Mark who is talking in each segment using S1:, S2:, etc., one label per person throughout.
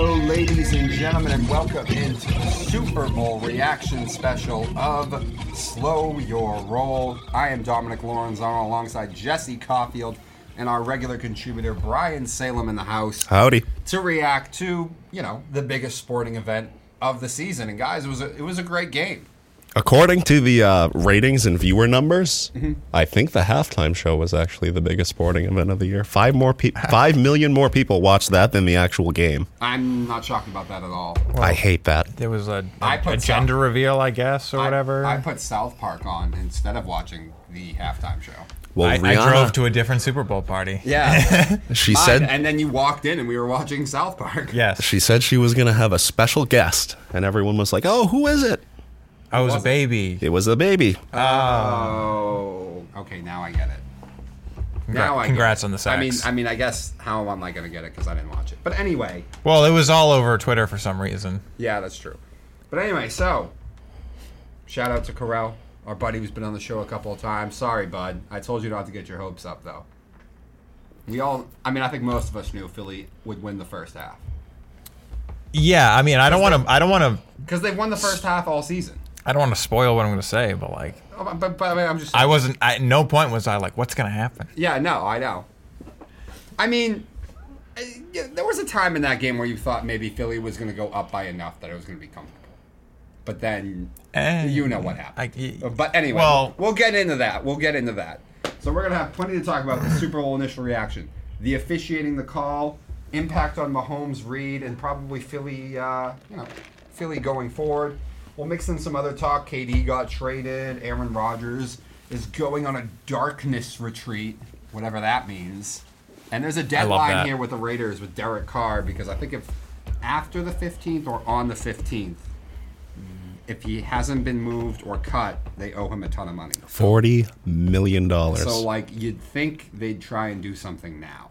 S1: ladies and gentlemen, and welcome into the Super Bowl reaction special of Slow Your Roll. I am Dominic Lorenzano alongside Jesse Caulfield and our regular contributor Brian Salem in the house
S2: Howdy.
S1: to react to, you know, the biggest sporting event of the season. And guys, it was a, it was a great game.
S2: According to the uh, ratings and viewer numbers, I think the halftime show was actually the biggest sporting event of the year. Five more peop five million more people watched that than the actual game.
S1: I'm not shocked about that at all.
S2: I hate that.
S3: There was a,
S1: I
S3: a,
S1: put
S3: a
S1: some-
S3: gender reveal, I guess, or
S1: I-
S3: whatever.
S1: I, put South Park on instead of watching the halftime show.
S2: Well,
S3: I, I
S2: Oh, Rihanna,
S3: drove to a different Super Bowl party.
S1: Yeah.
S2: she
S1: Mine,
S2: said
S1: and then you walked in and we were watching South Park.
S3: Yes.
S2: she said she was going to have a special guest, and everyone was like, "Oh, who is it?"
S3: I was a
S1: Was it?
S3: baby.
S2: It was the baby.
S1: Oh, okay. Now I get it. Now I
S3: Congrats
S1: get it.
S3: on the
S1: I mean,
S3: sacks.
S1: I mean, I guess how am I going to get it because I didn't watch it. But anyway,
S3: Well, it was all over Twitter for some reason.
S1: yeah, that's true. But anyway, so shout out to Corell, our buddy who's been on the show a couple of times. Sorry, bud. I told you not to get your hopes up, though. We all, I mean, I think most of us knew Philly would win the first half
S3: Yeah, I mean, I don't want to. I don't want to.
S1: because they've won the first half all season.
S3: I don't want to spoil what I'm going to say, but like,
S1: Oh, But, but, I mean, I'm just,
S3: I wasn't. I, at no point was I like, what's going to happen?
S1: yeah, no, I know. I mean, I- yeah, there was a time in that game where you thought maybe Philly was going to go up by enough that it was going to be comfortable, but then
S3: Eh,
S1: you know what happened.
S3: I- y-
S1: but anyway,
S3: well-
S1: we'll get into that. We'll get into that. So we're going to have plenty to talk about the Super Bowl initial reaction, the officiating, the call, impact on Mahomes, Reed, and probably Philly. Uh, you know, Philly going forward. We'll mix in some other talk. KD got traded. Aaron Rodgers is going on a darkness retreat, whatever that means. And there's a deadline
S3: that.
S1: here with the Raiders with Derek Carr because I think if after the 15th or on the 15th, if he hasn't been moved or cut, they owe him a ton of money.
S2: Forty million dollars.
S1: So like you'd think they'd try and do something now.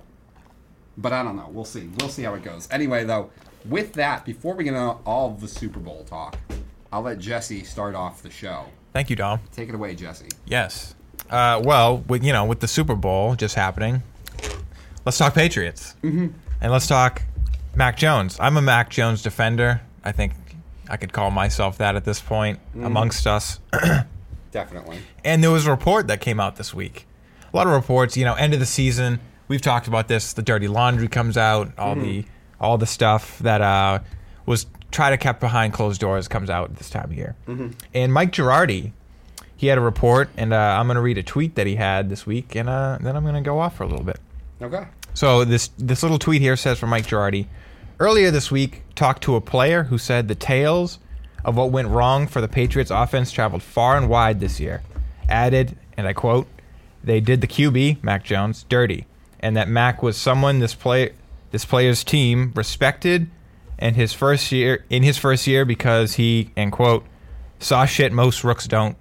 S1: But I don't know. We'll see. We'll see how it goes. Anyway, though, with that, before we get into all the Super Bowl talk, I'll let Jesse start off the show.
S3: Thank you, Dom.
S1: Take it away, Jesse.
S3: Yes. Uh, well, with, you know, with the Super Bowl just happening, let's talk Patriots. Mm-hmm. And let's talk Mac Jones. I'm a Mac Jones defender. I think I could call myself that at this point amongst us.
S1: Definitely.
S3: And there was a report that came out this week. A lot of reports, you know, end of the season. We've talked about this. The dirty laundry comes out. All the all the stuff that uh, was tried to kept behind closed doors comes out this time of year. And Mike Girardi, he had a report, and uh, I'm going to read a tweet that he had this week, and uh, then I'm going to go off for a little bit.
S1: Okay.
S3: So this this little tweet here says from Mike Girardi, earlier this week talked to a player who said the tales of what went wrong for the Patriots offense traveled far and wide this year. Added, and I quote, they did the QB Mac Jones dirty, and that Mac was someone this play this player's team respected, and his first year in his first year because he and quote saw shit most rooks don't.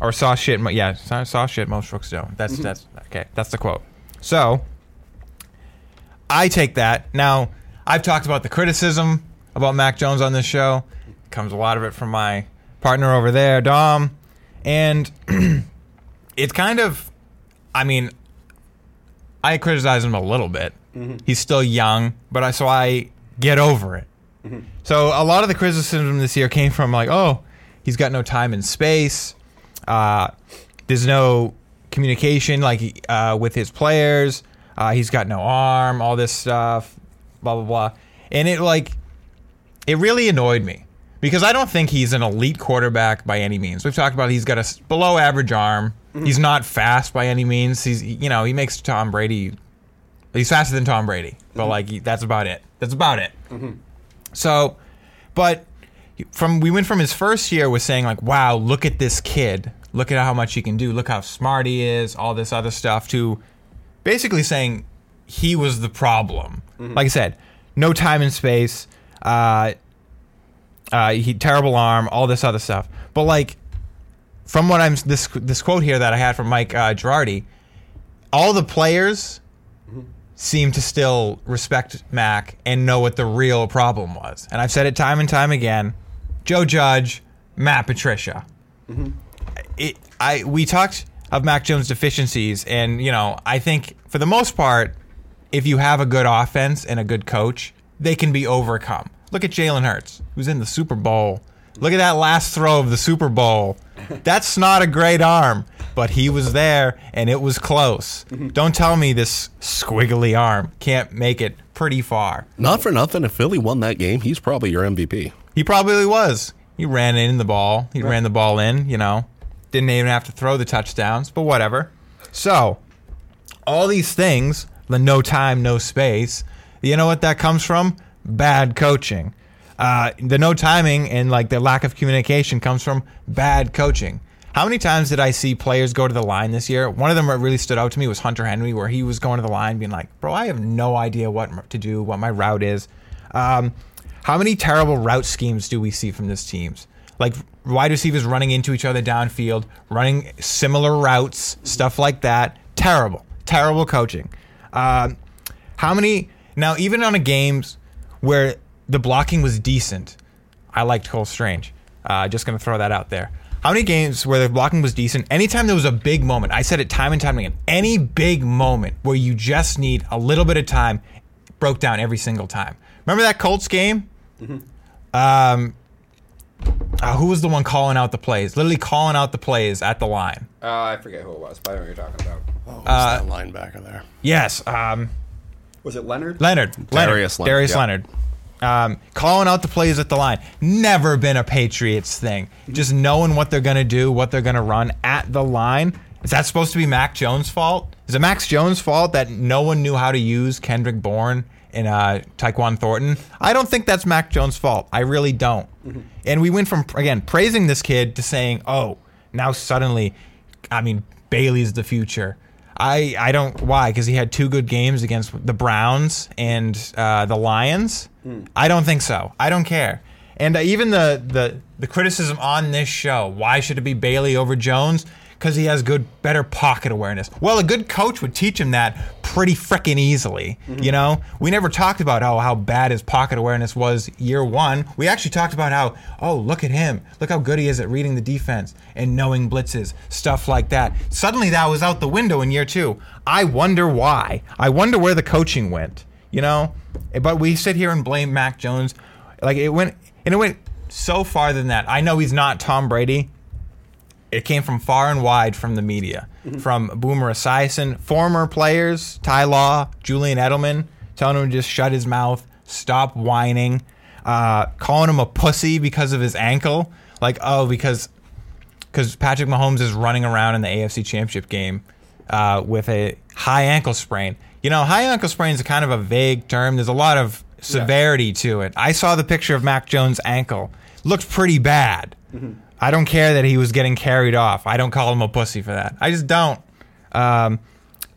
S3: Or saw shit, mo- yeah, saw, saw shit. Most rooks don't. That's that's okay. That's the quote. So I take that. Now, I've talked about the criticism about Mac Jones on this show. Comes a lot of it from my partner over there, Dom. And it's kind of, I mean, I criticize him a little bit. He's still young, but I, so I get over it. So a lot of the criticism this year came from like, oh, he's got no time and space. Uh, there's no communication like uh, with his players. Uh, he's got no arm. All this stuff, blah blah blah. And it like, it really annoyed me because I don't think he's an elite quarterback by any means. We've talked about he's got a s- below average arm. He's not fast by any means. He's you know he makes Tom Brady. He's faster than Tom Brady, but like he, that's about it. That's about it. So, but from we went from his first year was saying like, "Wow, look at this kid! Look at how much he can do! Look how smart he is! All this other stuff." To basically saying he was the problem. Like I said, no time and space. Uh, uh, he terrible arm. All this other stuff. But like, from what I'm this this quote here that I had from Mike uh, Girardi, all the players seem to still respect Mac and know what the real problem was. And I've said it time and time again: Joe Judge, Matt Patricia. It, I we talked of Mac Jones' deficiencies, and you know, I think for the most part, if you have a good offense and a good coach, they can be overcome. Look at Jalen Hurts, who's in the Super Bowl. Look at that last throw of the Super Bowl. That's not a great arm, but he was there and it was close. Don't tell me this squiggly arm can't make it pretty far.
S2: Not for nothing. If Philly won that game, he's probably your MVP.
S3: He probably was. He ran in the ball. He ran the ball in, you know. Didn't even have to throw the touchdowns, but whatever. So, all these things, the no time, no space, you know what that comes from? Bad coaching. Uh, the no timing and like the lack of communication comes from bad coaching. How many times did I see players go to the line this year? One of them that really stood out to me was Hunter Henry, where he was going to the line being like, bro, I have no idea what to do, what my route is. Um, how many terrible route schemes do we see from this teams? Like wide receivers running into each other downfield, running similar routes, stuff like that. Terrible, terrible coaching. Um, how many now? Even on a games where the blocking was decent, I liked Cole Strange. Uh, just gonna throw that out there. How many games where the blocking was decent? Anytime there was a big moment, I said it time and time again. Any big moment where you just need a little bit of time broke down every single time. Remember that Colts game? Um, uh, who was the one calling out the plays? Literally calling out the plays at the line.
S1: Uh, I forget who it was, but I know what you're talking about.
S2: Oh, who's that linebacker there?
S3: Yes, um,
S1: Was it Leonard?
S3: Leonard.
S2: Darius Leonard,
S3: Leonard. Darius
S2: yeah.
S3: Leonard. Um, calling out the plays at the line. Never been a Patriots thing. Just knowing what they're going to do, what they're going to run at the line. Is that supposed to be Mac Jones' fault? Is it Max Jones' fault that no one knew how to use Kendrick Bourne and uh, Tyquan Thornton? I don't think that's Mac Jones' fault. I really don't. And we went from, again, praising this kid to saying, oh, now suddenly, I mean, Bailey's the future. I, I don't why because he had two good games against the Browns and uh, the Lions. I don't think so. I don't care. And uh, even the, the the criticism on this show, why should it be Bailey over Jones? Because he has good, better pocket awareness. Well, a good coach would teach him that pretty frickin' easily. You know, we never talked about oh how bad his pocket awareness was year one. We actually talked about how oh look at him, look how good he is at reading the defense and knowing blitzes, stuff like that. Suddenly that was out the window in year two. I wonder why. I wonder where the coaching went. You know, but we sit here and blame Mac Jones. Like it went and it went so far than that. I know he's not Tom Brady, it came from far and wide from the media, from Boomer Esiason, former players, Ty Law, Julian Edelman, telling him to just shut his mouth, stop whining, uh, calling him a pussy because of his ankle, like oh because because Patrick Mahomes is running around in the AFC Championship game uh, with a high ankle sprain. You know, high ankle sprain is kind of a vague term. There's a lot of severity to it. I saw the picture of Mac Jones' ankle; looked pretty bad. I don't care that he was getting carried off. I don't call him a pussy for that. I just don't. Um,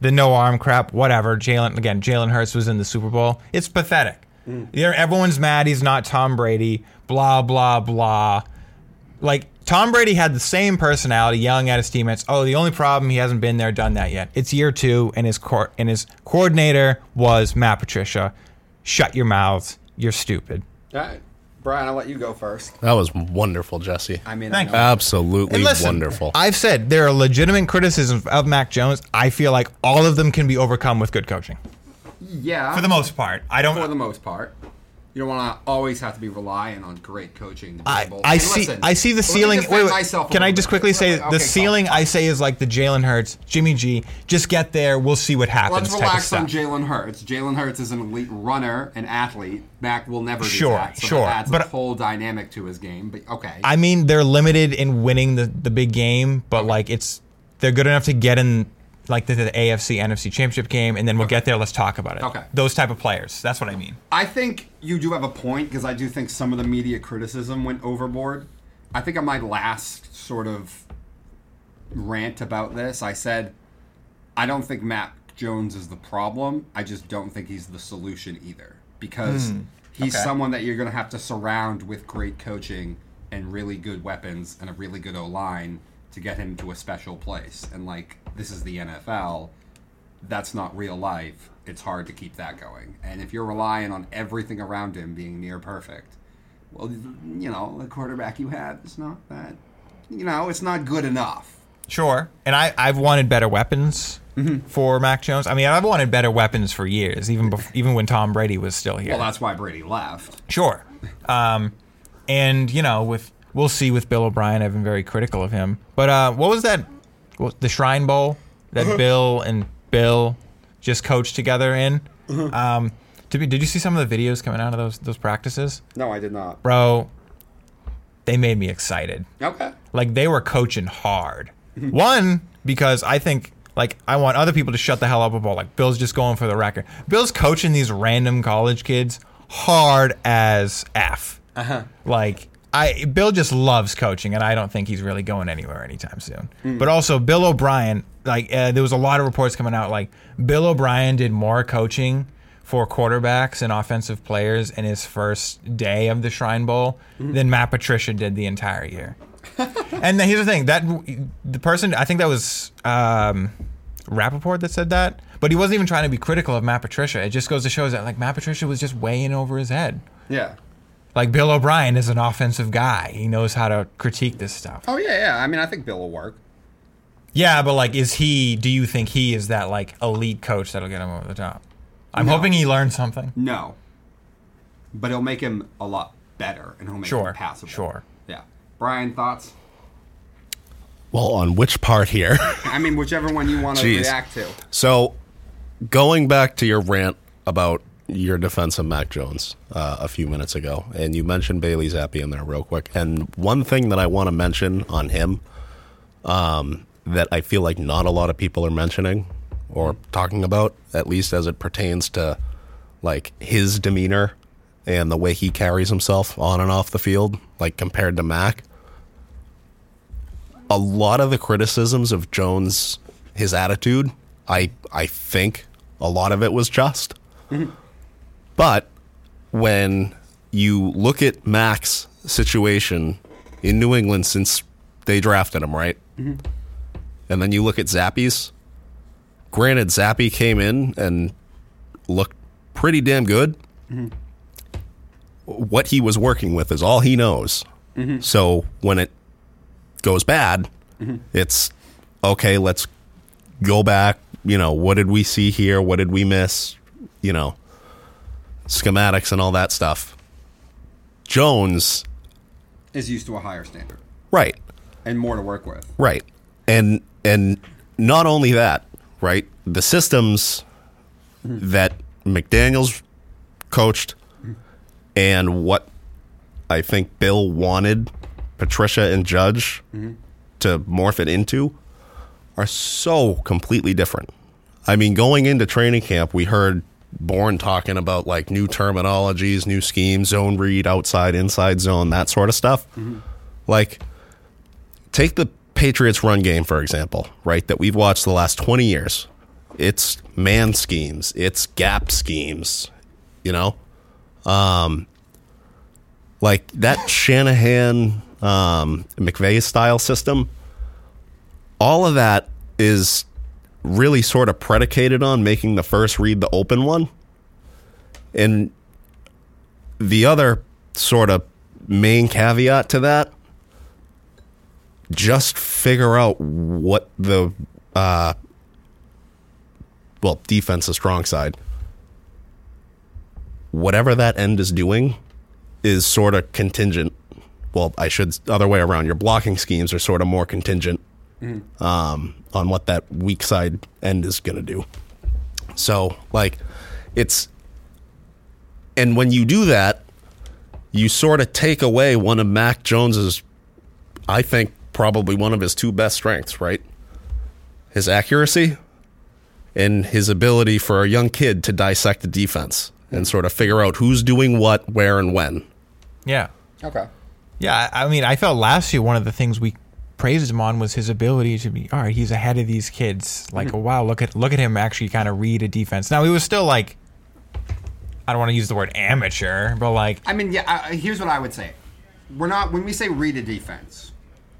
S3: the no arm crap, whatever. Jalen again. Jalen Hurts was in the Super Bowl. It's pathetic. Yeah, Everyone's mad he's not Tom Brady. Blah blah blah like Tom Brady had the same personality, yelling at his teammates. Oh, the only problem he hasn't been there, done that yet. It's year two, and his cor- and his coordinator was Matt Patricia. Shut your mouths. You're stupid.
S1: All right. Brian, I'll let you go first.
S2: That was wonderful, Jesse.
S1: I mean,
S3: Thank
S1: I know.
S2: Absolutely
S3: And listen,
S2: wonderful.
S3: I've said there are legitimate criticisms of Mac Jones. I feel like all of them can be overcome with good coaching.
S1: yeah.
S3: For the most part, I
S1: for the
S3: don't.
S1: most part. You don't want to always have to be relying on great coaching to be
S3: I,
S1: able.
S3: I
S1: And
S3: see.
S1: listen,
S3: I see
S1: let
S3: the
S1: me
S3: ceiling.
S1: defend
S3: Wait, wait,
S1: myself a
S3: can I
S1: little
S3: just
S1: bit.
S3: quickly say
S1: Okay,
S3: the
S1: so
S3: ceiling? I say is like the Jalen Hurts, Jimmy G. Just get there. We'll see what happens.
S1: Let's
S3: type of
S1: relax on
S3: stuff.
S1: Jalen Hurts. Jalen Hurts is an elite runner and athlete. Mac will never do
S3: Sure,
S1: that. So
S3: sure,
S1: That adds
S3: but-
S1: a whole dynamic to his game. But okay.
S3: I mean, they're limited in winning the, the big game, but like it's they're good enough to get in like the, the AFC NFC championship game, and then we'll get there. Let's talk about it.
S1: Okay.
S3: Those type of players. That's what I mean.
S1: I think you do have a point because I do think some of the media criticism went overboard. I think on my last sort of rant about this, I said, I don't think Matt Jones is the problem. I just don't think he's the solution either because he's
S3: okay.
S1: someone that you're going to have to surround with great coaching and really good weapons and a really good O line to get him to a special place. And like, this is the NFL that's not real life, it's hard to keep that going. And if you're relying on everything around him being near perfect, well, you know, the quarterback you have is not that, you know, it's not good enough.
S3: Sure. And I I've wanted better weapons. for Mac Jones. I mean, I've wanted better weapons for years, even bef- even when Tom Brady was still here.
S1: Well, that's why Brady left.
S3: Sure. Um, and you know, with we'll see with Bill O'Brien. I've been very critical of him. But uh, what was that? What, the Shrine Bowl that Bill and Bill just coached together in. Um, to be, did you see some of the videos coming out of those those practices,
S1: No, I did not.
S3: bro? They made me excited
S1: Okay.
S3: like they were coaching hard. One because I think like I want other people to shut the hell up about like Bill's just going for the record. Bill's coaching these random college kids hard as f. Uh-huh. Like I Bill just loves coaching, and I don't think he's really going anywhere anytime soon. But also Bill O'Brien, like uh, there was a lot of reports coming out like Bill O'Brien did more coaching for quarterbacks and offensive players in his first day of the Shrine Bowl than Matt Patricia did the entire year. And then here's the thing that the person I think that was um, Rappaport that said that, but he wasn't even trying to be critical of Matt Patricia. It just goes to shows that like Matt Patricia was just way in over his head.
S1: Yeah.
S3: Like Bill O'Brien is an offensive guy. He knows how to critique this stuff.
S1: Oh yeah, yeah. I mean, I think Bill will work.
S3: Yeah, but like, is he? Do you think he is that like elite coach that'll get him over the top? I'm
S1: No.
S3: hoping he learns something.
S1: No. But he'll make him a lot better, and he'll make
S3: Sure,
S1: him passable.
S3: sure.
S1: Yeah. Brian, thoughts?
S2: Well, on which part here?
S1: I mean, whichever one you want to
S2: Jeez.
S1: react to.
S2: so, going back to your rant about your defense of Mac Jones uh, a few minutes ago, and you mentioned Bailey Zappi in there real quick. And one thing that I want to mention on him um, that I feel like not a lot of people are mentioning or talking about, at least as it pertains to like his demeanor and the way he carries himself on and off the field, like compared to Mac. a lot of the criticisms of Jones, his attitude, I I think a lot of it was just. But when you look at Mac's situation in New England since they drafted him, right? And then you look at Zappy's. Granted, Zappy came in and looked pretty damn good. What he was working with is all he knows. So when it goes bad, it's okay, let's go back. You know, what did we see here? What did we miss? You know, schematics and all that stuff. Jones,
S1: Is used to a higher standard
S2: right,
S1: and more to work with.
S2: right. And and not only that, right? The systems that McDaniels coached and what I think Bill wanted Patricia and Judge to morph it into are so completely different. I mean, going into training camp, we heard Bourne talking about like new terminologies, new schemes, zone read, outside, inside zone, that sort of stuff. Like, take the Patriots run game, for example, right? That we've watched the last 20 years. It's man schemes, it's gap schemes, you know? Um, like that Shanahan um, McVeigh style system. All of that is really sort of predicated on making the first read the open one, and the other sort of main caveat to that. Just figure out what the uh, well defense is strong side. Whatever that end is doing, is sort of contingent. Well, I should other way around. Your blocking schemes are sort of more contingent um, on what that weak side end is going to do. So, like, it's and when you do that, you sort of take away one of Mac Jones's, I think, probably one of his two best strengths, right? His accuracy and his ability for a young kid to dissect the defense and sort of figure out who's doing what, where, and when.
S3: Yeah.
S1: Okay.
S3: Yeah, I I mean, I felt last year one of the things we praised him on was his ability to be all right. He's ahead of these kids. Like, wow, look at look at him actually kind of read a defense. Now he was still like, I don't want to use the word amateur, but like,
S1: I mean, yeah. I, I- here's what I would say: We're not when we say read a defense.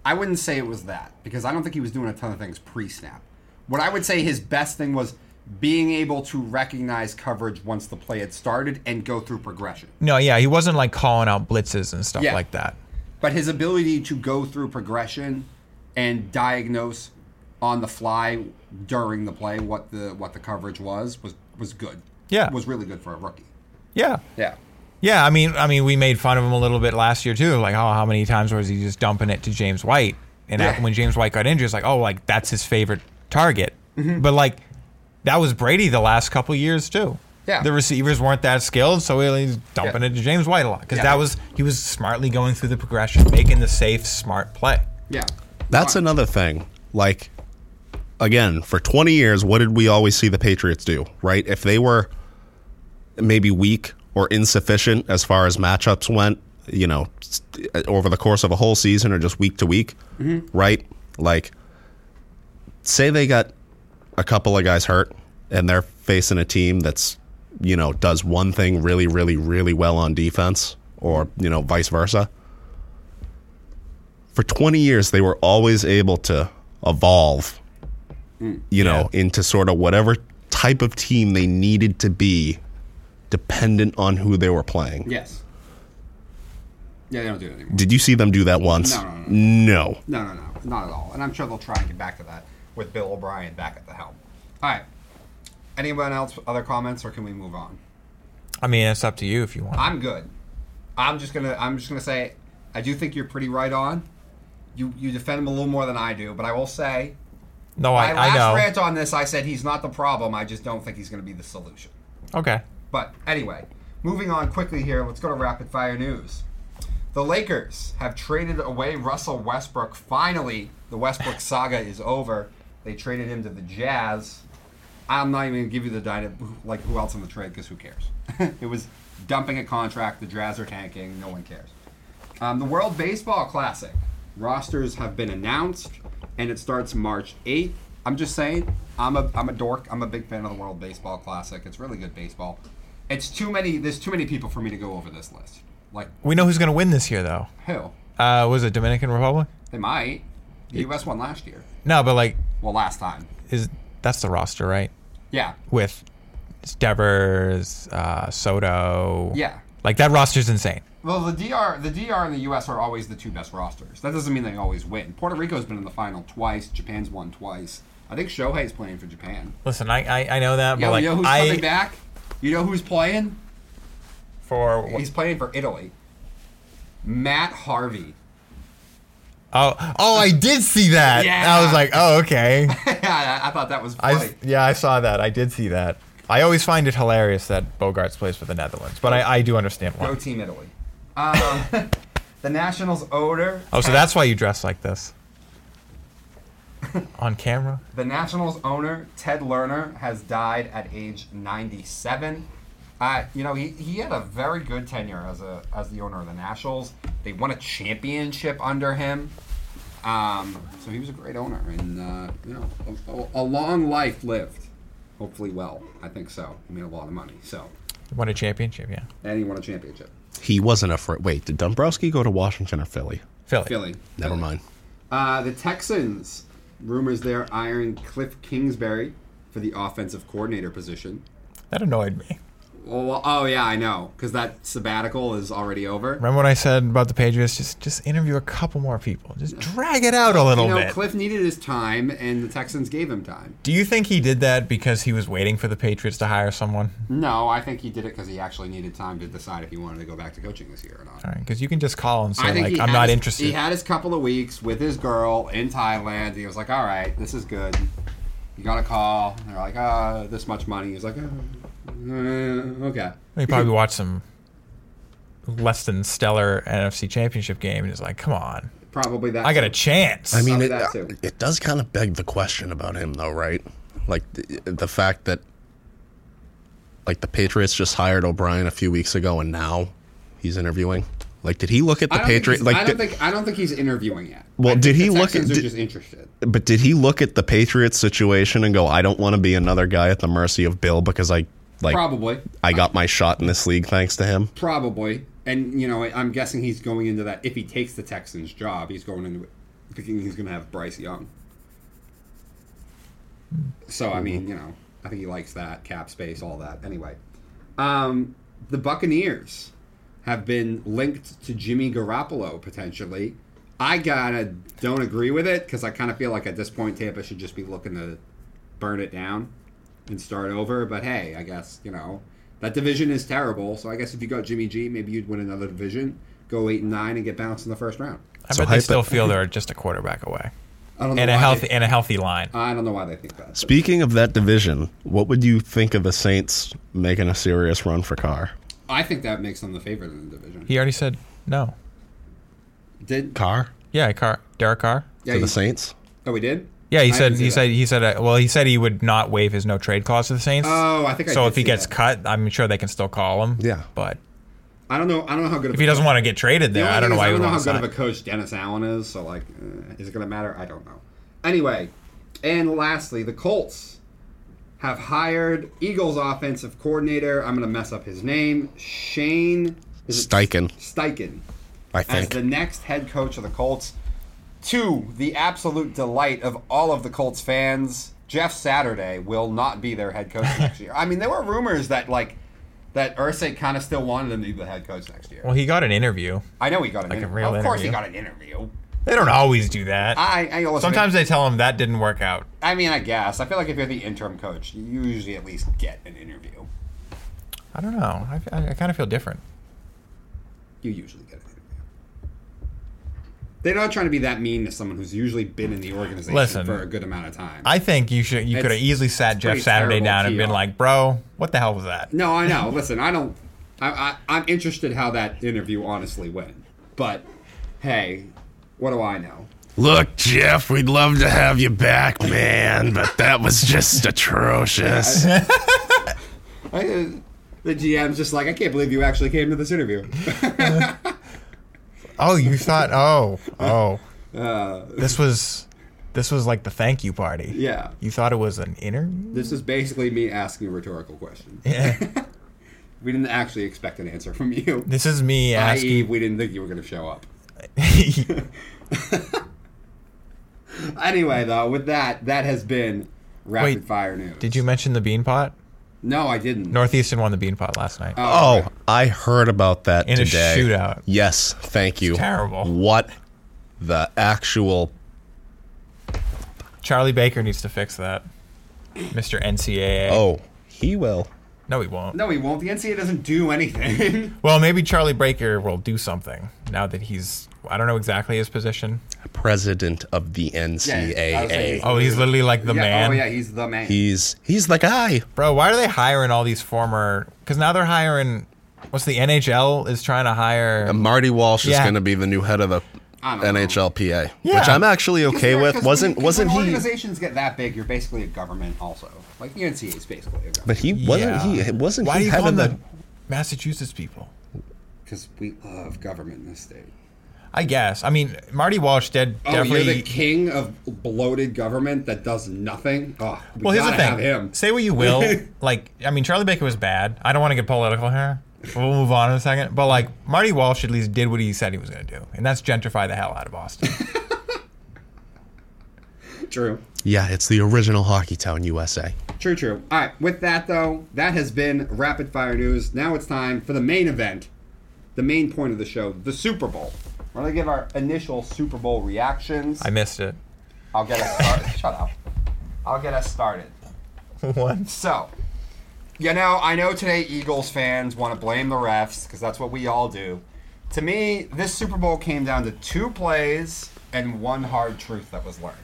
S1: I wouldn't say it was that because I don't think he was doing a ton of things pre-snap. What I would say his best thing was being able to recognize coverage once the play had started and go through progression.
S3: no, yeah, he wasn't like calling out blitzes and stuff
S1: Yeah.
S3: like that.
S1: But his ability to go through progression and diagnose on the fly during the play what the what the coverage was was was good.
S3: Yeah.
S1: was really good for a rookie.
S3: Yeah.
S1: Yeah,
S3: Yeah, I mean, I mean, we made fun of him a little bit last year too. Like, oh, how many times was he just dumping it to James White? And
S1: Yeah.
S3: when James White got injured, it's like, oh, like that's his favorite target.
S1: Mm-hmm.
S3: But like, that was Brady the last couple years too.
S1: Yeah.
S3: the receivers weren't that skilled, so he was dumping
S1: Yeah.
S3: it to James White a lot because
S1: Yeah.
S3: that was he was smartly going through the progression, making the safe, smart play.
S1: yeah.
S2: That's
S1: Fine.
S2: another thing. Like, again, for 20 years, what did we always see the Patriots do, right? If they were maybe weak or insufficient as far as matchups went, you know, s- over the course of a whole season or just week to week, right? Like, say they got a couple of guys hurt and they're facing a team that's, you know, does one thing really, really, really well on defense or, you know, vice versa for 20 years they were always able to evolve you know into sort of whatever type of team they needed to be dependent on who they were playing
S1: Yes. Yeah, they don't do it anymore.
S2: did you see them do that once
S1: No, no, No,
S2: no
S1: no, no, not at all. And I'm sure they'll try and get back to that with Bill O'Brien back at the helm. All right. Anyone else? Other comments, or can we move on?
S3: I mean, it's up to you if you want.
S1: I'm good. I'm just gonna I'm just gonna say I do think you're pretty right on. You you defend him a little more than I do, but I will say
S3: no, I,
S1: my last
S3: I know.
S1: rant on this I said he's not the problem, I just don't think he's gonna be the solution.
S3: Okay.
S1: But anyway, moving on quickly here, let's go to rapid fire news. The Lakers have traded away Russell Westbrook. Finally, the Westbrook saga is over. They traded him to the Jazz. I'm not even gonna give you the dyna- like who else in the trade because who cares? it was dumping a contract. The Jazz are tanking. No one cares. Um, the World Baseball Classic rosters have been announced, and it starts March 8th. I'm just saying, I'm a I'm a dork. I'm a big fan of the World Baseball Classic. It's really good baseball. It's too many. There's too many people for me to go over this list. Like
S3: We know who's going to win this year, though.
S1: who?
S3: Uh, was it Dominican Republic?
S1: They might. The U.S. won last year.
S3: No, but like,
S1: Well, last time.
S3: is that's the roster, right?
S1: Yeah.
S3: with Devers, uh, Soto.
S1: Yeah.
S3: Like that roster's insane.
S1: Well, the DR, the DR and the U.S. are always the two best rosters. That doesn't mean they always win. Puerto Rico's been in the final twice. Japan's won twice. I think Shohei's playing for Japan.
S3: Listen, I I, I know that, but
S1: Yo,
S3: like
S1: you know who's
S3: I
S1: coming back? You know who's playing?
S3: for
S1: He's playing for Italy. Matt Harvey.
S3: oh oh I did see that.
S1: Yeah.
S3: I was like oh okay.
S1: I, I thought that was
S3: I
S1: funny.
S3: yeah I saw that. I did see that. I always find it hilarious that Bogarts plays for the Netherlands, but I, I do understand
S1: Go
S3: why.
S1: Team Italy. Um, the Nationals' odor.
S3: Oh, so that's why you dress like this. On camera.
S1: The Nationals owner, Ted Lerner, has died at age 97. Uh, you know, he, he had a very good tenure as a as the owner of the Nationals. They won a championship under him. Um, so he was a great owner, and uh, you know, a- a, a long life lived. Hopefully, well, I think so. He made a lot of money, so
S3: Won a championship, yeah.
S1: and he won a championship.
S2: he wasn't a fr- wait did dombrowski go to washington or philly
S3: Philly.
S1: Philly,
S2: never mind
S1: Uh, the Texans, rumors they're hiring Cliff Kingsbury for the offensive coordinator position.
S3: That annoyed me.
S1: Oh, well, oh yeah, I know, because that sabbatical is already over.
S3: Remember what I said about the Patriots? Just just interview a couple more people. Just drag it out a little
S1: You know,
S3: bit.
S1: Cliff needed his time, and the Texans gave him time.
S3: Do you think he did that because he was waiting for the Patriots to hire someone?
S1: No, I think he did it because he actually needed time to decide if he wanted to go back to coaching this year or not.
S3: All right, because you can just call and
S1: I
S3: say like,
S1: he
S3: "I'm
S1: had
S3: not
S1: his-
S3: interested."
S1: He had his couple of weeks with his girl in Thailand. He was like, "All right, this is good." You got a call. They're like, "Uh, this much money." He's like, uh, uh, "Okay."
S3: he probably watched some less than stellar NFC Championship game and is like, "Come on,
S1: Probably that.
S3: I got a chance."
S2: I mean,
S1: Probably
S2: it,
S1: that too.
S2: it does kind of beg the question about him, though, right? Like the, the fact that, like the Patriots just hired O'Brien a few weeks ago, and now he's interviewing. Like, did he look at
S1: I
S2: the
S1: don't think
S2: Patriot?
S1: he's-
S2: Like,
S1: I don't
S2: did-
S1: think I don't think he's interviewing yet. I
S2: Well,
S1: think
S2: did
S1: the
S2: he look at-
S1: Texans Are
S2: did-
S1: just interested.
S2: but did he look at the Patriots situation and go, "I don't want to be another guy at the mercy of Bill because I like
S1: Probably.
S2: I got my shot in this league thanks to him."
S1: Probably. And, you know, I'm guessing he's going into that. If he takes the Texans' job, he's going into it thinking he's going to have Bryce Young. So, I mean, you know, I think he likes that, cap space, all that. Anyway, um, the Buccaneers have been linked to Jimmy Garoppolo potentially. I gotta don't agree with it because I kind of feel like at this point Tampa should just be looking to burn it down and start over. But hey, I guess you know that division is terrible. So I guess if you got Jimmy G, maybe you'd win another division, go eight and nine, and get bounced in the first round.
S3: I
S2: So
S3: bet they
S2: hypo-
S3: still feel they're just a quarterback away,
S1: I don't know
S3: and a
S1: why
S3: healthy
S1: They,
S3: and a healthy line.
S1: I don't know why they think that.
S2: Speaking of that division, what would you think of the Saints making a serious run for Carr?
S1: I think that makes them the favorite in the division.
S3: He already said no.
S1: Did
S2: Carr
S3: Yeah, Carr, Derek Carr.
S1: yeah?
S2: to
S1: he-
S2: the Saints?
S1: oh, we did.
S3: Yeah, he
S1: I
S3: said
S1: didn't see
S3: he
S1: that.
S3: said he said uh, well he said he would not waive his no trade clause to the Saints.
S1: Oh, I think I
S3: so
S1: did
S3: if he
S1: see
S3: gets
S1: that.
S3: cut, I'm sure they can still call him.
S2: Yeah.
S3: but
S1: I don't know. I don't know how good.
S3: if he doesn't want to get traded there, I don't know why
S1: I
S3: he
S1: don't
S3: would
S1: know how
S3: want to
S1: good of a
S3: sign.
S1: coach Dennis Allen is. So like, uh, is it going to matter? I don't know. Anyway, and lastly, the Colts have hired Eagles offensive coordinator. I'm going to mess up his name. Shane is it
S2: Steichen,
S1: Steichen
S2: I
S1: as
S2: think.
S1: the next head coach of the Colts. To the absolute delight of all of the Colts fans, Jeff Saturday will not be their head coach next year. I mean, there were rumors that like that Ursay kind of still wanted him to be the head coach next year.
S3: Well, he got an interview.
S1: I know he got an
S3: a
S1: interview.
S3: real
S1: of course, he
S3: interview.
S1: got an interview.
S3: They don't always do that.
S1: I, I listen,
S3: Sometimes they tell him that didn't work out.
S1: I mean, I guess. I feel like if you're the interim coach, you usually at least get an interview.
S3: I don't know. I, I, I kind of feel different.
S1: You usually get an interview. They're not trying to be that mean to someone who's usually been in the organization
S3: Listen,
S1: for a good amount of time.
S3: I think you should. You
S1: It's-
S3: could have easily sat
S1: it's
S3: Jeff
S1: pretty
S3: Saturday
S1: terrible
S3: down and
S1: PR.
S3: been like, "Bro, what the hell was that?"
S1: no, I know. Listen, I don't. I, I, I'm interested how that interview honestly went. But hey, what do I know?
S2: Look, Jeff, we'd love to have you back, man, but that was just atrocious.
S1: I, uh, the GM's just like, I can't believe you actually came to this interview.
S3: Oh, you thought? Oh, oh. this was, this was like the thank you party.
S1: Uh. yeah.
S3: You thought it was an interview?
S1: This is basically me asking a rhetorical question.
S3: Yeah.
S1: We didn't actually expect an answer from you.
S3: this is me
S1: I.e.,
S3: asking.
S1: we didn't think you were going to show up. Anyway, though, with that, that has been rapid
S3: Wait,
S1: fire news.
S3: Did you mention the bean pot?
S1: No, I didn't.
S3: Northeastern won the bean pot last night.
S2: oh, I heard about that
S3: In a
S2: today.
S3: shootout.
S2: Yes, thank you.
S3: terrible.
S2: What the actual
S3: Charlie Baker needs to fix that. Mr. NCAA.
S2: Oh, he will.
S3: No, he won't.
S1: No, he won't. The NCAA doesn't do anything.
S3: Well, maybe Charlie Baker will do something now that he's. I don't know exactly his position.
S2: President of the
S1: I was
S2: NCAA.
S1: thinking-
S3: Oh, he's literally like the
S1: yeah,
S3: man.
S1: Oh, yeah, he's the man.
S2: he's he's the guy.
S3: Bro, why are they hiring all these former? Because now they're hiring. What's the NHL is trying to hire?
S1: Um,
S2: Marty Walsh is
S3: Yeah.
S2: going to be the new head of the
S1: I don't know.
S2: NHLPA,
S3: Yeah.
S2: which I'm actually okay
S1: Yeah, 'cause
S2: with.
S1: when
S2: Wasn't
S1: you-
S2: wasn't
S1: when
S2: he?
S1: Organizations get that big, you're basically a government, also. Like the NCAA is basically a
S2: But
S1: government.
S2: he wasn't.
S3: Yeah.
S2: He wasn't.
S3: Why
S2: he
S3: do you
S2: head
S3: call them
S2: of
S3: the Massachusetts people?
S1: Because we love government in this state.
S3: I guess. I mean, Marty Walsh did
S1: Oh, you're the
S3: definitely.
S1: king of bloated government that does nothing. Oh, we
S3: well, here's the
S1: gotta have
S3: thing.
S1: him.
S3: Say what you will. like, I mean, Charlie Baker was bad. I don't want to get political here. We'll move on in a second. But like, Marty Walsh at least did what he said he was going to do, and that's gentrify the hell out of Boston.
S1: True.
S2: Yeah, it's the original Hockey Town USA.
S1: True, true. All right, with that though, that has been rapid fire news. Now it's time for the main event, the main point of the show, the Super Bowl. We're gonna give our initial Super Bowl reactions.
S3: I missed it.
S1: I'll get us started. Shut up. I'll get us started.
S3: Once.
S1: So, you know, I know today Eagles fans want to blame the refs because that's what we all do. To me, this Super Bowl came down to two plays and one hard truth that was learned.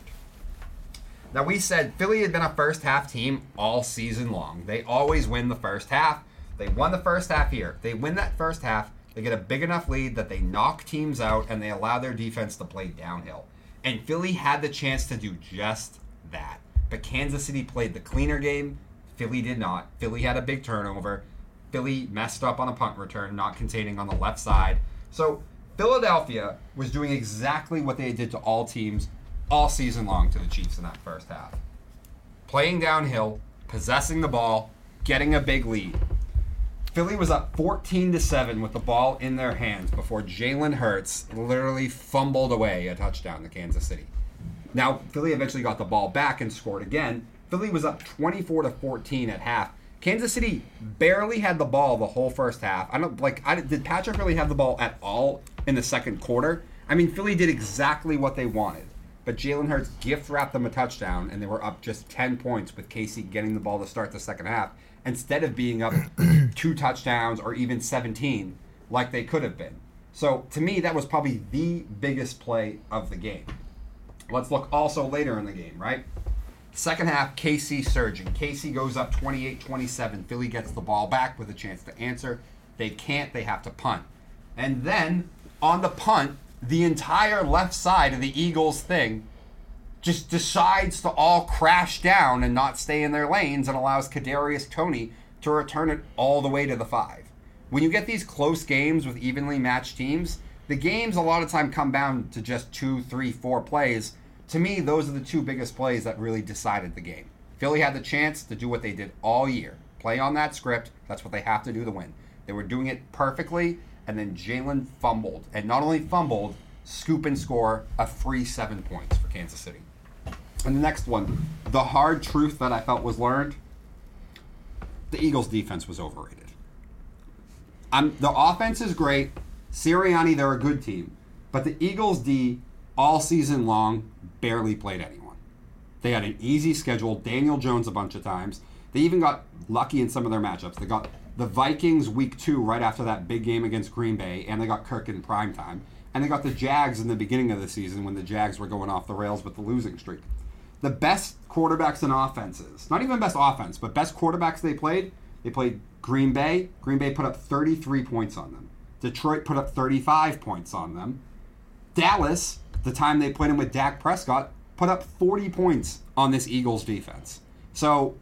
S1: Now, we said Philly had been a first half team all season long. They always win the first half. They won the first half here. They win that first half. They get a big enough lead that they knock teams out and they allow their defense to play downhill. And Philly had the chance to do just that. But Kansas City played the cleaner game. Philly did not. Philly had a big turnover. Philly messed up on a punt return, not containing on the left side. So Philadelphia was doing exactly what they did to all teams all season long to the Chiefs in that first half playing downhill, possessing the ball, getting a big lead. Philly was up 14 to 7 with the ball in their hands before Jalen Hurts literally fumbled away a touchdown to Kansas City. Now, Philly eventually got the ball back and scored again. Philly was up 24 to 14 at half. Kansas City barely had the ball the whole first half. I don't like I did Patrick really have the ball at all in the second quarter? I mean, Philly did exactly what they wanted, but Jalen Hurts gift wrapped them a touchdown, and they were up just 10 points with Casey getting the ball to start the second half instead of being up two touchdowns or even 17 like they could have been. So to me, that was probably the biggest play of the game. Let's look also later in the game, right? Second half, KC surging. KC goes up 28 27. Philly gets the ball back with a chance to answer. They can't, they have to punt. And then on the punt, the entire left side of the Eagles thing just decides to all crash down and not stay in their lanes and allows Kadarius Tony to return it all the way to the five. When you get these close games with evenly matched teams, the games a lot of time come down to just two, three, four plays. To me, those are the two biggest plays that really decided the game. Philly had the chance to do what they did all year play on that script. That's what they have to do to win. They were doing it perfectly, and then Jalen fumbled. And not only fumbled, scoop and score a free seven points for Kansas City. And the next one, the hard truth that I felt was learned the Eagles' defense was overrated. I'm, the offense is great. Sirianni, they're a good team. But the Eagles' D all season long barely played anyone. They had an easy schedule, Daniel Jones a bunch of times. They even got lucky in some of their matchups. They got the Vikings week two right after that big game against Green Bay, and they got Kirk in prime time. And they got the Jags in the beginning of the season when the Jags were going off the rails with the losing streak. The best quarterbacks and offenses, not even best offense, but best quarterbacks they played, they played Green Bay. Green Bay put up 33 points on them. Detroit put up 35 points on them. Dallas, the time they played him with Dak Prescott, put up 40 points on this Eagles defense. So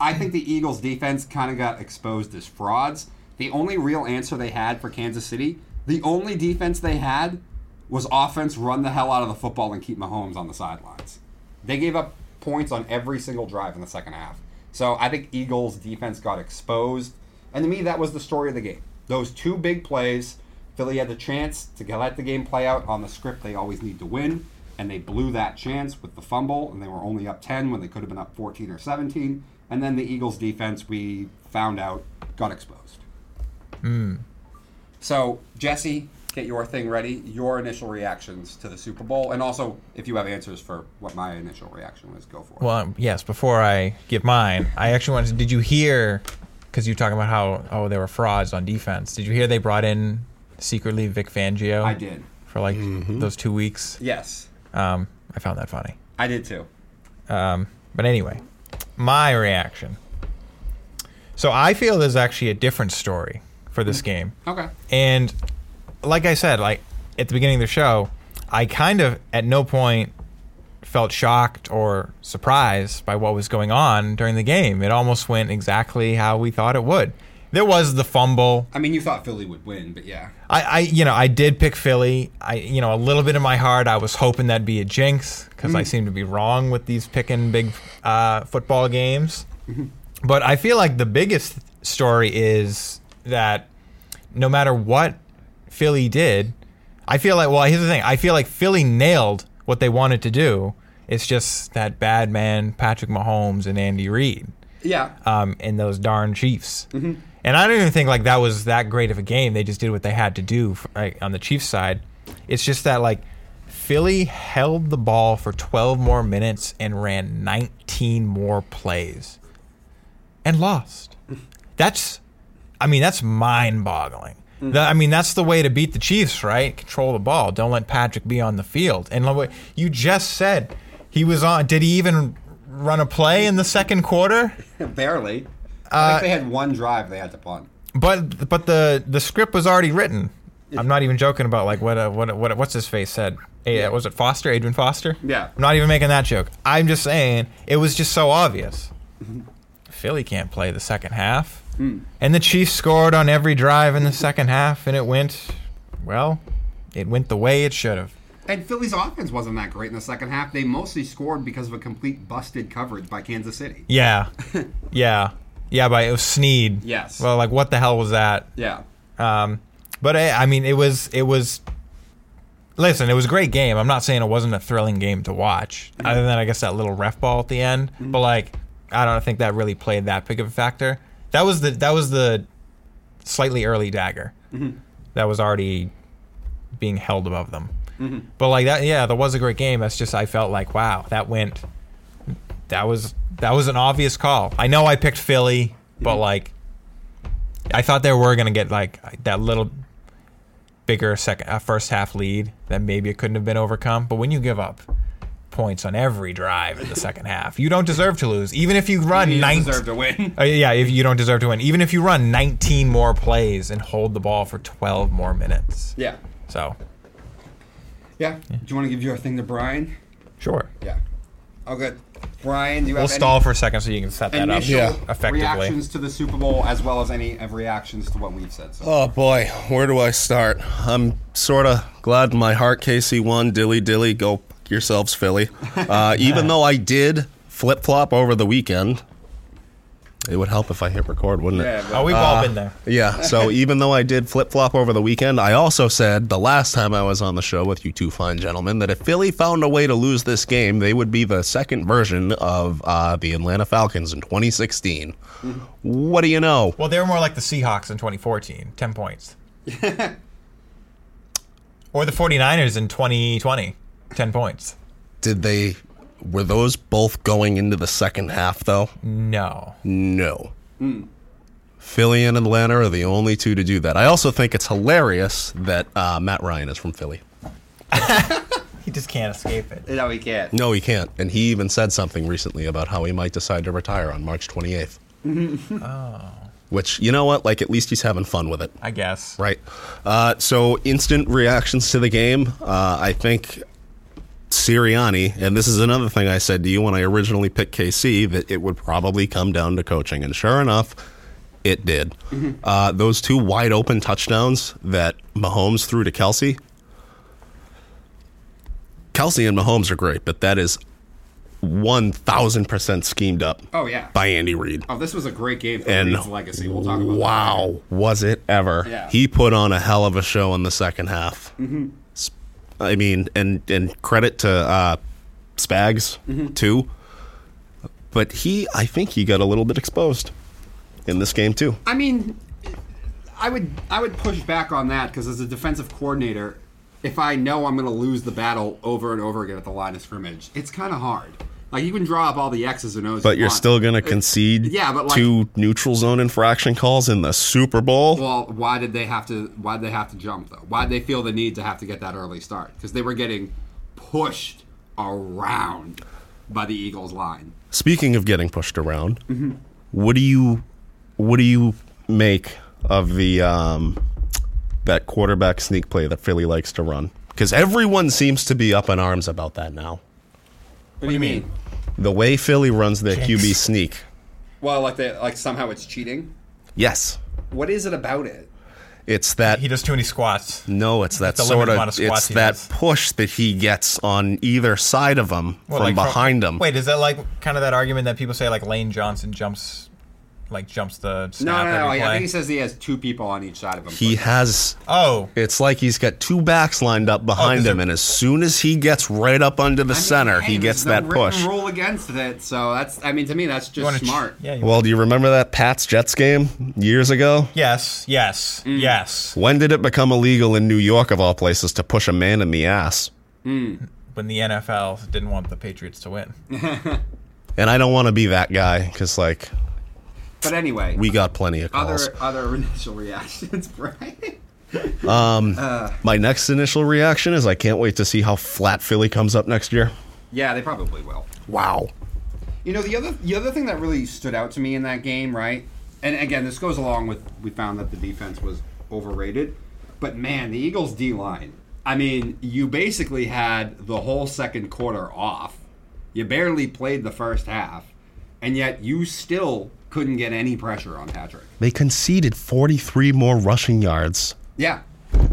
S1: I think the Eagles defense kind of got exposed as frauds. The only real answer they had for Kansas City, the only defense they had was offense run the hell out of the football and keep Mahomes on the sidelines. They gave up points on every single drive in the second half. So I think Eagles defense got exposed. And to me, that was the story of the game. Those two big plays, Philly had the chance to let the game play out on the script they always need to win, and they blew that chance with the fumble, and they were only up 10 when they could have been up 14 or 17. And then the Eagles' defense, we found out, got exposed. So, Jesse, get your thing ready, your initial reactions to the Super Bowl, and also if you have answers for what my initial reaction was, go for it.
S3: Well, yes. Before I give mine, I actually wanted. to... Did you hear? Because you were talking about how oh there were frauds on defense. Did you hear they brought in secretly Vic Fangio?
S1: I did. Mm-hmm.
S3: for like those two weeks.
S1: Yes,
S3: Um, I found that funny.
S1: I did too.
S3: Um, but anyway, my reaction. So I feel there's actually a different story for this game.
S1: Okay.
S3: And like I said, like at the beginning of the show, I kind of at no point felt shocked or surprised by what was going on during the game. It almost went exactly how we thought it would. There was the fumble.
S1: I mean, you thought Philly would win, but yeah.
S3: I, I you know, I did pick Philly. I you know, a little bit in my heart I was hoping that'd be a jinx cuz I seem to be wrong with these picking big uh, football games. But I feel like the biggest story is that no matter what Philly did, I feel like well, here's the thing. I feel like Philly nailed what they wanted to do. It's just that bad man Patrick Mahomes and Andy Reid
S1: Yeah.
S3: um, and those darn Chiefs. And I don't even think like that was that great of a game. They just did what they had to do for, like, on the Chiefs side. It's just that like Philly held the ball for 12 more minutes and ran 19 more plays and lost. That's, I mean, that's mind boggling. I mean, that's the way to beat the Chiefs, right? Control the ball. Don't let Patrick be on the field. And like what you just said, he was on. Did he even run a play in the second quarter?
S1: Barely. I
S3: Uh,
S1: think they had one drive they had to punt.
S3: But but the the script was already written. I'm not even joking about like what uh, what what what's his face said. Hey, uh, was it Foster, Adrian Foster?
S1: Yeah.
S3: I'm not even making that joke. I'm just saying it was just so obvious.
S1: Mm-hmm.
S3: Philly can't play the second half,
S1: Hmm.
S3: and the Chiefs scored on every drive in the second half, and it went well. It went the way it should have.
S1: And Philly's offense wasn't that great in the second half. They mostly scored because of a complete busted coverage by Kansas City.
S3: Yeah, yeah, yeah. But it was Sneed.
S1: Yes.
S3: Well, like what the hell was that?
S1: Yeah.
S3: Um, but I, I mean, it was it was. Listen, it was a great game. I'm not saying it wasn't a thrilling game to watch. Other than I guess that little ref ball at the end, but like I don't think that really played that big of a factor. That was the that was the
S1: Mm-hmm.
S3: slightly early dagger that was already being held above them.
S1: Mm-hmm.
S3: But like that, yeah, that was a great game. That's just I felt like wow, that went. That was that was an obvious call. I know I picked Philly, but
S1: Mm-hmm.
S3: like, I thought they were gonna get like that little bigger second uh, first half lead that maybe it couldn't have been overcome. But when you give up points on every drive in the second half, you don't deserve to lose. Even if you run
S1: You
S3: 19
S1: deserve to win.
S3: uh, yeah, if you don't deserve to win, even if you run 19 more plays and hold the ball for 12 more minutes.
S1: Yeah.
S3: So,
S1: Yeah. Do you want to give your thing to Brian?
S3: sure.
S1: Yeah. Okay. Brian, do you
S3: We'll
S1: have
S3: stall for a second so you can set
S1: any
S3: that up
S1: initial
S2: Yeah.
S3: effectively.
S1: reactions to the Super Bowl as well as any of reactions to what we've said? So.
S2: Oh boy, where do I start? I'm sort of glad my heart KC won. Dilly dilly, go fuck yourselves, Philly. Uh, even though I did flip flop over the weekend, it would help if I hit record, wouldn't
S1: yeah,
S2: it?
S1: but-
S3: Oh, we've all been there.
S2: Yeah. So even though I did flip flop over the weekend, I also said the last time I was on the show with you two fine gentlemen that if Philly found a way to lose this game, they would be the second version of uh, the Atlanta Falcons in 2016. What do you know?
S3: Well, they were more like the Seahawks in 2014, 10 points. or the 49ers in 2020, 10 points.
S2: Did they? Were those both going into the second half though?
S3: Mm. No.
S2: No. Philly and Atlanta are the only two to do that. I also think it's hilarious that uh, Matt Ryan is from Philly.
S3: He just can't escape it.
S1: No, we can't.
S2: No, he can't. And he even said something recently about how he might decide to retire on March 28th. oh. Which, you know what? Like, at least he's having fun with it.
S3: I guess.
S2: Right. Uh, so, instant reactions to the game. Uh, I think Sirianni, and this is another thing I said to you when I originally picked KC, that it would probably come down to coaching. And sure enough, it did.
S1: Mm-hmm.
S2: Uh, those two wide open touchdowns that Mahomes threw to Kelsey. Kelsey and Mahomes are great, but that is 1,000% schemed up
S1: Oh, yeah.
S2: by Andy Reid
S1: Oh, this was a great game for
S2: and
S1: Reed's legacy. We'll talk about
S2: wow, was it ever?
S1: Yeah. Mm-hmm.
S2: He put on a hell of a show in the second half. S- I mean, and and credit to uh, Spags
S1: Mm-hmm.
S2: too, but he, I think he got a little bit exposed in this game too.
S1: I mean, I would I would push back on that because as a defensive coordinator, if I know I'm going to lose the battle over and over again at the line of scrimmage, it's kind of hard. Like you can draw up all the X's and O's,
S2: But
S1: you
S2: you're
S1: want.
S2: still gonna concede
S1: yeah, but, like-
S2: two neutral zone infraction calls in the Super Bowl.
S1: Well, why did they have to? Why did they have to jump though? Why did they feel the need to have to get that early start? Because they were getting pushed around by the Eagles line.
S2: Speaking of getting pushed around,
S3: Mm-hmm.
S2: what do you what do you make of the um, that quarterback sneak play that Philly likes to run? Because everyone seems to be up in arms about that now.
S1: What, do you mean?
S2: The way Philly runs their QB sneak.
S1: Well, like they like somehow it's cheating.
S2: Yes,
S1: What is it about it?
S2: it's that.
S3: He does too many squats.
S2: No, it's that
S3: The
S2: sort
S3: limited
S2: of,
S3: amount of
S2: it's
S3: squats he
S2: that
S3: does.
S2: push that he gets on either side of him
S3: Well,
S2: from
S3: like
S2: behind him.
S3: Wait, is that like kind of that argument that people say like Lane Johnson jumps, like jumps the
S1: No,
S3: snap
S1: no, no. I
S3: every
S1: I
S3: play?
S1: think he says he has two people on each side of him.
S2: He has
S3: oh,
S2: It's like he's got two backs lined up behind
S3: 'cause
S2: him,
S3: they're-
S2: and as soon as he gets right up under
S1: Oh,
S2: the
S1: I mean,
S2: center,
S1: hey,
S2: he gets
S1: there's
S2: that
S1: no written
S2: push.
S1: Rule against it, so that's. I mean, to me, that's
S3: you
S1: just
S3: wanna ch-
S1: smart.
S3: yeah. You,
S2: Well, do you remember that Pats Jets game years ago?
S3: yes. Yes.
S1: Mm.
S3: Yes.
S2: When did it become illegal in New York, of all places, to push a man in the ass?
S3: When the NFL didn't want the Patriots to win.
S2: And I don't want to be that guy because, like,
S1: But anyway,
S2: we got plenty of
S1: other
S2: calls.
S1: other initial reactions, Brian.
S2: My next initial reaction is I can't wait to see how flat Philly comes up next year.
S1: yeah, they probably will.
S2: Wow.
S1: You know, the other the other thing that really stood out to me in that game, right? And again, this goes along with we found that the defense was overrated, but man, the Eagles D line. I mean, you basically had the whole second quarter off. You barely played the first half, and yet you still couldn't get any pressure on Patrick.
S2: They conceded 43 more rushing yards
S1: Yeah,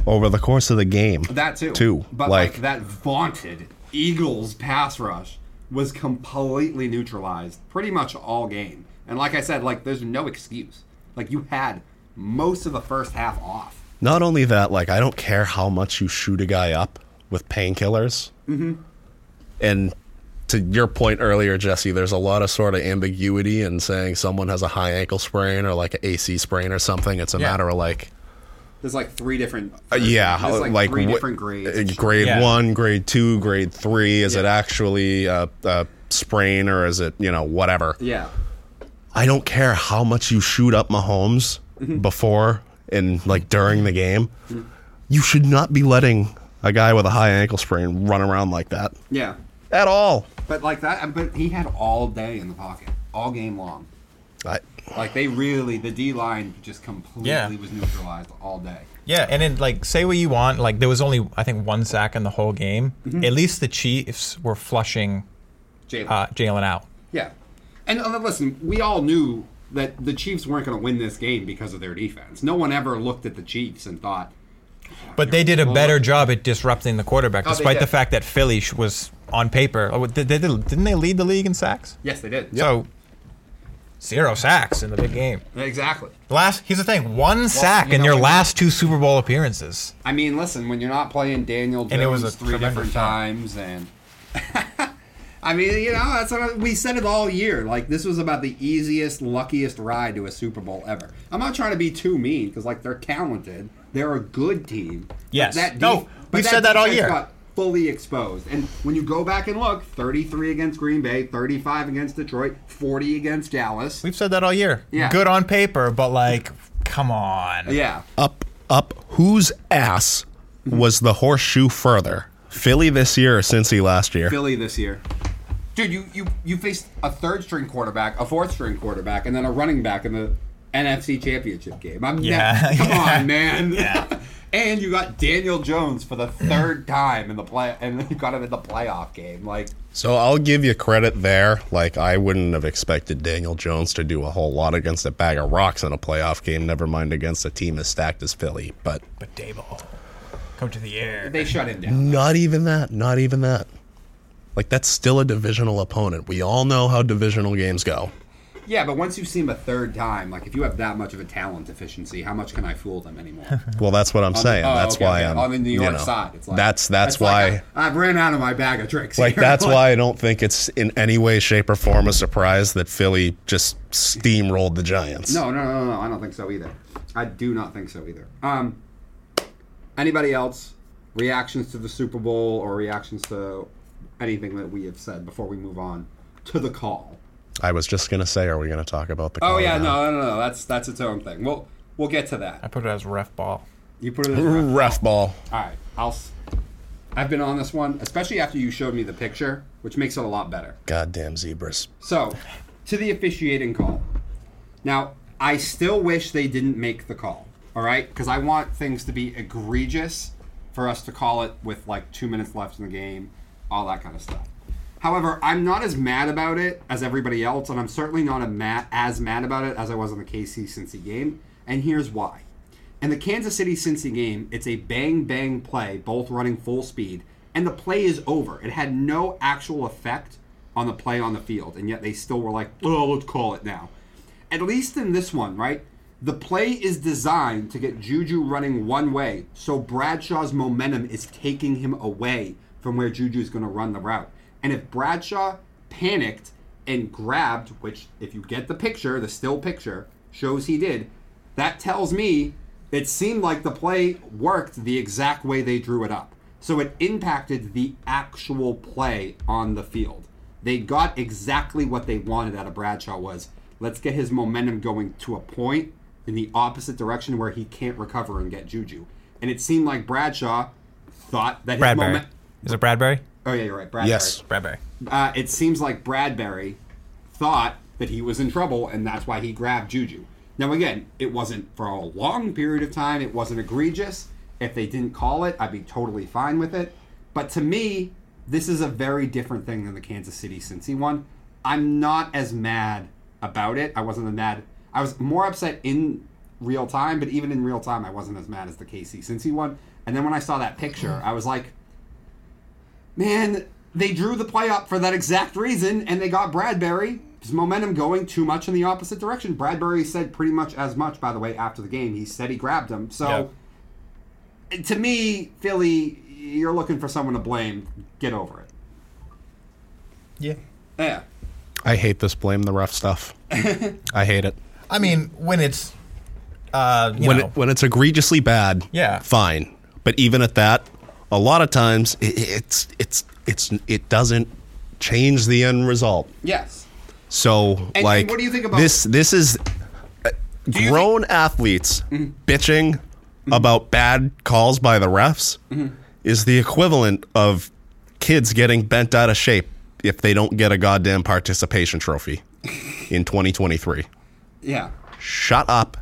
S2: over the course of the game.
S1: That too.
S2: Two.
S1: But like,
S2: Like-
S1: that vaunted Eagles pass rush was completely neutralized pretty much all game. And like I said, like there's no excuse. Like you had most of the first half off.
S2: Not only that, like I don't care how much you shoot a guy up with painkillers. Mm-hmm. And to your point earlier, Jesse, there's a lot of sort of ambiguity in saying someone has a high ankle sprain or like an AC sprain or something. It's a
S3: Yeah.
S2: matter of like
S1: There's like three different.
S2: Uh, yeah,
S1: there's
S2: how-
S1: like,
S2: like
S1: three
S2: what-
S1: different grades.
S2: uh, Grade
S3: Yeah.
S2: one, grade two, grade three. Is it
S1: Yeah.
S2: actually a, a sprain or is it you know whatever?
S1: yeah,
S2: I don't care how much you shoot up Mahomes before and like during the game. You should not be letting a guy with a high ankle sprain run around like that
S1: yeah.
S2: at all.
S1: But like that, uh, but he had all day in the pocket, all game long.
S2: I,
S1: Like they really, the D line just completely
S3: Yeah.
S1: was neutralized all day.
S3: Yeah, and then like say what you want, like there was only I think one sack in the whole game.
S1: Mm-hmm.
S3: At least the Chiefs were flushing
S1: Jalen.
S3: uh, Jalen out.
S1: yeah, and uh, listen, we all knew that the Chiefs weren't going to win this game because of their defense. No one ever looked at the Chiefs and thought,
S3: But they did a better job at disrupting the quarterback,
S1: Oh, they
S3: despite the
S1: did.
S3: fact that Philly sh- was on paper. oh, Did they, didn't they lead the league in sacks?
S1: "Yes, they did."
S3: So zero sacks in the big game.
S1: exactly.
S3: Last here's the thing: one sack
S1: you
S3: in
S1: know,
S3: your
S1: when-
S3: last two Super Bowl appearances.
S1: I mean, listen, when you're not playing Daniel Jones
S3: And it was a
S1: three
S3: tremendous
S1: different
S3: shot.
S1: times, and I mean, you know, that's what I- we said it all year. Like this was about the easiest, luckiest ride to a Super Bowl ever. I'm not trying to be too mean because like they're talented, they're a good team. But
S3: Yes.
S1: that
S3: No,
S1: but
S3: we've said that all
S1: defense
S3: year.
S1: Got fully exposed, and when you go back and look, 33 against Green Bay, 35 against Detroit, 40 against Dallas.
S3: We've said that all year.
S1: Yeah.
S3: Good on paper, but like, come on.
S1: yeah,
S2: up, up. Whose ass was the horseshoe further? Philly this year or Cincy last year?
S1: Philly this year. Dude, you, you, you faced a third string quarterback, a fourth string quarterback, and then a running back in the NFC Championship game. I'm ne-
S3: Yeah.
S1: come
S3: Yeah.
S1: on, man. and you got Daniel Jones for the third time in the play, and you got him in the playoff game. Like,
S2: So I'll give you credit there. Like I wouldn't have expected Daniel Jones to do a whole lot against a bag of rocks in a playoff game. Never mind against a team as stacked as Philly. But
S3: But Dable, come to the air.
S1: they shut him down.
S2: not even that. Not even that. Like that's still a divisional opponent. We all know how divisional games go.
S1: Yeah, but once you've seen him a third time, like if you have that much of a talent deficiency, how much can I fool them anymore?
S2: Well, that's what I'm saying.
S1: Oh,
S2: that's
S1: okay,
S2: why
S1: okay.
S2: I'm
S1: on the New
S2: you
S1: York
S2: know,
S1: side. It's like,
S2: that's that's
S1: it's
S2: why.
S1: like, I, I've ran out of my bag of tricks.
S2: like
S1: here.
S2: that's why I don't think it's in any way, shape, or form a surprise that Philly just steamrolled the Giants.
S1: No, no, no, no, no. I don't think so either. I do not think so either. Um, anybody else reactions to the Super Bowl or reactions to anything that we have said before we move on to the call?
S2: I was just gonna say, are we gonna talk about the?
S1: Oh
S2: call
S1: yeah,
S2: now?
S1: no, no, no, no. That's that's its own thing. We'll we'll get to that.
S3: I put it as ref ball.
S1: You put it. In
S2: Ref ball.
S1: All right, I'll. s- I've been on this one, especially after you showed me the picture, which makes it a lot better.
S2: Goddamn zebras.
S1: So, to the officiating call. Now, I still wish they didn't make the call, all right? Because I want things to be egregious for us to call it with like two minutes left in the game, all that kind of stuff. However, I'm not as mad about it as everybody else, and I'm certainly not a ma- as mad about it as I was on the KC Cincy game, and here's why. In the Kansas City Cincy game, it's a bang bang play, both running full speed, and the play is over. It had no actual effect on the play on the field, and yet they still were like, oh, let's call it now. At least in this one, right? The play is designed to get Juju running one way, so Bradshaw's momentum is taking him away from where Juju's going to run the route. And if Bradshaw panicked and grabbed, which, if you get the picture, the still picture, shows he did, that tells me it seemed like the play worked the exact way they drew it up. So it impacted the actual play on the field. They got exactly what they wanted out of Bradshaw was let's get his momentum going to a point in the opposite direction where he can't recover and get Juju. And it seemed like Bradshaw thought that his
S3: Bradbury.
S1: momen-
S3: Is it Bradbury?
S1: Oh yeah, you're right. Bradbury.
S2: Yes.
S3: Bradbury.
S1: Uh, it seems like Bradbury thought that he was in trouble, and that's why he grabbed Juju. Now, again, it wasn't for a long period of time. It wasn't egregious. If they didn't call it, I'd be totally fine with it. But to me, this is a very different thing than the Kansas City Cincy one. I'm not as mad about it. I wasn't as mad. I was more upset in real time, but even in real time, I wasn't as mad as the KC Cincy one. And then when I saw that picture, I was like, man, they drew the play up for that exact reason, and they got Bradbury. His momentum going too much in the opposite direction. Bradbury said pretty much as much, by the way, after the game. He said he grabbed him. So, to me, Philly, you're looking for someone to blame. Get over it.
S3: Yeah.
S1: Yeah.
S2: I hate this blame the ref stuff. I hate it.
S3: I mean, when it's uh, you
S2: when
S3: know,
S2: it, when it's egregiously bad,
S3: Yeah.
S2: fine. But even at that, a lot of times it, it's it's it's it doesn't change the end result.
S1: Yes.
S2: So
S1: and
S2: like,
S1: what do you think about-
S2: this? This is uh,
S1: you Mm-hmm.
S2: grown athletes bitching about bad calls by the refs
S1: Mm-hmm.
S2: is the equivalent of kids getting bent out of shape if they don't get a goddamn participation trophy in 2023
S1: Yeah.
S2: shut up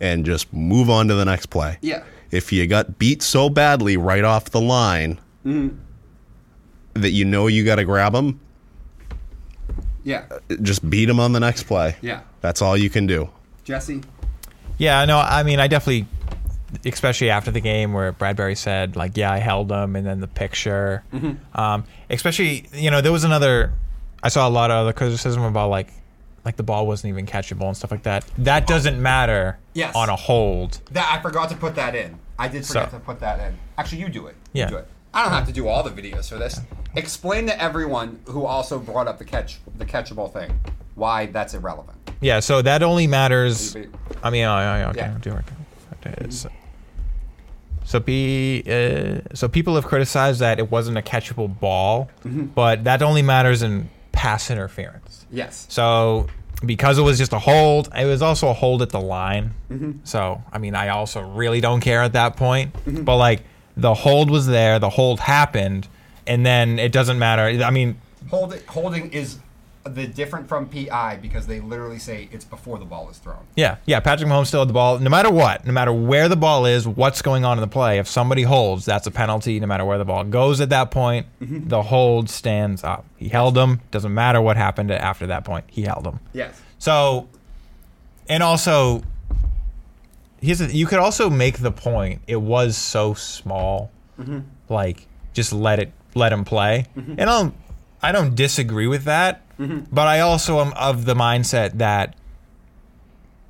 S2: and just move on to the next play.
S1: Yeah.
S2: If you got beat so badly right off the line
S1: Mm-hmm.
S2: that you know you got to grab them,
S1: Yeah.
S2: just beat them on the next play.
S1: Yeah.
S2: That's all you can do.
S1: Jesse.
S3: Yeah, no, I mean, I definitely, especially after the game where Bradbury said, like, yeah, I held him, and then the picture.
S1: Mm-hmm.
S3: Um, especially, you know, there was another, I saw a lot of other criticism about, like, like the ball wasn't even catchable and stuff like that. That doesn't matter
S1: Yes.
S3: on a hold.
S1: That I forgot to put that in. I did forget
S3: So-
S1: to put that in. Actually, you do it.
S3: Yeah.
S1: You do it. I don't have to do all the videos for this. Explain to everyone who also brought up the catch the catchable thing why that's irrelevant.
S3: Yeah, so that only matters.
S1: Maybe-
S3: I mean, oh, yeah, okay,
S1: Yeah.
S3: I'll do it. Okay, it's- so be uh, so people have criticized that it wasn't a catchable ball,
S1: Mm-hmm.
S3: but that only matters in pass interference.
S1: Yes.
S3: So because it was just a hold, it was also a hold at the line. So I mean, I also really don't care at that point. But like the hold was there, the hold happened, and then it doesn't matter. I mean,
S1: Hold holding is the different from PI because they literally say it's before the ball is thrown.
S3: yeah, yeah. Patrick Mahomes still had the ball. No matter what, no matter where the ball is, what's going on in the play, if somebody holds, that's a penalty. No matter where the ball goes at that point, the hold stands up. He held him. Doesn't matter what happened after that point. He held him.
S1: Yes.
S3: So, and also, here's the, you could also make the point it was so small, like just let it let him play. And I'll, I don't disagree with that, but I also am of the mindset that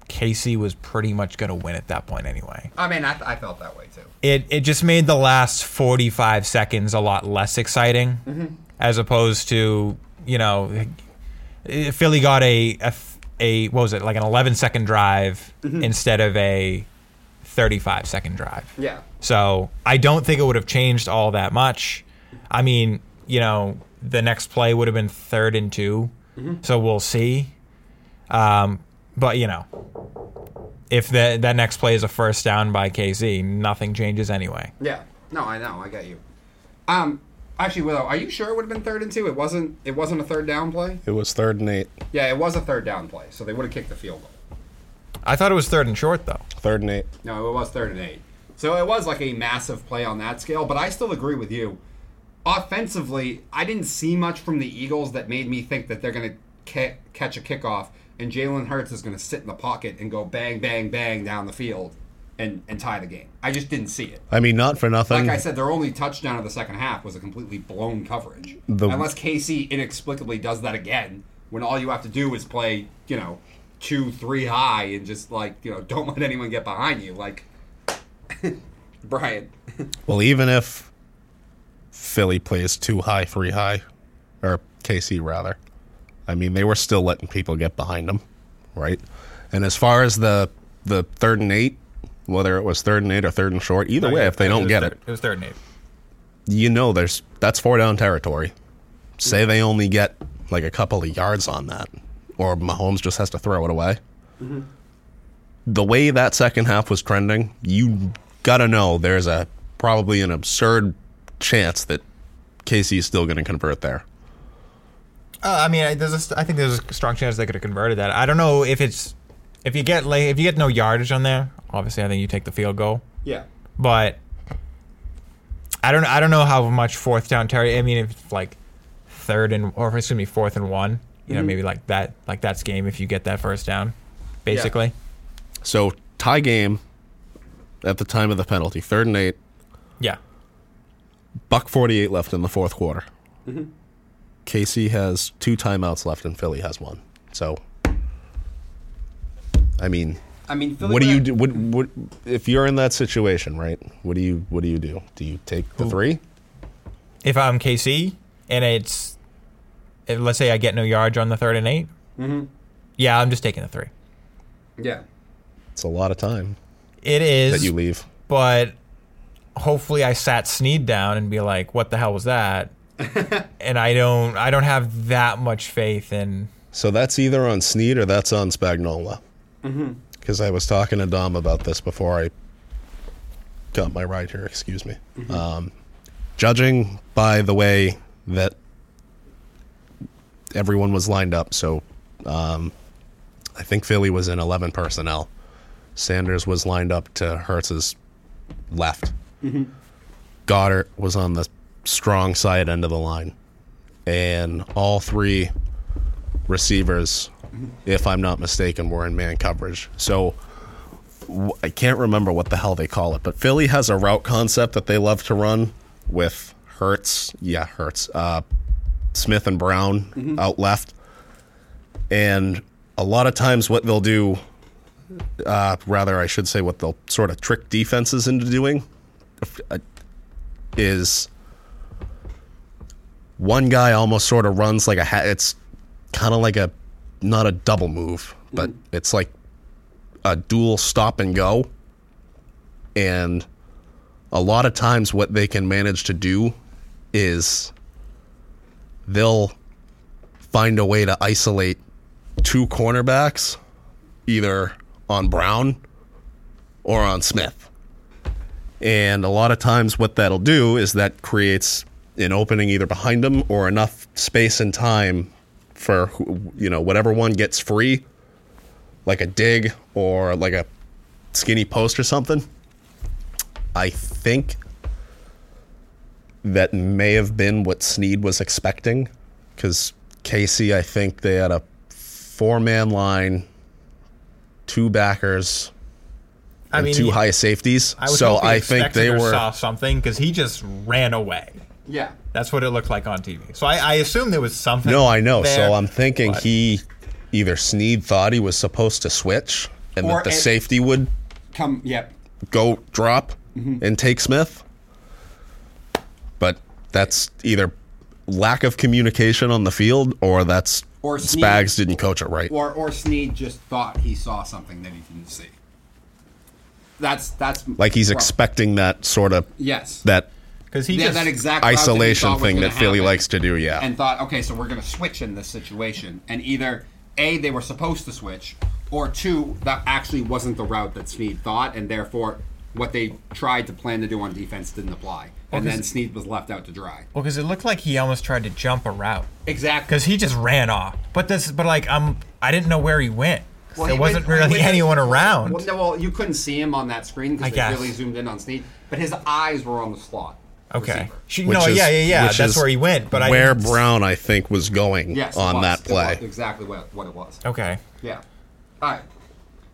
S3: Casey was pretty much going to win at that point anyway.
S1: I mean, I, I felt that way too.
S3: It it just made the last forty five seconds a lot less exciting, as opposed to you know eh, Philly got a, a f- a- what was it like an 11 second drive instead of a 35 second drive.
S1: Yeah.
S3: So I don't think it would have changed all that much. I mean, you know, the next play would have been third and 2 So we'll see. Um, but you know, if that that next play is a first down by KZ, nothing changes anyway.
S1: Yeah. No, I know. I get you. Um, actually, Willow, are you sure it would have been third and two? It wasn't. It wasn't a third down play.
S2: It was third and eight.
S1: Yeah, it was a third down play, so they would have kicked the field goal.
S3: I thought it was third and short though.
S2: Third and eight.
S1: No, it was third and eight. So it was like a massive play on that scale, but I still agree with you. Offensively, I didn't see much from the Eagles that made me think that they're going to ca- catch a kickoff and Jalen Hurts is going to sit in the pocket and go bang, bang, bang down the field and, and tie the game. I just didn't see it.
S2: I mean, not for nothing.
S1: Like I said, their only touchdown of the second half was a completely blown coverage.
S2: The-
S1: Unless KC inexplicably does that again, when all you have to do is play, you know, two, three high and just like, you know, don't let anyone get behind you. Like, Brian.
S2: well, even if Philly plays two high, three high, or KC rather, I mean, they were still letting people get behind them, right? And as far as the the third and eight, whether it was third and eight or third and short, either way, Oh, if they don't get it,
S3: it was third and eight.
S2: you know there's that's four down territory. Say they only get like a couple of yards on that, or Mahomes just has to throw it away. The way that second half was trending, you gotta know there's a probably an absurd chance that Casey is still going to convert there.
S3: Uh, I mean, I- there's a st- I think there's a strong chance they could have converted that. I don't know if it's if you get like if you get no yardage on there. Obviously, I think you take the field goal,
S1: Yeah.
S3: but I don't I don't know how much fourth down Terry. I mean, if it's like third and or excuse me, fourth and one. You know, maybe like that like that's game if you get that first down, basically.
S2: So tie game at the time of the penalty, third and eight,
S3: Yeah.
S2: buck forty eight left in the fourth quarter. Casey has two timeouts left, and Philly has one. So, I mean,
S1: I mean, Philly
S2: what do
S1: would've-
S2: you do? What, what if you're in that situation, right? What do you What do you do? Do you take the three?
S3: If I'm KC and it's if, let's say I get no yardage on the third and 8 Yeah, I'm just taking the three.
S1: Yeah.
S2: It's a lot of time
S3: It is.
S2: that you leave.
S3: but hopefully I sat Sneed down and be like, "What the hell was that?" and I don't, I don't have that much faith in.
S2: So that's either on Sneed or that's on Spagnola. Because I was talking to Dom about this before I got my ride here. Excuse me. Um, judging by the way that everyone was lined up, so um, I think Philly was in eleven personnel. Sanders was lined up to Hertz's left. Goddard was on the strong side end of the line, and all three receivers, if I'm not mistaken, were in man coverage. So w- I can't remember what the hell they call it, but Philly has a route concept that they love to run with Hertz, yeah, Hertz, uh, Smith and Brown out left, and a lot of times what they'll do, uh, rather I should say, what they'll sort of trick defenses into doing, uh, is one guy almost sort of runs like a ha- it's kind of like a not a double move, but it's like a dual stop and go. And a lot of times what they can manage to do is they'll find a way to isolate two cornerbacks either on Brown or on Smith. And a lot of times, what that'll do is that creates an opening either behind them or enough space and time for who- you know whatever one gets free, like a dig or like a skinny post or something. I think that may have been what Sneed was expecting, because Casey, I think they had a four-man line, two backers,
S3: I
S2: and
S3: mean,
S2: two high safeties.
S3: I was
S2: so
S3: hoping
S2: I think
S3: expected
S2: they
S3: or
S2: were.
S3: saw something because he just ran away.
S1: Yeah.
S3: That's what it looked like on TV. So I, I assume there was something.
S2: No, I know.
S3: there,
S2: so I'm thinking
S3: but-
S2: he either Sneed thought he was supposed to switch and
S1: Or
S2: that the
S1: it-
S2: safety would
S1: Come. Yep.
S2: go drop
S1: Mm-hmm.
S2: and take Smith. But that's either lack of communication on the field or that's
S1: Or Sneed-
S2: Spags didn't coach it right.
S1: Or or Sneed just thought he saw something that he didn't see. That's that's
S2: like he's
S1: well,
S2: expecting that sort of
S1: Yes.
S2: that
S3: because he
S1: Yeah,
S3: just
S1: that exact route that he
S2: isolation
S1: thought was
S2: thing
S1: gonna
S2: that Philly
S1: happen.
S2: likes to do, yeah.
S1: and thought, okay, so we're going to switch in this situation. And either A, they were supposed to switch, or two, that actually wasn't the route that Snead thought, and therefore what they tried to plan to do on defense didn't apply. And then Snead was left out to dry.
S3: well, because it looked like he almost tried to jump a route
S1: Exactly.
S3: because he just ran off. But this, but like I'm, I didn't know where he went. 'Cause
S1: Well,
S3: there
S1: he
S3: wasn't
S1: went- he
S3: really
S1: went-
S3: anyone around.
S1: Well, no, well, you couldn't see him on that screen
S3: I
S1: because they
S3: guess.
S1: really zoomed in on Snead, but his eyes were on the slot.
S3: okay.
S1: receiver.
S3: She,
S2: which
S3: no,
S2: is-
S3: yeah, yeah, yeah.
S2: which
S3: That's
S2: is
S3: where he went. But I
S2: where
S3: didn't-
S2: Brown I think was going
S1: Yes, it
S2: on
S1: was.
S2: that
S1: It
S2: play.
S1: was exactly what, what it was.
S3: Okay.
S1: Yeah. All right.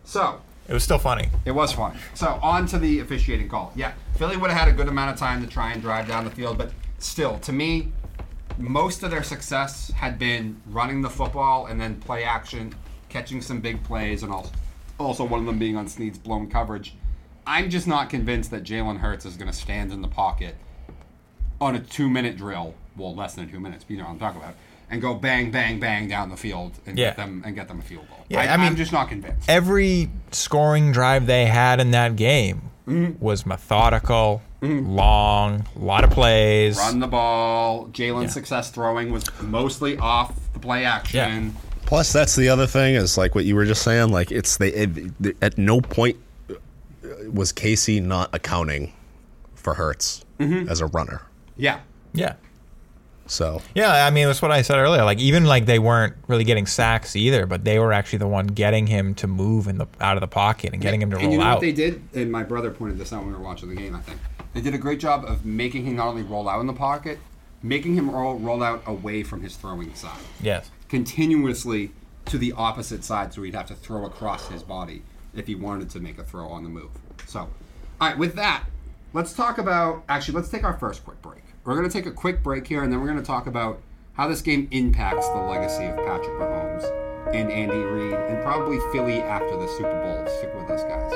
S1: So
S3: It was still funny.
S1: It was fun. So on to the officiating call. Yeah, Philly would have had a good amount of time to try and drive down the field, but still, to me, most of their success had been running the football and then play action, catching some big plays, and also, also one of them being on Snead's blown coverage. I'm just not convinced that Jalen Hurts is going to stand in the pocket on a two-minute drill, well, less than two minutes, but you know what I'm talking about, and go bang, bang, bang down the field and
S3: Yeah.
S1: get them and get them a field goal.
S3: Yeah,
S1: I,
S3: I mean-
S1: I'm just not convinced.
S3: every scoring drive they had in that game
S1: Mm-hmm.
S3: was methodical, long, a lot of plays.
S1: run the ball. Jalen's success throwing was mostly off the play action.
S2: Plus, that's the other thing is like what you were just saying. Like it's the it, at no point uh, was Casey not accounting for Hertz as a runner.
S1: Yeah.
S3: Yeah.
S2: So
S3: Yeah, I mean, that's what I said earlier. Like, even like they weren't really getting sacks either, but they were actually the one getting him to move in the out of the pocket and getting him to
S1: And
S3: roll
S1: you know
S3: out.
S1: what they did? And my brother pointed this out when we were watching the game, I think. They did a great job of making him not only roll out in the pocket, making him roll, roll out away from his throwing side.
S3: yes.
S1: Continuously to the opposite side, so he'd have to throw across his body if he wanted to make a throw on the move. So, all right, with that, let's talk about. Actually, let's take our first quick break. We're going to take a quick break here, and then we're going to talk about how this game impacts the legacy of Patrick Mahomes and Andy Reid, and probably Philly after the Super Bowl. Stick with us, guys.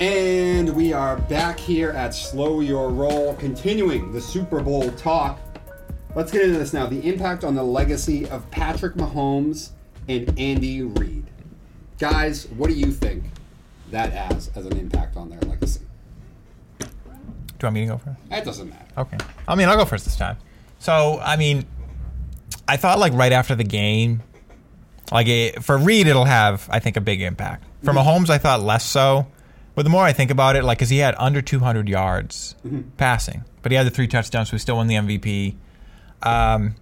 S1: And we are back here at Slow Your Roll, continuing the Super Bowl talk. Let's get into this now. The impact on the legacy of Patrick Mahomes and Andy Reid. Guys, what do you think that has as an impact on their legacy?
S3: Do you want me to go first?
S1: That doesn't matter.
S3: Okay. I mean, I'll go first this time. So, I mean, I thought like right after the game, like it, for Reed, it'll have I think a big impact. For Mahomes, I thought less so. But the more I think about it, like because he had under 200 yards passing, but he had the three touchdowns, so he still won the MVP. Um,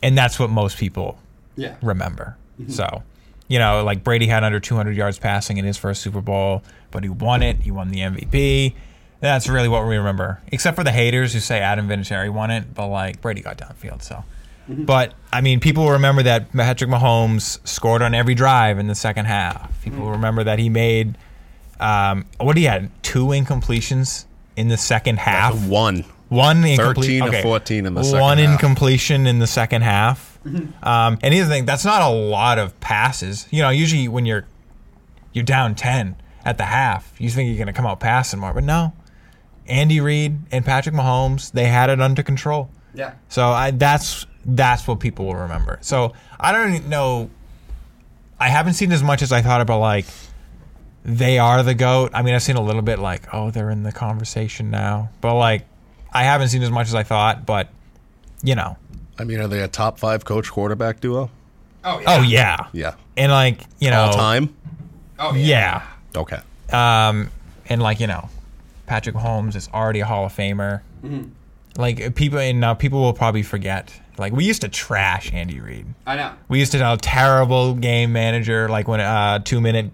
S3: and that's what most people
S1: Yeah.
S3: remember. So, you know, like Brady had under 200 yards passing in his first Super Bowl, but he won it. He won the MVP. That's really what we remember, except for the haters who say Adam Vinatieri won it, but like Brady got downfield. So, but I mean, people will remember that Patrick Mahomes scored on every drive in the second half. People will remember that he made um, what he had two incompletions in the second half.
S2: One.
S3: One incomplete,
S2: 13 or
S3: okay.
S2: 14 in the second
S3: One
S2: half.
S3: incompletion in the second half. um, and here's the thing: that's not a lot of passes. You know, usually when you're you're down ten at the half, you think you're going to come out passing more, but no. Andy Reid and Patrick Mahomes, they had it under control.
S1: Yeah.
S3: So I, that's that's what people will remember. So I don't know. I haven't seen as much as I thought about like they are the goat. I mean, I've seen a little bit like oh they're in the conversation now, but like I haven't seen as much as I thought. But you know,
S2: I mean, are they a top five coach quarterback duo?
S1: Oh, yeah.
S3: oh yeah,
S2: Yeah.
S3: and like you know,
S2: All time?
S1: Oh,
S3: yeah,
S2: Okay.
S3: um, and like you know, Patrick Holmes is already a Hall of Famer. Like people and now people will probably forget. Like we used to trash Andy Reid.
S1: I know.
S3: We used to know terrible game manager, like when uh, two minute,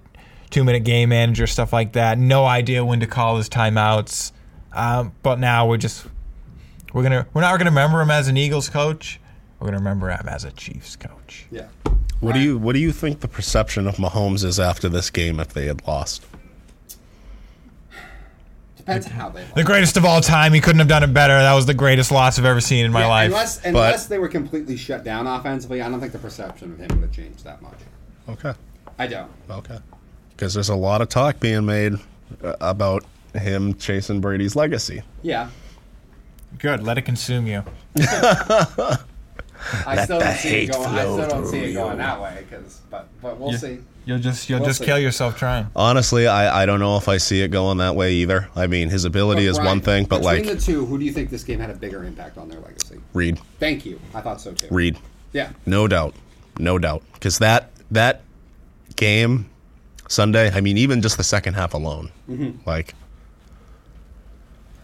S3: two minute game manager stuff like that. No idea when to call his timeouts. Um, but now we're just we're gonna we're not gonna remember him as an Eagles coach. We're gonna remember him as a Chiefs coach.
S1: Yeah.
S2: What do you What do you think the perception of Mahomes is after this game if they had lost?
S1: Depends how they.
S3: The greatest of all time. He couldn't have done it better. That was the greatest loss I've ever seen in my
S1: Yeah,
S3: life.
S1: Unless, unless they were completely shut down offensively, I don't think the perception of him would have changed that much.
S2: Okay.
S1: I don't.
S2: Okay. Because there's a lot of talk being made uh, about him chasing Brady's legacy.
S1: Yeah.
S3: Good. Let it consume you.
S1: I still
S2: the
S1: don't see it
S2: hate
S1: going. I still
S2: flow
S1: don't see
S2: through
S1: it
S2: you.
S1: going that way. Cause, but but we'll see.
S3: You'll just you'll
S1: We'll
S3: just
S1: see.
S3: kill yourself trying.
S2: Honestly, I, I don't know if I see it going that way either. I mean, his ability is
S1: Brian,
S2: one thing, but
S1: between
S2: like
S1: the two, who do you think this game had a bigger impact on their legacy?
S2: Reed,
S1: Thank you. I thought so too.
S2: Reed,
S1: Yeah.
S2: no doubt, no doubt, because that that game Sunday. I mean, even just the second half alone,
S1: Mm-hmm.
S2: like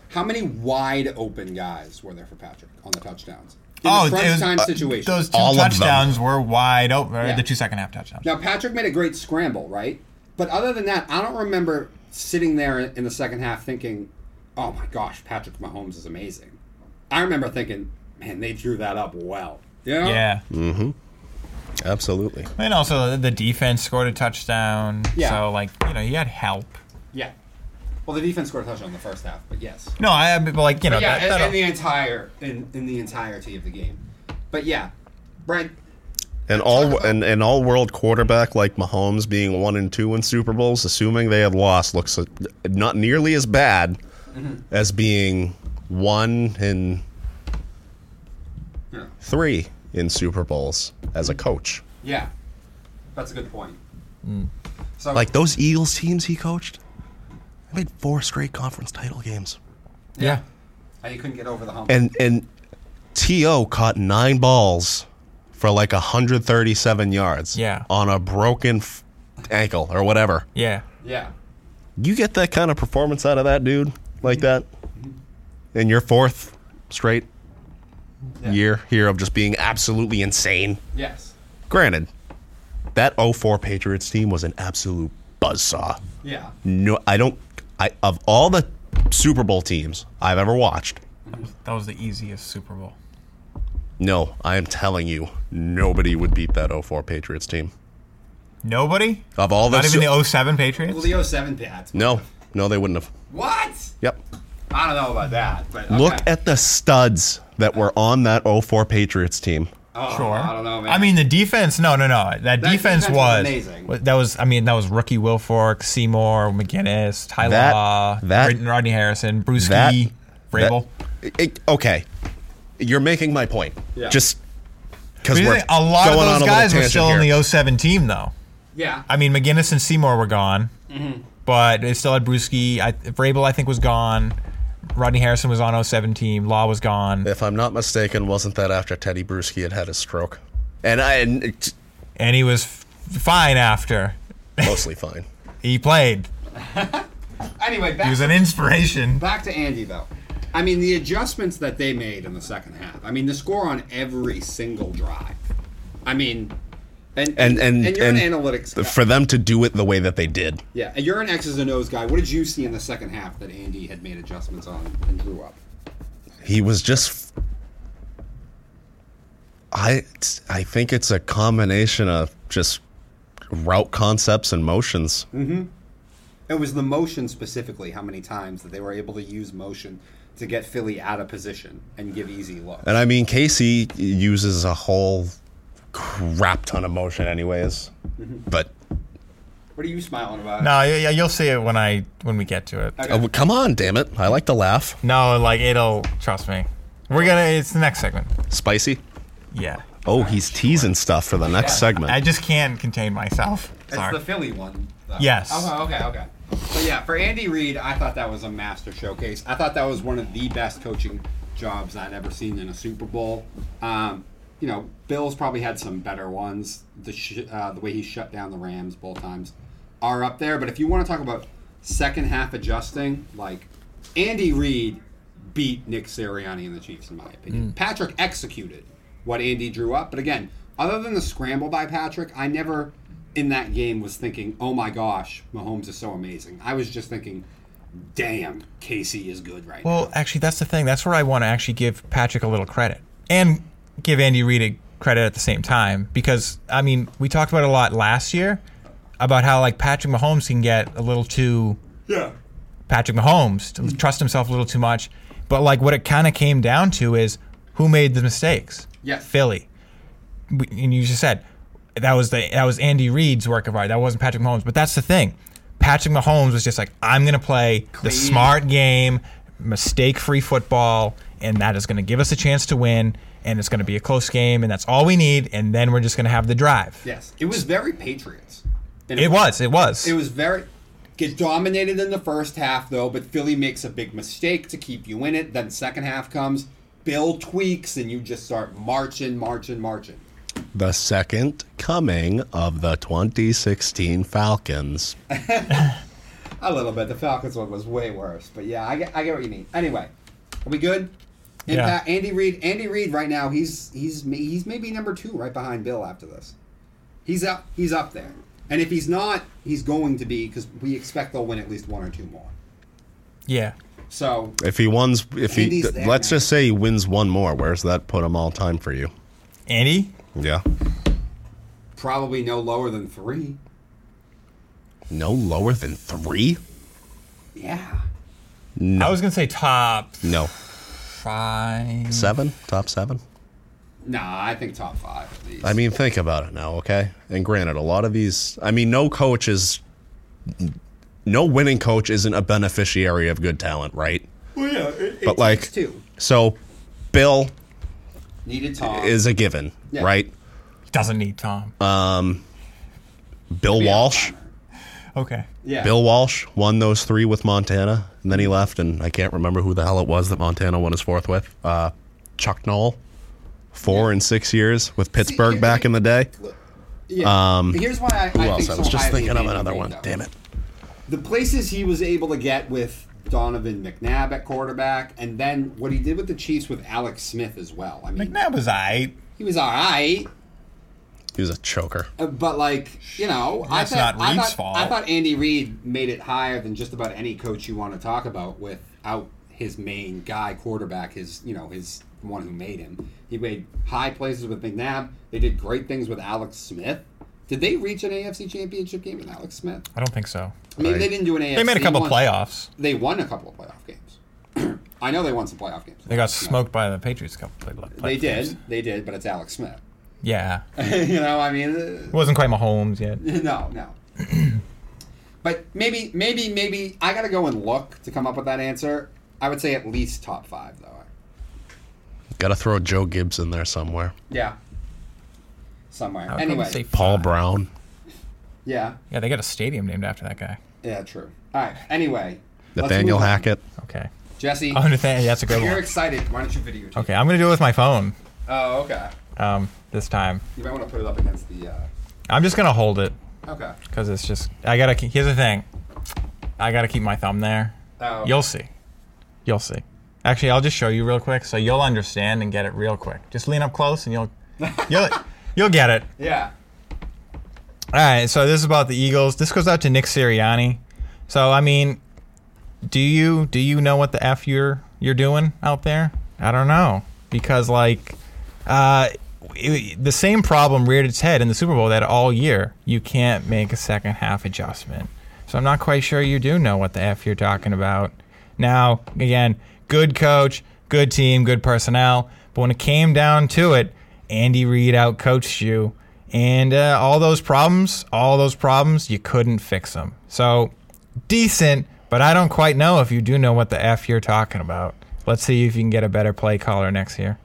S1: How many wide open guys were there for Patrick on the touchdowns? In
S3: Oh,
S1: the crunch
S3: it was-
S1: time situation.
S3: Those two
S2: All of them.
S3: touchdowns were wide open. or
S1: Yeah.
S3: The two second half touchdowns.
S1: Now Patrick made a great scramble, right? But other than that, I don't remember sitting there in the second half thinking, "Oh my gosh, Patrick Mahomes is amazing." I remember thinking, "Man, they drew that up well." You know?
S3: Yeah.
S2: absolutely.
S3: And also, the defense scored a touchdown.
S1: Yeah.
S3: So, like, you know, he had help.
S1: Yeah. Well, the defense scored a touchdown in the first half, but yes.
S3: No, I but like, you know,
S1: yeah,
S3: that-
S1: in,
S3: that'll-
S1: in the entire in, in the entirety of the game. But yeah, Brent.
S2: An all an, an all world quarterback like Mahomes being one and two in Super Bowls, assuming they had lost, looks uh, not nearly as bad as being one and
S1: Yeah.
S2: three in Super Bowls as a coach.
S1: Yeah, that's a good point. So
S2: Mm. Like those Eagles teams he coached, they made four straight conference title games,
S3: yeah.
S1: how you couldn't get over the hump.
S2: and and To caught nine balls for like 137 yards.
S3: Yeah.
S2: on a broken f- ankle or whatever.
S3: Yeah.
S1: yeah,
S2: you get that kind of performance out of that dude like that in your fourth straight
S1: Yeah.
S2: year here of just being absolutely insane
S1: yes,
S2: granted that 04 patriots team was an absolute buzzsaw
S1: yeah,
S2: no i don't i of all the super bowl teams i've ever watched
S3: That was the easiest Super Bowl.
S2: no i am telling you nobody would beat that 04 patriots team
S3: Nobody?
S2: of all the,
S3: Not even
S2: Su-
S3: the 07 Patriots?
S1: well, the 07 pads.
S2: no no they wouldn't have
S1: What?
S2: yep
S1: I don't know about that, but
S2: Look
S1: okay.
S2: at the studs that were on that 04 Patriots team.
S1: Oh,
S3: Sure.
S1: I don't know, man.
S3: I mean, the defense. No, no, no. That, defense,
S1: defense was
S3: was,
S1: amazing.
S3: wa- That was. I mean, that was rookie Will Fork, Seymour, McGinnis, Tyler
S2: That-
S3: Law,
S2: that-
S3: Rod- Rodney Harrison, Bruce
S2: That-
S3: Key, Rabel.
S2: It- it- okay, you're making my point.
S1: Yeah.
S2: Just because
S3: But you
S2: we're
S3: think a lot of
S2: going on
S3: those
S2: a
S3: guys were
S2: little
S3: still
S2: tangent
S3: in
S2: here.
S3: the 07 team, though.
S1: yeah.
S3: I mean, McGinnis and Seymour were gone,
S1: Mm-hmm.
S3: but they still had Brewski. I, Vrabel, I think, was gone. Rodney Harrison was on 07 team. Law was gone.
S2: If I'm not mistaken, wasn't that after Teddy Bruschi had had a stroke? And I and it's
S3: And he was f- fine after.
S2: mostly fine.
S3: He played.
S1: Anyway, back
S3: He was an inspiration.
S1: Back to Andy though. I mean the adjustments that they made in the second half. I mean the score on every single drive. I mean, and
S2: And and
S1: and you're
S2: and
S1: an analytics guy.
S2: for them to do it the way that they did.
S1: yeah, and you're an X's and O's guy. What did you see in the second half that Andy had made adjustments on and blew up?
S2: he was just i i think it's a combination of just route concepts and motions
S1: It was the motion specifically. How many times that they were able to use motion to get Philly out of position and give easy looks.
S2: and i mean casey uses a whole crap ton of motion anyways
S1: Mm-hmm.
S2: but
S1: What are you smiling about?
S3: No, yeah, yeah, you'll see it when I when we get to it.
S1: Okay.
S2: Oh, well, come on damn it i like to laugh
S3: No, like it'll trust me. We're gonna. It's the next segment.
S2: spicy
S3: Yeah,
S2: oh he's teasing stuff for the next segment
S3: I just can't contain myself.
S1: It's
S3: Sorry.
S1: the Philly one. though.
S3: Yes.
S1: Okay, okay, okay. But yeah, for Andy Reid, I thought that was a master showcase. I thought that was one of the best coaching jobs I'd ever seen in a Super Bowl. Um, you know, Bills probably had some better ones. The sh- uh, the way he shut down the Rams both times are up there. But if you want to talk about second half adjusting, like Andy Reid beat Nick Sirianni and the Chiefs, in my opinion. Patrick executed what Andy drew up. But again, other than the scramble by Patrick, I never in that game was thinking, oh my gosh, Mahomes is so amazing. I was just thinking, damn, Casey is good right
S3: well, actually, that's the thing. That's where I want to actually give Patrick a little credit and give Andy Reid a credit at the same time because I mean we talked about it a lot last year about how like Patrick Mahomes can get a little too
S1: now. Yeah.
S3: Patrick Mahomes to trust himself a little too much. But like what it kind of came down to is who made the mistakes.
S1: Yes.
S3: Philly. We- And you just said that was the that was Andy Reid's work of art. That wasn't Patrick Mahomes. But that's the thing. Patrick Mahomes was just like I'm going to play the smart game, mistake-free football, and that is going to give us a chance to win. And it's going to be a close game, and that's all we need. And then we're just going to have the drive.
S1: Yes. It was very Patriots. And
S3: It was. It was.
S1: It was very get dominated in the first half though, but Philly makes a big mistake to keep you in it. Then second half comes, Bill tweaks, and you just start marching, marching, marching.
S2: the second coming of the 2016 falcons
S1: A little bit. The Falcons one was way worse, but yeah, I get, I get what you mean. Anyway, are we good? Impact, Andy Reid. Andy Reid right now he's he's ma- he's maybe number two right behind Bill after this. He's up he's up there, and if he's not, he's going to be because we expect they'll win at least one or two more.
S3: yeah.
S1: So
S2: if he wins if he
S1: Andy's there,
S2: let's
S1: man.
S2: just say he wins one more where's that put him all time for you
S3: Andy.
S2: Yeah.
S1: probably no lower than three.
S2: No lower than three?
S1: Yeah.
S3: I was going to say top
S2: No.
S3: five.
S2: Seven? Top seven?
S1: Nah, I think top five at least.
S2: I mean, think about it now, okay? And granted, a lot of these, I mean, no coach is, no winning coach isn't a beneficiary of good talent, right?
S1: well, yeah, it,
S2: But like,
S1: two
S2: so Bill
S1: needed Tom
S2: is a given,
S1: Yeah.
S2: right?
S3: Doesn't need Tom.
S2: Bill Walsh.
S3: okay.
S1: Yeah.
S2: Bill Walsh won those three with Montana, and then he left, and I can't remember who the hell it was that Montana won his fourth with. Uh, Chuck Knoll, four and six years with Pittsburgh
S1: here-
S2: back in the day.
S1: Yeah. Here's why I,
S2: Um, Who
S1: I
S2: else?
S1: think
S2: I
S1: so
S2: was just
S1: highly
S2: thinking of
S1: Andy
S2: another
S1: Reid,
S2: one.
S1: though.
S2: Damn it.
S1: the places he was able to get with Donovan McNabb at quarterback, and then what he did with the Chiefs with Alex Smith as well. I mean,
S3: McNabb was I.
S1: he was all right,
S2: He was a choker.
S1: uh, but like you know, I
S3: That's
S1: thought,
S3: not
S1: I,
S3: Reid's
S1: thought
S3: fault.
S1: I thought Andy Reid made it higher than just about any coach you want to talk about without his main guy quarterback, his you know his one who made him. He made high places with McNabb. They did great things with Alex Smith. Did they reach an AFC Championship game with Alex Smith?
S3: I don't think so.
S1: Maybe they didn't do an AFC.
S3: They made a couple
S1: one.
S3: playoffs.
S1: They won a couple of playoff games. I know they won some playoff games.
S3: They got smoked by the Patriots a couple play- play-
S1: They
S3: games.
S1: did. They did, but it's Alex Smith.
S3: Yeah. It
S1: you know, I mean, uh,
S3: wasn't quite Mahomes yet.
S1: no, no. but maybe, maybe, maybe I got to go and look to come up with that answer. I would say at least top five, though.
S2: Got to throw Joe Gibbs in there somewhere.
S1: Yeah. Somewhere.
S3: I would
S1: Anyway.
S3: probably say
S2: Paul
S3: five.
S2: Brown.
S1: Yeah.
S3: Yeah, they got a stadium named after that guy.
S1: Yeah. True. All right. Anyway. let's
S2: Nathaniel
S1: move on.
S2: Hackett.
S3: Okay.
S1: Jesse.
S3: Oh, Nathaniel, that's a good
S1: You're
S3: one.
S1: excited. Why don't you videotape?
S3: Okay, I'm gonna do it with my phone.
S1: Oh, okay.
S3: Um, this time,
S1: You might want to put it up against the. Uh...
S3: I'm just gonna hold it
S1: Okay.
S3: because it's just I gotta. Keep, here's the thing, I gotta keep my thumb there.
S1: Oh.
S3: You'll see. You'll see. Actually, I'll just show you real quick so you'll understand and get it real quick. Just lean up close and you'll you'll you'll get it.
S1: Yeah.
S3: All right, so this is about the Eagles. This goes out to Nick Sirianni. So I mean, do you do you know what the f you're you're doing out there? I don't know because like uh, it- the same problem reared its head in the Super Bowl that all year you can't make a second half adjustment. So I'm not quite sure you do know what the f you're talking about. Now again, good coach, good team, good personnel, but when it came down to it, Andy Reid outcoached you. And uh, all those problems, all those problems, you couldn't fix them. So decent, but I don't quite know if you do know what the F you're talking about. Let's see if you can get a better play caller next year.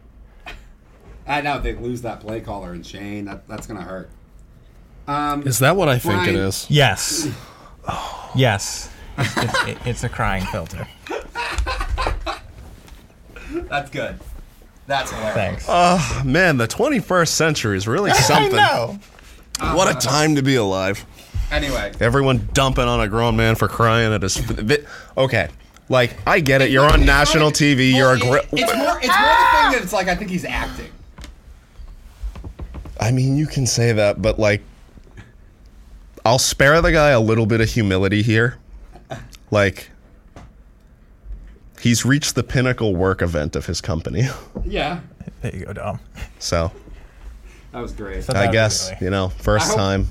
S1: I know if they lose that play caller and Shane, that, that's gonna hurt. Um,
S2: Is that what I think it
S1: Brian.
S2: is?
S3: Yes. Yes. It's, it's, it- it's a crying filter.
S1: that's good. That's hilarious.
S3: Thanks.
S2: Oh, man, the 21st century is really something.
S1: Uh-huh.
S2: What a time to be alive.
S1: Anyway,
S2: Everyone dumping on a grown man for crying at his. th- Okay, like I get it. You're on national TV. You're a.
S1: Well, it-
S2: Gri-
S1: it's more. It's more the thing that it's like I think he's acting.
S2: I mean, you can say that, but like, I'll spare the guy a little bit of humility here. Like, he's reached the pinnacle work event of his company.
S1: Yeah,
S3: There you go, Dom.
S2: So
S1: that was great.
S3: So-
S2: I
S3: Not
S2: guess
S3: really.
S2: you know,
S1: I
S2: first
S1: hope-
S2: time.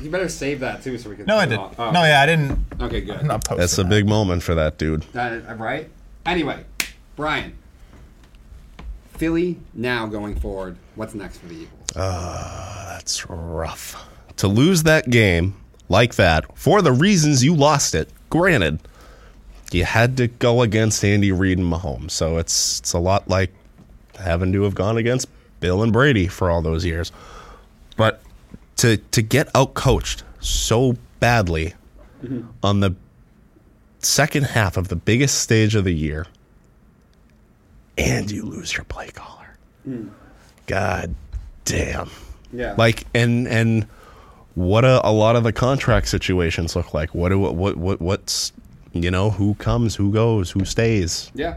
S1: You better save that too, so we can.
S3: No, I did.
S1: Oh,
S3: No, yeah, I didn't.
S1: Okay, good.
S3: I'm not posting.
S2: That's a big moment for that dude.
S1: Uh, right. Anyway, Brian. Philly now going forward. What's next for the Eagles?
S2: That's rough. To lose that game like that for the reasons you lost it. Granted, you had to go against Andy Reid and Mahomes, so it's it's a lot like having to have gone against Bill and Brady for all those years. But to to get out coached so badly on the second half of the biggest stage of the year, and you lose your play caller. God damn
S1: Yeah.
S2: like and and what a, a lot of the contract situations look like what do what what what's you know who comes who goes who stays
S1: Yeah.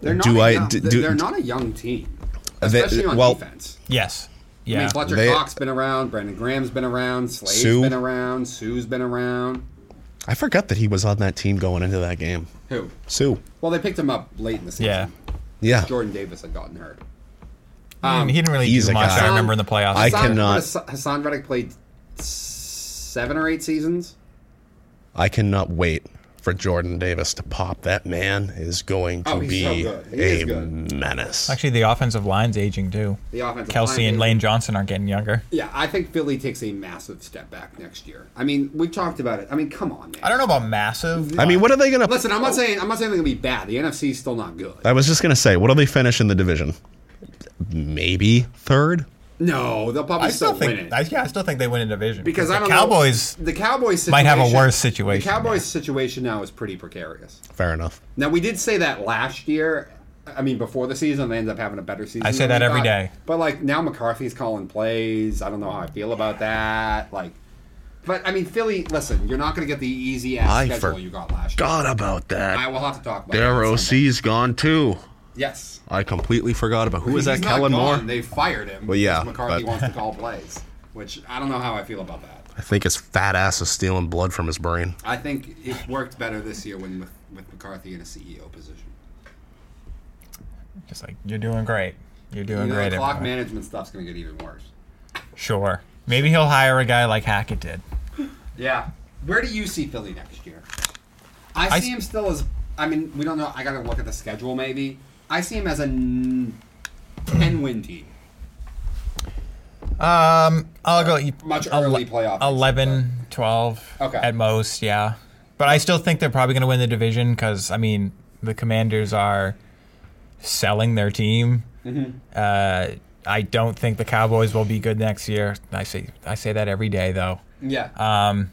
S1: They're not
S2: Do
S1: a
S2: I-
S1: Young,
S2: d-
S1: they're-
S2: do-
S1: they're not a young team,
S2: They-
S1: especially on
S2: well,
S1: defense.
S3: Yes.
S1: I
S3: Yeah.
S1: mean, Fletcher
S2: They-
S1: Cox's been around. Brandon Graham's been around. Slade's
S2: Sue.
S1: been around. Sue's been around.
S2: i forgot that he was on that team going into that game
S1: Who?
S2: sue
S1: Well, they picked him up late in the season.
S3: Yeah.
S2: yeah
S1: Jordan Davis had gotten hurt. Um,
S3: I mean, he didn't really
S2: he's
S3: do
S2: a
S3: much.
S2: guy.
S3: I remember in the playoffs.
S2: I cannot-
S1: Hassan, Hassan Reddick played seven or eight seasons.
S2: i cannot wait for jordan davis to pop that man is going to
S1: Oh, he's so
S2: be
S1: good. He is
S2: a
S1: good.
S2: menace
S3: Actually, the offensive line's aging too.
S1: The offensive
S3: Kelsey
S1: line-
S3: and Lane Johnson are getting younger.
S1: Yeah, I think Philly takes a massive step back next year. I mean, we talked about it. I mean, come on, man.
S3: I don't know about massive.
S2: i mean what are they gonna
S1: Listen, I'm not saying I'm not saying they're gonna be bad. The NFC is still not good.
S2: i was just gonna say what do they finish in the division maybe third
S1: No, they'll probably
S3: I still
S1: win
S3: think,
S1: it.
S3: I, yeah, I still think they win a division
S1: because
S3: the
S1: I don't
S3: Cowboys.
S1: know, the Cowboys
S3: might have a
S1: situation-
S3: worse situation
S1: The Cowboys situation now is pretty precarious.
S2: fair enough
S1: Now we did say that last year. I mean, before the season, they ended up having a better season.
S3: I say
S1: than
S3: that
S1: we
S3: every
S1: thought.
S3: day.
S1: But like now, McCarthy's calling plays. I don't know how I feel about that. Like, but I mean, Philly. Listen, you're not going to get the easy ass
S2: I
S1: schedule
S2: for-
S1: you got last year.
S2: god about that
S1: I will have to talk about
S2: Their
S1: that on Sunday.
S2: OC's gone too.
S1: Yes.
S2: I completely forgot about who was that?
S1: He's not
S2: Kellen
S1: gone.
S2: Moore.
S1: They fired him.
S2: Well, yeah,
S1: because McCarthy
S2: but-
S1: wants to call plays, which I don't know how I feel about that.
S2: I think his fat ass is stealing blood from his brain.
S1: I think it worked better this year when with, with McCarthy in a CEO position.
S3: Just like you're doing great. You're doing
S1: You know,
S3: great.
S1: the clock
S3: everyone.
S1: management stuff's going to get even worse.
S3: Sure. Maybe he'll hire a guy like Hackett did.
S1: Yeah. Where do you see Philly next year? I,
S3: I
S1: see
S3: s-
S1: him still as. I mean, we don't know. I got to look at the schedule maybe. I see him as a n- 10 win team.
S3: Um, I'll go you-
S1: Much early playoff.
S3: 11, 12
S1: Okay.
S3: at most, yeah. But I still think they're probably going to win the division because, I mean, the Commanders are selling their team.
S1: Mm-hmm.
S3: Uh, I don't think the Cowboys will be good next year. I say I say that every day though.
S1: Yeah.
S3: Um,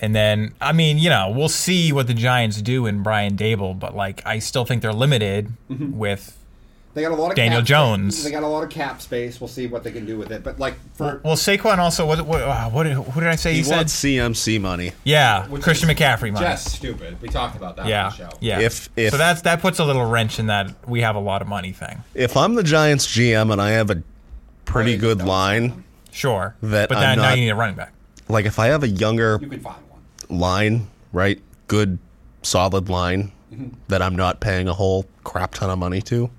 S3: and then I mean, you know, we'll see what the Giants do in Brian Dable, but like I still think they're limited
S1: Mm-hmm.
S3: with.
S1: they got a lot of
S3: Daniel
S1: cap-
S3: Jones.
S1: They got a lot of cap space. We'll see what they can do with it. But like for
S3: Well, Saquon also what what uh, what, did- who did I say he,
S2: He
S3: said?
S2: wants CMC money.
S3: yeah,
S1: Which
S3: Christian
S1: is
S3: McCaffrey money.
S1: just stupid. We talked about that
S3: yeah,
S1: on the show.
S3: yeah.
S2: If- if-
S3: so, that's that puts a little wrench in that we have a lot of money thing.
S2: If I'm the Giants GM and I have a pretty
S1: Right,
S2: good
S1: that was
S2: line,
S3: Sure,
S2: That
S3: but
S2: I'm
S3: then now
S2: not-
S3: you need a running back.
S2: like if I have a younger
S1: You can find one.
S2: line, right? Good, solid line
S1: Mm-hmm.
S2: that I'm not paying a whole crap ton of money to.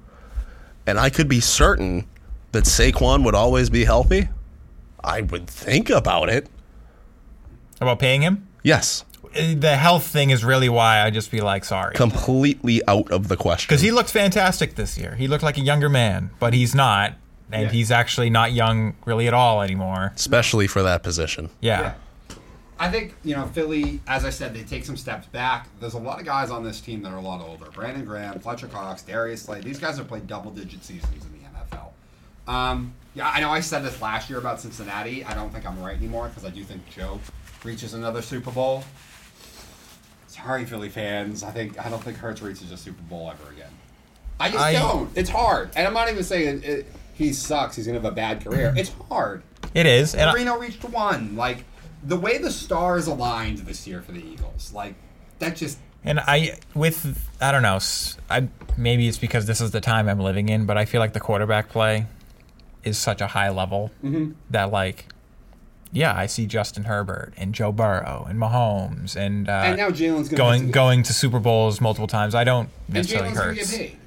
S2: And I could be certain that Saquon would always be healthy. I would think about it.
S3: About paying him,
S2: Yes.
S3: Uh, the health thing is really why I just be like sorry.
S2: Completely out of the question.
S3: Because he looked fantastic this year. He looked like a younger man, but he's not. And
S1: Yeah.
S3: he's actually not young really at all anymore.
S2: Especially for that position.
S3: Yeah.
S1: Yeah. I think, you know, Philly, as I said, they take some steps back. There's a lot of guys on this team that are a lot older. Brandon Graham, Fletcher Cox, Darius Slade. These guys have played double digit seasons in the NFL. Um, yeah, I know I said this last year about Cincinnati. I don't think I'm right anymore because I do think Joe reaches another Super Bowl. Sorry, Philly fans. I think I don't think Hurts reaches a Super Bowl ever again. I just
S3: I-
S1: don't. It's hard, and I'm not even saying it, it, he sucks. He's gonna have a bad career. It's hard.
S3: It is. And I,
S1: Reno oh reached one. Like the way the stars aligned this year for the Eagles, like that just
S3: and I, with, I don't know, s- I, maybe it's because this is the time I'm living in, but I feel like the quarterback play is such a high level
S1: Mm-hmm.
S3: that, like, yeah, I see Justin Herbert and Joe Burrow and Mahomes and, uh,
S1: and now Jalen's gonna have
S3: going
S1: to,
S3: going to Super Bowls multiple times. I don't
S1: and
S3: necessarily
S1: Jalen's gonna get
S3: hurts.
S1: paid.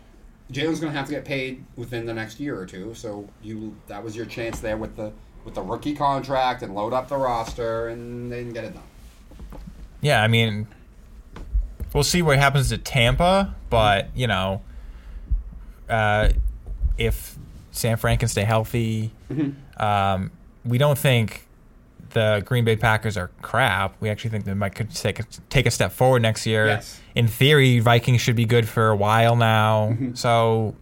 S1: Jalen's gonna have to get paid within the next year or two. So you that was your chance there with the with the rookie contract and load up the roster and they didn't get it done.
S3: Yeah, I mean, we'll see what happens to Tampa, but you know, uh, if San Fran can stay healthy, um, we don't think the Green Bay Packers are crap. We actually think they might could take a, take a step forward next year.
S1: Yes.
S3: In theory, Vikings should be good for a while now. So,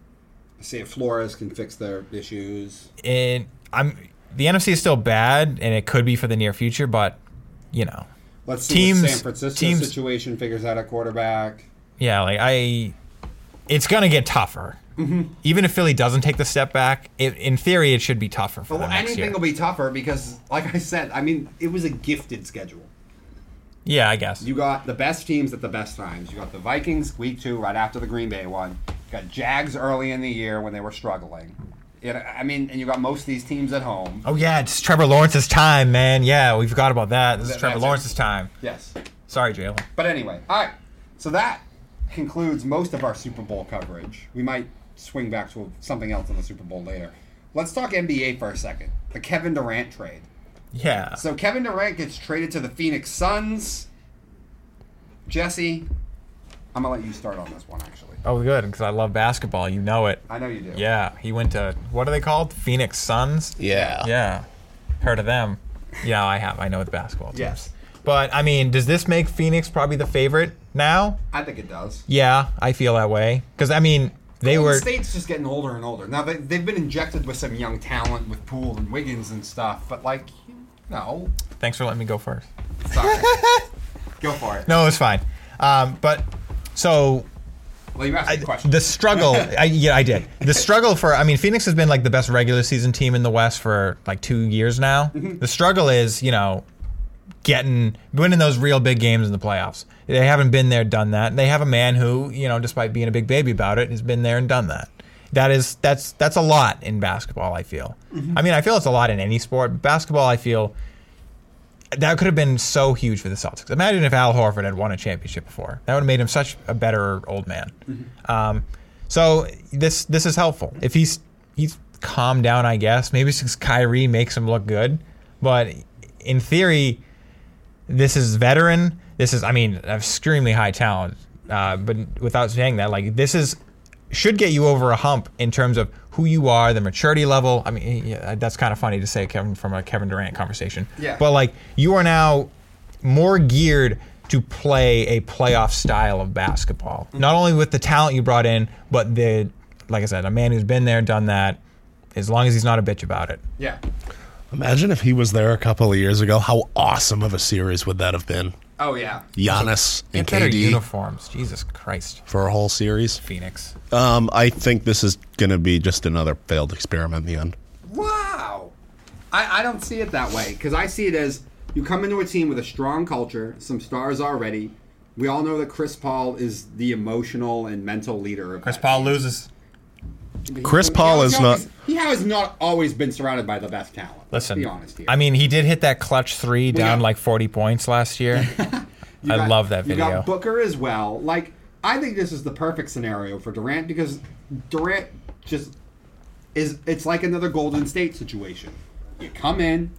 S1: See if Flores can fix their issues.
S3: it, I'm the NFC is still bad, and it could be for the near future, but you know,
S1: Let's
S3: see what San Teams- Francisco's teams-
S1: situation figures out a quarterback.
S3: yeah, like I, it's gonna get tougher.
S1: Mm-hmm.
S3: Even if Philly doesn't take the step back, it, in theory, it should be tougher for
S1: Well,
S3: them next
S1: anything
S3: year.
S1: will be tougher because, like I said, I mean, it was a gifted schedule.
S3: yeah, I guess.
S1: You got the best teams at the best times. You got the Vikings week two, right after the Green Bay one. You got Jags early in the year when they were struggling. It, I mean, and you got most of these teams at home.
S3: oh yeah, it's Trevor Lawrence's time, man. Yeah, we forgot about that. This is
S1: That-
S3: Trevor
S1: that's it.
S3: Lawrence's time.
S1: Yes.
S3: Sorry, Jalen.
S1: But anyway, all right. So that concludes most of our Super Bowl coverage. We might swing back to something else on the Super Bowl later. Let's talk NBA for a second. The Kevin Durant trade.
S3: Yeah.
S1: So Kevin Durant gets traded to the Phoenix Suns. Jesse, I'm going to let you start on this one, actually.
S3: oh, good, because I love basketball. You know it.
S1: I know you do.
S3: Yeah, he went to what are they called? Phoenix Suns.
S2: Yeah.
S3: Yeah, heard of them? Yeah, I have. I know the basketball teams.
S1: Yes.
S3: But I mean, does this make Phoenix probably the favorite now?
S1: I think it does.
S3: Yeah, I feel that way. Because I mean, they
S1: Golden
S3: were.
S1: State's just getting older and older. Now they, they've been injected with some young talent with Poole and Wiggins and stuff, but like, no,
S3: Thanks for letting me go first.
S1: sorry, go for it.
S3: No, it's fine. Um, but so
S1: Well, you asked me a question.
S3: the struggle. I, yeah, I did. The struggle for. I mean, Phoenix has been like the best regular season team in the West for like two years now. The struggle is, you know, getting winning those real big games in the playoffs. They haven't been there, done that. And they have a man who, you know, despite being a big baby about it, has been there and done that. That is that's that's a lot in basketball. I feel. I mean, I feel it's a lot in any sport. But basketball, I feel that could have been so huge for the Celtics. Imagine if Al Horford had won a championship before. That would have made him such a better old man. Um, so this this is helpful. If he's he's calmed down, I guess. Maybe since Kyrie makes him look good, but in theory, this is veteran. This is I mean extremely high talent. Uh, but without saying that, like this is should get you over a hump in terms of who you are, the maturity level. I mean, yeah, that's kind of funny to say, Kevin, from a Kevin Durant conversation.
S1: Yeah.
S3: But like, you are now more geared to play a playoff style of basketball. Not only with the talent you brought in, but the, like I said, a man who's been there, done that. As long as he's not a bitch about it.
S1: Yeah.
S2: Imagine if he was there a couple of years ago. How awesome of a series would that have been?
S1: Oh yeah.
S2: Giannis and
S3: Get better
S2: KD
S3: uniforms. Jesus Christ,
S2: for a whole series.
S3: Phoenix.
S2: Um, I think this is going to be just another failed experiment in the end.
S1: Wow. I, I don't see it that way because I see it as you come into a team with a strong culture, some stars already. We all know that Chris Paul is the emotional and mental leader of that
S3: loses.
S1: team. He-
S2: Chris
S1: he
S2: Paul
S1: always-
S2: is not-
S1: He has not always been surrounded by the best talent. Let's
S3: Listen,
S1: be honest here.
S3: I mean, he did hit that clutch three down
S1: got-
S3: like 40 points last year.
S1: You
S3: I
S1: got-
S3: love that
S1: You
S3: video.
S1: got Booker as well. Like, I think this is the perfect scenario for Durant because Durant just is. It's like another Golden State situation. You come in,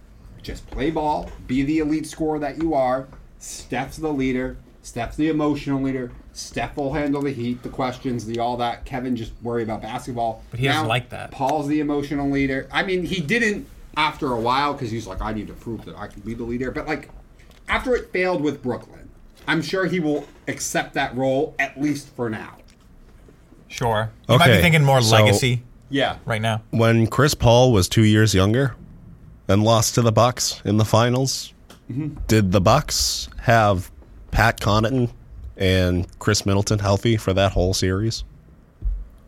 S1: just play ball, be the elite scorer that you are. Steph's the leader. Steph's the emotional leader. Steph will handle the heat, the questions, the all that. Kevin just worry about basketball. But
S3: he doesn't like that.
S1: Paul's the emotional leader. I mean, he didn't after a while because he's like, I need to prove that I can be the leader. But like, after it failed with Brooklyn, I'm sure he will accept that role at least for now.
S3: sure. You might be
S2: Okay,
S3: thinking more
S2: so-
S3: legacy
S1: Yeah.
S3: right now.
S2: When Chris Paul was two years younger and lost to the Bucks in the finals,
S3: Mm-hmm.
S2: did the Bucks have Pat Connaughton and Chris Middleton healthy for that whole series?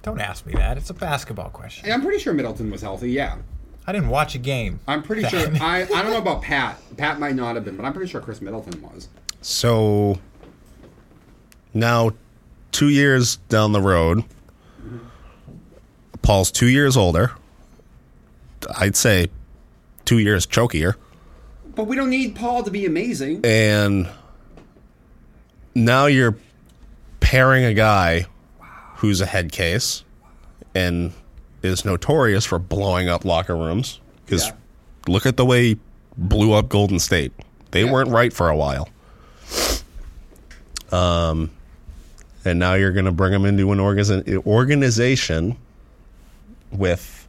S3: Don't ask me that. It's a basketball question.
S1: And I'm pretty sure Middleton was healthy. Yeah.
S3: I didn't watch a game.
S1: I'm pretty sure. I, I don't know about Pat. Pat might not have been, but I'm pretty sure Chris Middleton was.
S2: So now, two years down the road, Paul's two years older. I'd say two years chokier.
S1: But we don't need Paul to be amazing.
S2: And now you're pairing a guy who's a head case and is notorious for blowing up locker rooms. Because
S1: Yeah.
S2: look at the way he blew up Golden State. They
S1: Yeah.
S2: weren't right for a while. Um, and now you're going to bring him into an organiz- organization with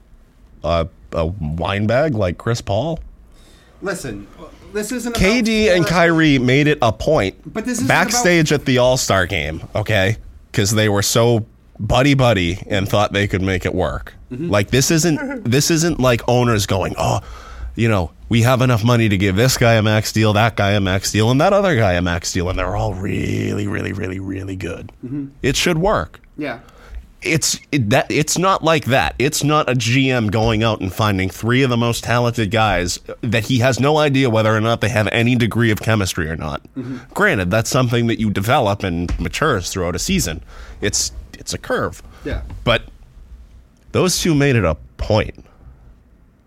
S2: a, a wine bag like Chris Paul.
S1: Listen, this isn't about
S2: KD and
S1: four-
S2: Kyrie made it a point
S1: But this isn't
S2: backstage at the All Star game, okay? Because they were so buddy buddy and thought they could make it work.
S1: Mm-hmm.
S2: Like this isn't this isn't like owners going, oh, you know, we have enough money to give this guy a max deal, that guy a max deal, and that other guy a max deal, and they're all really, really, really, really good.
S1: Mm-hmm.
S2: It should work
S1: Yeah.
S2: it's it, that it's not like that. It's not a GM going out and finding three of the most talented guys that he has no idea whether or not they have any degree of chemistry or not.
S1: Mm-hmm.
S2: Granted, that's something that you develop and matures throughout a season. It's it's a curve.
S1: Yeah.
S2: But those two made it a point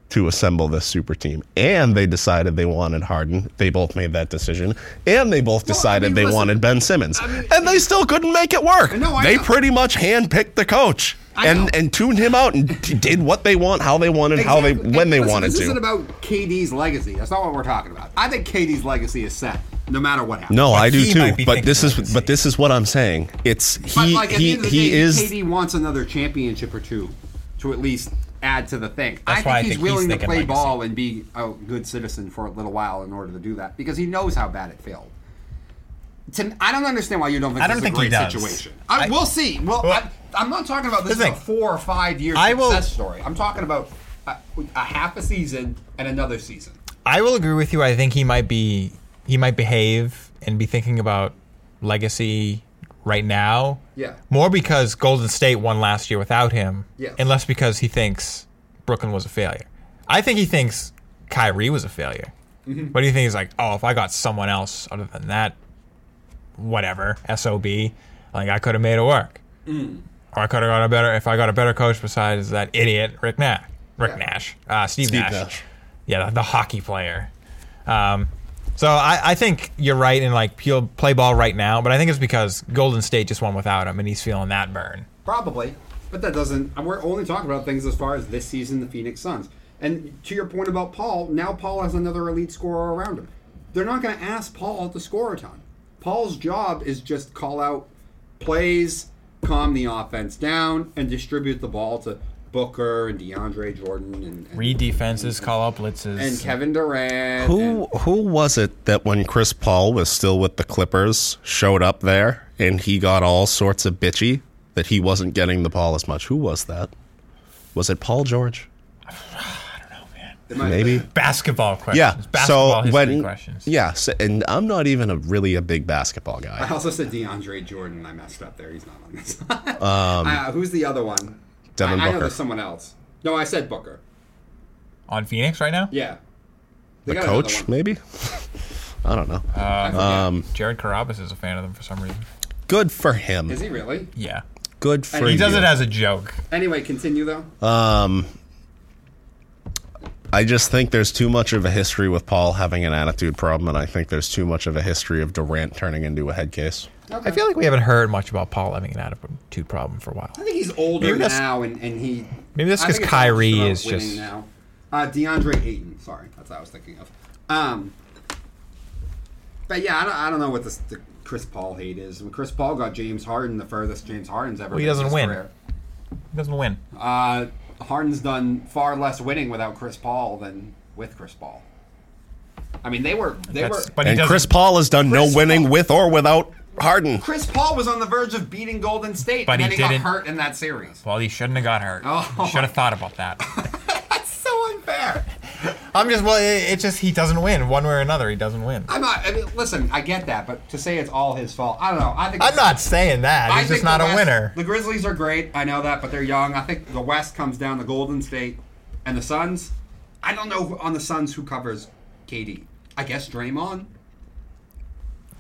S2: to assemble this super team, and they decided they wanted Harden. They both made that decision, and they both decided
S1: mean,
S2: they
S1: listen,
S2: wanted Ben Simmons, and they still couldn't make it work.
S1: No, I
S2: they
S1: know.
S2: pretty much handpicked the coach
S1: I know.
S2: and and tuned him out and d- did what they want, how they wanted, how they
S1: Exactly.
S2: when
S1: And
S2: they
S1: listen,
S2: wanted
S1: this
S2: to.
S1: isn't about KD's legacy. That's not what we're talking about. I think KD's legacy is set, no matter what happens.
S2: no, I do
S3: he might
S2: too.
S3: be
S2: But
S3: thinking
S2: this is
S3: legacy.
S2: but this is what I'm saying. It's
S1: But
S2: he
S1: like at the
S2: he
S1: end of the
S2: he
S1: day,
S2: is
S1: KD wants another championship or two to at least add to the thing. I think
S3: why I
S1: he's
S3: think he's
S1: willing to
S3: thinking
S1: play
S3: legacy.
S1: ball and be a good citizen for a little while in order to do that because he knows how bad it failed. To, I don't understand why you don't think
S3: I don't
S1: this
S3: think
S1: is a
S3: he
S1: great
S3: does.
S1: situation. I,
S3: I-
S1: we'll see. Well,
S3: Well-
S1: I, I'm not talking about this
S3: The
S1: is a
S3: thing-
S1: four or five year
S3: I will-
S1: success story. I'm talking about a, a half a season and another season.
S3: I will agree with you. I think he might be he might behave and be thinking about legacy right now.
S1: Yeah.
S3: More because Golden State won last year without him,
S1: Yes.
S3: and less because he thinks Brooklyn was a failure. I think he thinks Kyrie was a failure.
S1: Mm-hmm.
S3: But he thinks like, oh, if I got someone else other than that, whatever sob, like I could have made it work,
S1: Mm.
S3: or I could have got a better if I got a better coach besides that idiot Rick Nash, Rick
S1: Yeah.
S3: Nash, uh, Steve,
S2: Steve
S3: Nash.
S2: Nash.
S3: yeah, the, the hockey player. Um, so I, I think you're right in like he'll play ball right now, but I think it's because Golden State just won without him, and he's feeling that burn.
S1: Probably, but that doesn't. and We're only talking about things as far as this season, the Phoenix Suns. And to your point about Paul, now Paul has another elite scorer around him. They're not going to ask Paul to score a ton. Paul's job is just call out plays, calm the offense down, and distribute the ball to Booker and DeAndre Jordan and, and
S3: Read defenses, call up blitzes.
S1: and Kevin Durant.
S2: Who who was it that when Chris Paul was still with the Clippers showed up there and he got all sorts of bitchy that he wasn't getting the ball as much? Who was that? Was it Paul George?
S1: and- am I-
S2: Maybe.
S3: basketball questions.
S2: Yeah.
S3: Uh, Basketball
S2: so
S3: history
S2: when
S3: questions.
S2: yeah, so, and I'm not even a really a big basketball guy.
S1: I also said DeAndre Jordan. I messed up there. He's not on this. uh, who's the other one?
S2: Um, Devin
S1: I, I know
S2: Booker.
S1: there's someone else. No, I said Booker.
S3: On Phoenix right now?
S1: Yeah. They
S2: The
S1: got another
S2: coach,
S1: one.
S2: maybe. I don't know.
S1: I forget.
S3: Jared Carabas is a fan of them for some reason.
S2: Good for him.
S1: Is he really?
S3: Yeah.
S2: Good for
S1: he
S3: He does
S2: you.
S3: it as a joke.
S1: Anyway, continue though.
S3: uh,
S2: I just think there's too much of a history with Paul having an attitude problem, and I think there's too much of a history of Durant turning into a head case.
S1: Okay.
S3: I feel like we haven't heard much about Paul having an attitude problem for a while.
S1: I think he's older
S3: Maybe that's-
S1: now, and, and he.
S3: Maybe that's
S1: I
S3: 'cause
S1: think it's all
S3: Kyrie
S1: about
S3: is
S1: winning
S3: just-
S1: now. Uh, DeAndre Ayton. Sorry, that's what I was thinking of. Um, but yeah, I don't, I don't know what this the Chris Paul hate is. When Chris Paul got James Harden, the furthest James Harden's ever.
S3: Well, he
S1: been in
S3: doesn't
S1: his
S3: win.
S1: career.
S3: He doesn't win.
S1: Uh, Harden's done far less winning without Chris Paul than with Chris Paul. I mean, they were they
S3: That's,
S1: were.
S3: but he
S2: And
S3: doesn't.
S2: Chris Paul has done
S1: Chris
S2: no winning
S1: Paul-
S2: with or without Harden.
S1: Chris Paul was on the verge of beating Golden State,
S3: But
S1: and
S3: he
S1: then he got
S3: didn't-
S1: hurt in that series.
S3: well, he shouldn't have got hurt.
S1: Oh.
S3: He should have thought about that.
S1: That's so unfair.
S3: I'm just, well, it, it's just he doesn't win one way or another. He doesn't win.
S1: I'm not. I mean, listen, I get that, but to say it's all his fault, I don't know. I think
S3: I'm not saying that.
S1: I
S3: He's just
S1: think the
S3: not a
S1: West-
S3: winner.
S1: The Grizzlies are great. I know that, but they're young. I think the West comes down to Golden State and the Suns. I don't know who, on the Suns who covers KD. I guess Draymond.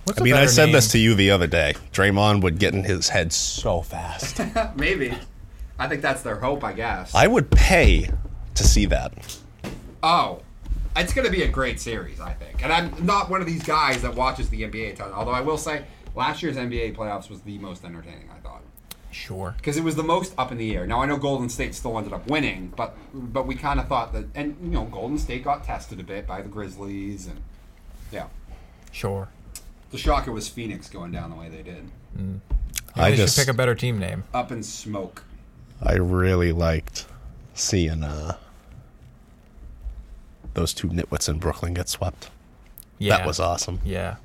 S3: What's
S2: I mean, I said this to you the other day. Draymond would get in his head so fast.
S1: Maybe. I think that's their hope. I guess.
S2: I would pay to see that.
S1: oh, it's going to be a great series. I think, and I'm not one of these guys that watches the NBA a ton. Although I will say, last year's NBA playoffs was the most entertaining. I thought.
S3: Sure.
S1: because it was the most up in the air. Now I know Golden State still ended up winning, but but we kind of thought that, and you know, Golden State got tested a bit by the Grizzlies, and yeah,
S3: Sure.
S1: the shocker was Phoenix going down the way they did,
S3: Maybe
S2: I
S3: they
S2: just,
S3: should pick a better team name.
S1: up in smoke.
S2: I really liked seeing uh, those two nitwits in Brooklyn get swept.
S3: Yeah.
S2: That was awesome.
S3: Yeah.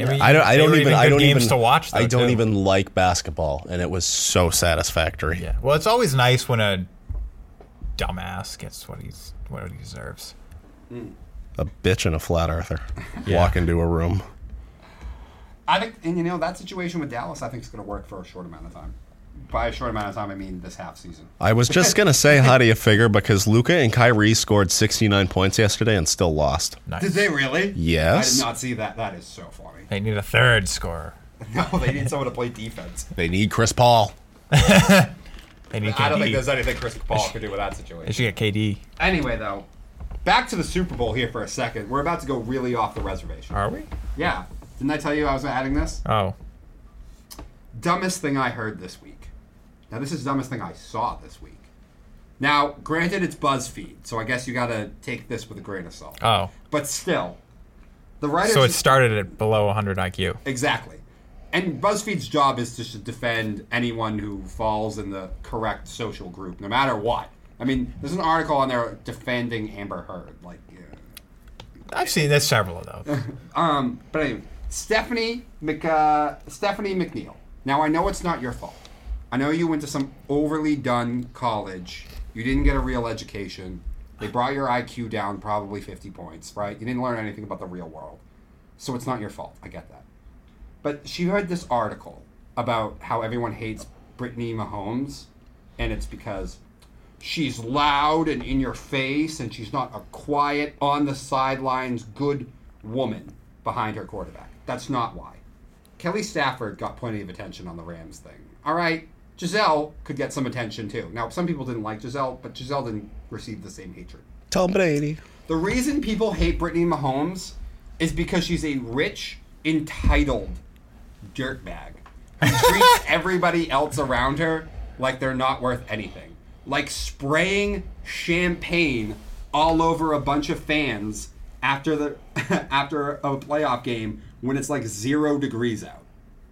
S2: I don't. I don't even. I don't
S3: games
S2: even.
S3: to watch. Though,
S2: I don't
S3: too.
S2: even like basketball, and it was so satisfactory.
S3: Yeah. Well, it's always nice when a dumbass gets what he's what he deserves.
S2: A bitch and a flat earther walk into a room.
S1: I think, and you know, that situation with Dallas, I think is going to work for a short amount of time. By a short amount of time, I mean this half season.
S2: I was just gonna say how do you figure because Luca and Kyrie scored 69 points yesterday and still lost.
S3: Nice.
S1: Did they really? I
S2: Yes.
S1: did not see that. That is so funny.
S3: They need a third scorer.
S1: No, they need someone to play defense.
S2: They need Chris Paul.
S3: They need KD.
S1: I don't think there's anything Chris Paul could do with that situation.
S3: They should get KD.
S1: Anyway, though, back to the Super Bowl here for a second. We're about to go really off the reservation.
S3: Are we?
S1: Yeah. Didn't I tell you I was adding this?
S3: Oh.
S1: Dumbest thing I heard this week. Now, this is dumbest thing I saw this week. Now, granted, it's BuzzFeed, so I guess you gotta take this with a grain of salt.
S3: Oh.
S1: But still, the writers.
S3: So it started at below 100 IQ.
S1: Exactly. And BuzzFeed's job is to sh- defend anyone who falls in the correct social group, no matter what. I mean, there's an article on there defending Amber Heard. Like, yeah.
S3: I've seen there's several of those.
S1: Um, but anyway, Stephanie Mc, uh, Stephanie McNeil. Now I know it's not your fault. I know you went to some overly done college. You didn't get a real education. They brought your IQ down probably 50 points, right? You didn't learn anything about the real world. So it's not your fault. I get that. But she read this article about how everyone hates Brittany Mahomes, and it's because she's loud and in your face, and she's not a quiet, on the sidelines, good woman behind her quarterback. That's not why. Kelly Stafford got plenty of attention on the Rams thing. All right, Giselle could get some attention too. Now, some people didn't like Giselle, but Giselle didn't receive the same hatred.
S2: Tom Brady.
S1: The reason people hate Brittany Mahomes is because she's a rich, entitled dirtbag who treats everybody else around her like they're not worth anything. Like spraying champagne all over a bunch of fans after the after a playoff game when it's like zero degrees out.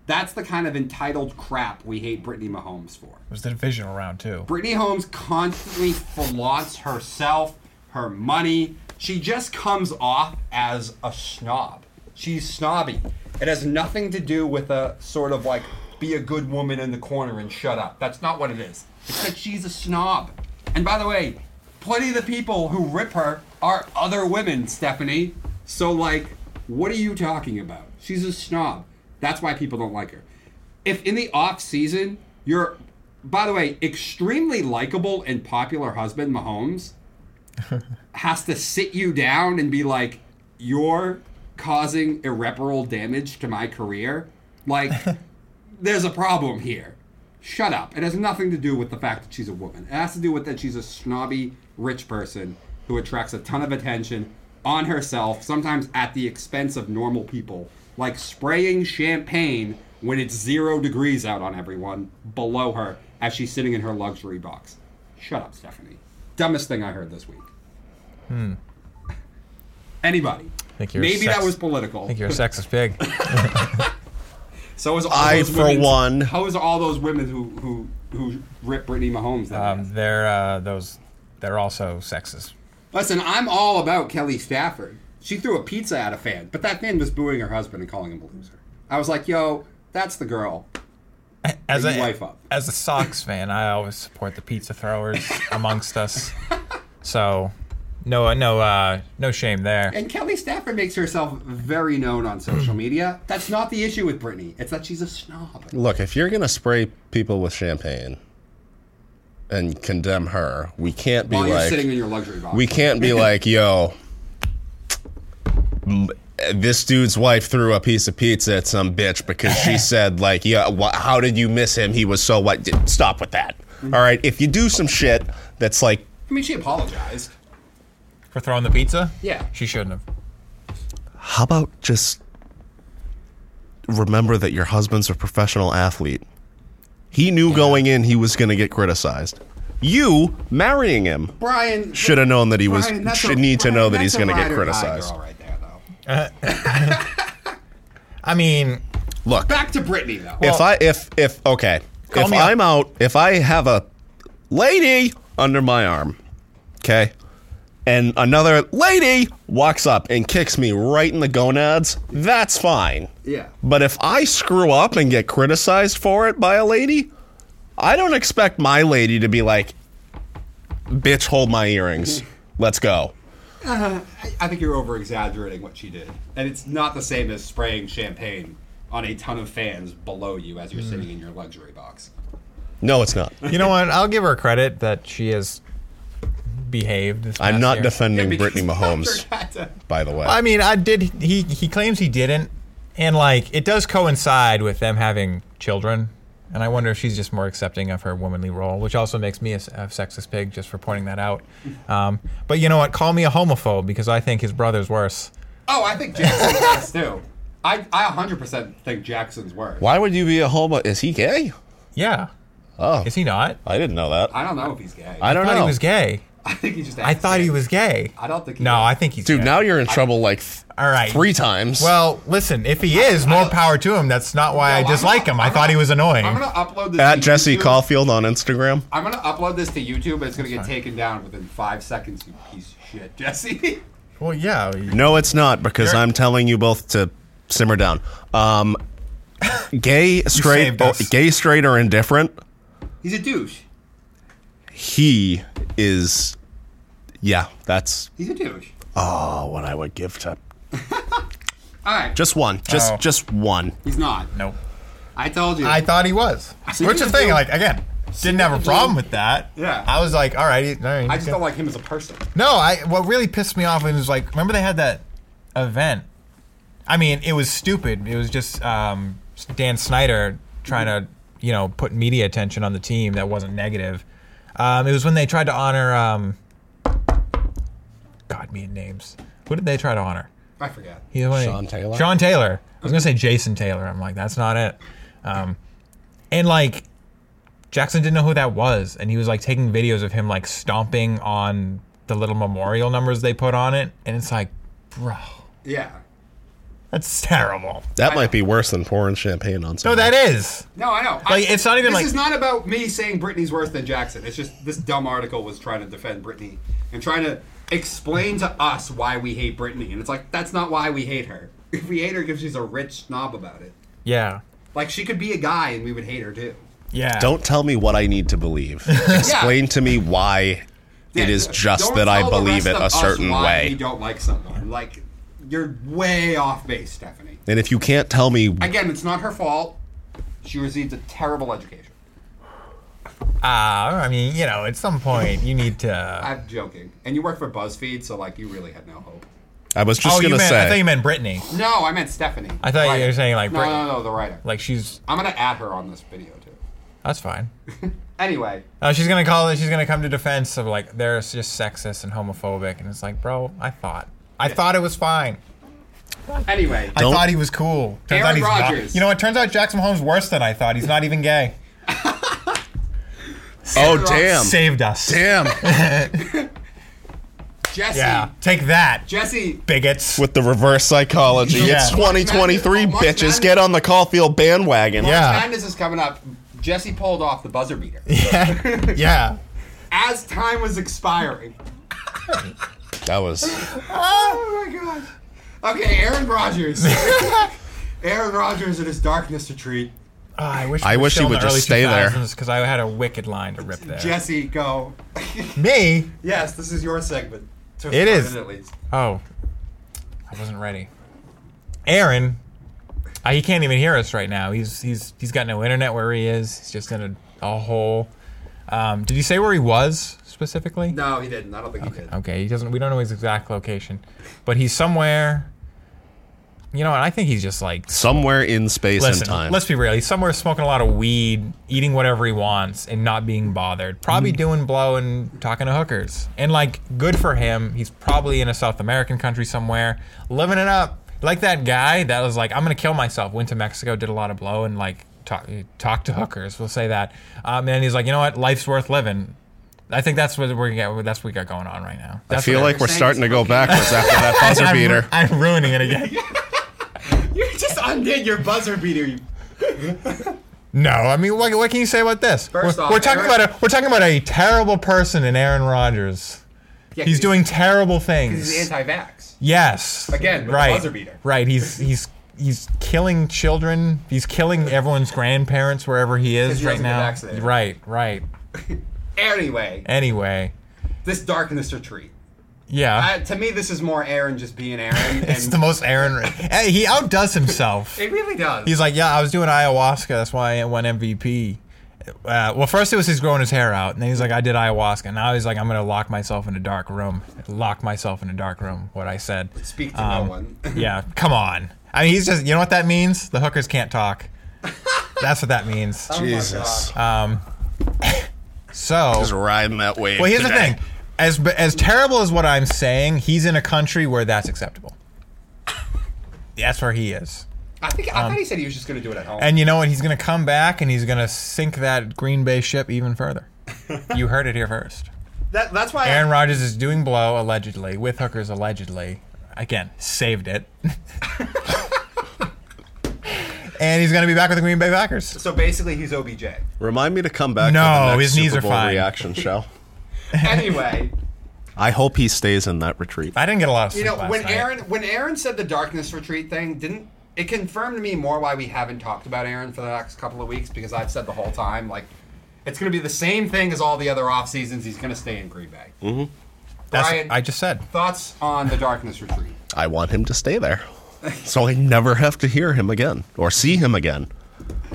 S1: That's the kind of entitled crap we hate Brittany Mahomes for.
S3: was the divisional round too.
S1: Brittany Holmes constantly flaunts herself, her money. She just comes off as a snob. She's snobby. It has nothing to do with a sort of like be a good woman in the corner and shut up. That's not what it is. It's that she's a snob. And by the way, plenty of the people who rip her are other women, Stephanie. So like, what are you talking about? She's a snob. That's why people don't like her. If in the off season you're by the way, extremely likable and popular husband Mahomes has to sit you down and be like, "You're causing irreparable damage to my career. Like, there's a problem here. Shut up." It has nothing to do with the fact that she's a woman. It has to do with that she's a snobby rich person who attracts a ton of attention on herself, sometimes at the expense of normal people, like spraying champagne when it's zero degrees out on everyone below her as she's sitting in her luxury box. Shut up, Stephanie. Dumbest thing I heard this week. Anybody.
S3: Hmm. Think you're
S1: Maybe that
S3: sex-
S1: was political.
S3: I think you're a sexist pig.
S1: So is all
S2: I,
S1: those
S2: for
S1: women-
S2: one-
S1: How is all those women who who who rip Brittany Mahomes? That
S3: Um, they're uh, those. They're also sexist.
S1: Listen, I'm all about Kelly Stafford. She threw a pizza at a fan, but that fan was booing her husband and calling him a loser. I was like, yo, that's the girl.
S3: As
S1: Bring
S3: a
S1: life up.
S3: as a Sox fan, I always support the pizza throwers amongst us. So, no, no, uh, no shame there.
S1: And Kelly Stafford makes herself very known on social media. That's not the issue with Brittany. It's that she's a snob.
S2: Look, if you're going to spray people with champagne and condemn her, we can't be
S1: While you're
S2: like
S1: sitting in your luxury box.
S2: we can't be like, yo, m- this dude's wife threw a piece of pizza at some bitch because she said, like, yeah, wh- how did you miss him? He was so white. D- Stop with that. All right. If you do some shit that's like,
S1: I mean, she apologized.
S3: For throwing the pizza?
S1: Yeah.
S3: She shouldn't have.
S2: how about just remember that your husband's a professional athlete? He knew going in he was going to get criticized. You marrying him
S1: Brian
S2: should have known that he was
S1: Brian, that's a-
S2: should need to
S1: Brian,
S2: know that
S1: that's
S2: he's
S1: a
S2: going to
S1: ride
S2: get
S1: or die
S2: criticized.
S1: girl right there, though.
S3: I mean,
S2: Look,
S1: Back to Brittany though.
S2: if I if if okay,
S3: Call
S2: if
S3: me up.
S2: I'm out, if I have a lady under my arm, okay, and another lady walks up and kicks me right in the gonads, that's fine.
S1: yeah.
S2: But if I screw up and get criticized for it by a lady, I don't expect my lady to be like, "Bitch, hold my earrings. Let's go."
S1: I think you're over exaggerating what she did. And it's not the same as spraying champagne on a ton of fans below you as you're
S3: Mm.
S1: sitting in your luxury box.
S2: No, it's not.
S3: you know what? I'll give her credit that she has behaved. This
S2: I'm
S3: past
S2: not
S3: year.
S2: defending
S1: Because
S2: Brittany Mahomes,
S1: I forgot to-
S2: by the way.
S3: I mean, I did. He he claims he didn't, and like it does coincide with them having children. And I wonder if she's just more accepting of her womanly role, which also makes me a, s- a sexist pig just for pointing that out. Um, but you know what? Call me a homophobe because I think his brother's worse.
S1: Oh, I think Jackson's worse too. I, I 100% think Jackson's worse.
S2: Why would you be a homo? Is he gay?
S3: Yeah.
S2: Oh,
S3: Is he not?
S2: I didn't know that.
S1: I don't know if he's gay.
S2: I don't
S3: thought
S2: know.
S3: he was gay.
S1: I think he just.
S3: I thought he was gay.
S1: I don't think he
S3: No,
S1: is.
S3: I think he's
S2: Dude,
S3: gay.
S2: now you're in trouble like th-
S3: All right.
S2: three times.
S3: Well, listen, if he is, more power to him. That's not why I
S1: No, I'm
S3: dislike
S1: not-
S3: him. I
S1: I'm
S3: thought
S1: not-
S3: he was annoying.
S1: I'm gonna upload this
S2: at
S1: to
S2: Jesse
S1: YouTube.
S2: Caulfield on Instagram.
S1: I'm gonna upload this to YouTube. It's gonna get taken down within five seconds. You piece of shit, Jesse.
S3: Well, yeah. you-
S2: No, it's not because
S3: You're-
S2: I'm telling you both to simmer down. Um, gay, straight,
S3: saved us.
S2: gay, straight, or indifferent.
S1: he's a douche.
S2: He is. Yeah, that's
S1: He's a douche.
S2: oh what I would give to
S1: All right,
S2: just one, just
S3: Oh.
S2: just one.
S1: he's not.
S3: Nope.
S1: I told you.
S3: I thought he was.
S1: See,
S3: Which
S1: you
S3: is the thing,
S1: do.
S3: like, again, didn't have a problem with that.
S1: Yeah.
S3: I was like, all right. he- all right,
S1: I
S3: he's
S1: just
S3: good.
S1: don't like him as a person.
S3: No, I. what really pissed me off was, like, remember they had that event? I mean, it was stupid. It was just um, Dan Snyder trying to, you know, put media attention on the team that wasn't negative. Um, it was when they tried to honor. Um, God, me and names. Who did they try to honor?
S1: I forget.
S3: He's one of-
S2: Sean Taylor?
S3: Sean Taylor. I was gonna say Jason Taylor. I'm like, that's not it. Um, and like, Jackson didn't know who that was, and he was like taking videos of him like stomping on the little memorial numbers they put on it, and it's like, bro,
S1: Yeah.
S4: That's terrible.
S2: That might be worse than pouring champagne on
S4: No,
S2: someone.
S4: that is.
S1: No, I know.
S4: Like,
S1: I-
S4: it's not even
S1: This
S4: like-
S1: is not about me saying Britney's worse than Jackson. It's just this dumb article was trying to defend Britney and trying to explain to us why we hate Britney. And it's like that's not why we hate her. If we hate her, because she's a rich snob about it.
S3: Yeah.
S1: Like she could be a guy and we would hate her too.
S4: Yeah.
S2: Don't tell me what I need to believe. Explain to me why it
S1: Yeah,
S2: is
S1: d-
S2: just
S1: don't
S2: that I
S1: tell the
S2: believe
S1: rest
S2: it
S1: of
S2: a
S1: us
S2: certain
S1: why
S2: way.
S1: You don't like someone. Like you're way off base, Stephanie.
S2: And if you can't tell me,
S1: Again, it's not her fault. She received a terrible education.
S4: Ah,
S3: Uh, I mean, you know, at some point you need to.
S1: I'm joking. And you work for BuzzFeed, so like you really had no hope.
S2: I was just
S4: oh, you
S2: gonna
S4: meant, I thought
S2: say,
S4: you meant Brittany.
S1: No, I meant Stephanie.
S3: I thought you
S1: Writer.
S3: were saying, like,
S1: no,
S3: Brit-
S1: no, no, the writer.
S3: Like she's.
S1: I'm gonna add her on this video too.
S3: That's fine.
S1: Anyway,
S3: Uh, she's gonna call it. She's gonna come to defense of like they're just sexist and homophobic, and it's like, bro, I thought, I thought it was fine.
S1: anyway,
S2: Don't-
S4: I thought he was cool. Turns
S1: Aaron
S4: out he's not.
S1: Rodgers.
S4: You know what? Turns out Jackson Mahomes worse than I thought. He's not even gay.
S2: "Oh damn,
S4: Saved us.
S2: damn,"
S1: Jesse,
S4: Yeah. Take that,
S1: Jesse,
S4: bigots.
S2: with the reverse psychology. It's
S4: Yeah.
S2: 2023,
S1: March Madness-
S2: bitches. Get on the Caulfield bandwagon.
S4: Yeah.
S1: Madness is coming up. Jesse pulled off the buzzer beater
S4: yeah.
S1: as time was expiring.
S2: that was.
S1: Oh my god. Okay, Aaron Rodgers. Aaron Rodgers in his darkness retreat.
S3: Oh, I wish.
S2: I
S3: we were
S2: wish he
S3: still in
S2: would
S3: the
S2: just
S3: early
S2: stay there.
S3: 2000s, Cause I had a wicked line to rip there.
S1: Jesse, go.
S4: Me.
S1: yes, this is your segment. To a certain
S3: It is.
S1: at least.
S3: Oh, I wasn't ready. Aaron, uh, he can't even hear us right now. He's he's he's got no internet where he is. He's just in a, a hole. Um, did you say where he was specifically?
S1: No, he didn't. I don't think he did.
S3: Okay, he doesn't. We don't know his exact location, but he's somewhere. You know, and I think he's just like
S2: somewhere in space and
S3: listen.
S2: time.
S3: Let's be real. He's somewhere smoking a lot of weed, eating whatever he wants, and not being bothered. Probably
S2: Mm.
S3: doing blow and talking to hookers. And like, good for him. He's probably in a South American country somewhere, living it up. Like that guy that was like, I'm gonna kill myself. Went to Mexico, did a lot of blow, and like talk talk to hookers. We'll say that. Um, and he's like, you know what? Life's worth living. I think that's what we're got. That's what we got going on right now.
S2: I
S3: That's
S2: feel
S3: what
S2: like we're
S1: saying
S2: starting
S1: is
S2: to go
S1: okay.
S2: backwards after that buzzer
S3: I'm,
S2: beater.
S3: I'm ruining it again.
S1: You just undid your buzzer beater. You
S3: No, I mean, what, what can you say about this? we
S1: First
S3: we're
S1: off,
S3: we're talking
S1: Aaron-
S3: about a we're talking about a terrible person in Aaron Rodgers.
S1: Yeah,
S3: He's doing terrible things.
S1: He's anti-vax.
S3: yes,
S1: Again, with the
S3: right,
S1: buzzer beater.
S3: right. He's he's he's killing children. He's killing everyone's grandparents wherever he is
S1: he
S3: right
S1: doesn't get
S3: now.
S1: vaccinated.
S3: Right, right.
S1: Anyway,
S3: Anyway,
S1: this darkness retreat.
S3: yeah,
S1: Uh, to me, this is more Aaron just being Aaron. And
S3: it's the most Aaron. hey, he outdoes himself.
S1: it really does.
S3: He's like, yeah, I was doing ayahuasca. That's why I won MVP. Uh, well, first it was he's growing his hair out, and then he's like, I did ayahuasca. Now he's like, I'm gonna lock myself in a dark room. Lock myself in a dark room. What I said.
S1: Speak to
S3: Um,
S1: no one.
S3: yeah, come on. I mean, he's just. You know what that means? The hookers can't talk. That's what that means.
S2: Um, Jesus,
S3: Uh, So
S2: just riding that wave.
S3: Well, here's the
S2: today.
S3: thing. As as terrible as what I'm saying, he's in a country where that's acceptable. That's where he is.
S1: I think I thought he said he was just going to do it at home.
S3: um, And you know what? He's going to come back and he's going to sink that Green Bay ship even further. you heard it here first.
S1: that, that's why.
S3: Aaron
S1: I,
S3: Rodgers is doing blow allegedly with hookers allegedly. Again, saved it. and he's going to be back with the Green Bay Packers.
S1: so basically, he's OBJ.
S2: Remind me to come back.
S3: No,
S2: for the next
S3: his knees
S2: Super
S3: are
S2: Bowl
S3: fine.
S2: Reaction show.
S1: anyway,
S2: I hope he stays in that retreat.
S3: I didn't get a lot of
S1: you
S3: sleep
S1: know
S3: last
S1: when
S3: night.
S1: Aaron when Aaron said the darkness retreat thing, didn't it confirmed to me more why we haven't talked about Aaron for the next couple of weeks? Because I've said the whole time like it's going to be the same thing as all the other off seasons. He's going to stay in Green Bay.
S3: Hmm?
S1: Mm-hmm.
S3: That's
S1: Brian,
S3: what I just said.
S1: thoughts on the darkness retreat?
S2: I want him to stay there, so I never have to hear him again or see him again,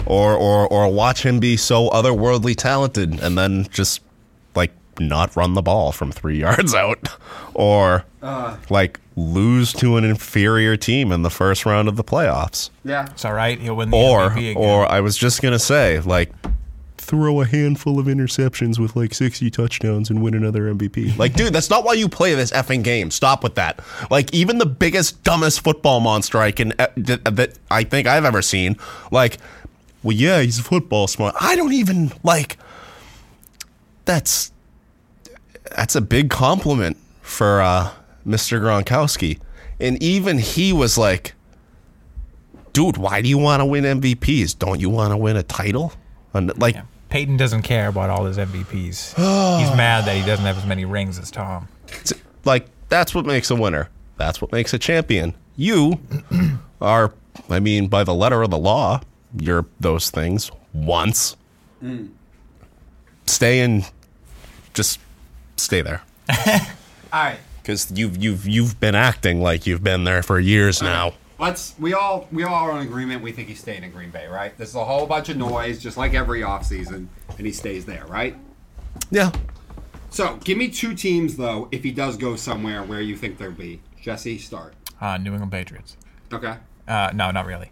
S2: or or or watch him be so otherworldly talented and then just like not run the ball from three yards out, or like lose to an inferior team in the first round of the playoffs.
S1: Yeah.
S3: It's all right. He'll win the
S2: Or
S3: MVP again.
S2: or I was just gonna say like. Throw a handful of interceptions with like 60 touchdowns and win another MVP. Like, dude, that's not why you play this effing game. Stop with that. Like, even the biggest, dumbest football monster I can uh, th- that I think I've ever seen. Like, well, yeah, he's football smart. I don't even like. That's that's a big compliment for uh, Mr. Gronkowski, and even he was like, dude, why do you want to win MVPs? Don't you want to win a title? And like,
S3: Peyton doesn't care about all his MVPs. He's mad that he doesn't have as many rings as Tom.
S2: it's- like that's what makes a winner. That's what makes a champion. You are, I mean, by the letter of the law, you're those things once. Mm. Stay in, just stay there.
S1: All right.
S2: Because you've you've you've been acting like you've been there for years now.
S1: Let's. We all we all are in agreement. We think he's staying in Green Bay, right? This is a whole bunch of noise, just like every offseason, and he stays there, right?
S2: Yeah,
S1: So, give me two teams though. If he does go somewhere, where you think they'll be? Jesse, start.
S3: Uh, New England Patriots.
S1: Okay.
S3: Uh, no, not really.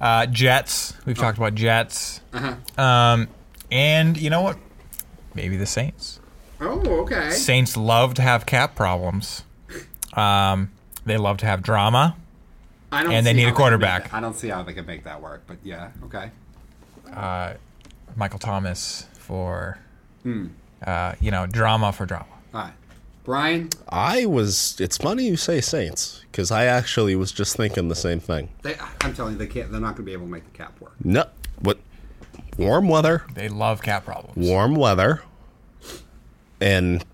S3: Uh, Jets.
S1: Oh.
S3: We've talked about Jets.
S1: Uh-huh.
S3: Um, and you know what? Maybe the Saints.
S1: Oh, okay.
S3: Saints love to have cap problems. Um, they love to have drama.
S1: I don't
S3: and they
S1: see
S3: need a
S1: how can
S3: quarterback.
S1: make that- I don't see how they can make that work, but yeah, okay.
S3: Michael Thomas for,
S1: Hmm.
S3: uh, you know, drama for drama.
S1: All right, Brian.
S2: I was. It's funny you say Saints because I actually was just thinking the same thing.
S1: They, I'm telling you, they can't. They're not going to be able to make the cap work.
S2: No, what? Warm weather,
S3: They love cap problems.
S2: warm weather, and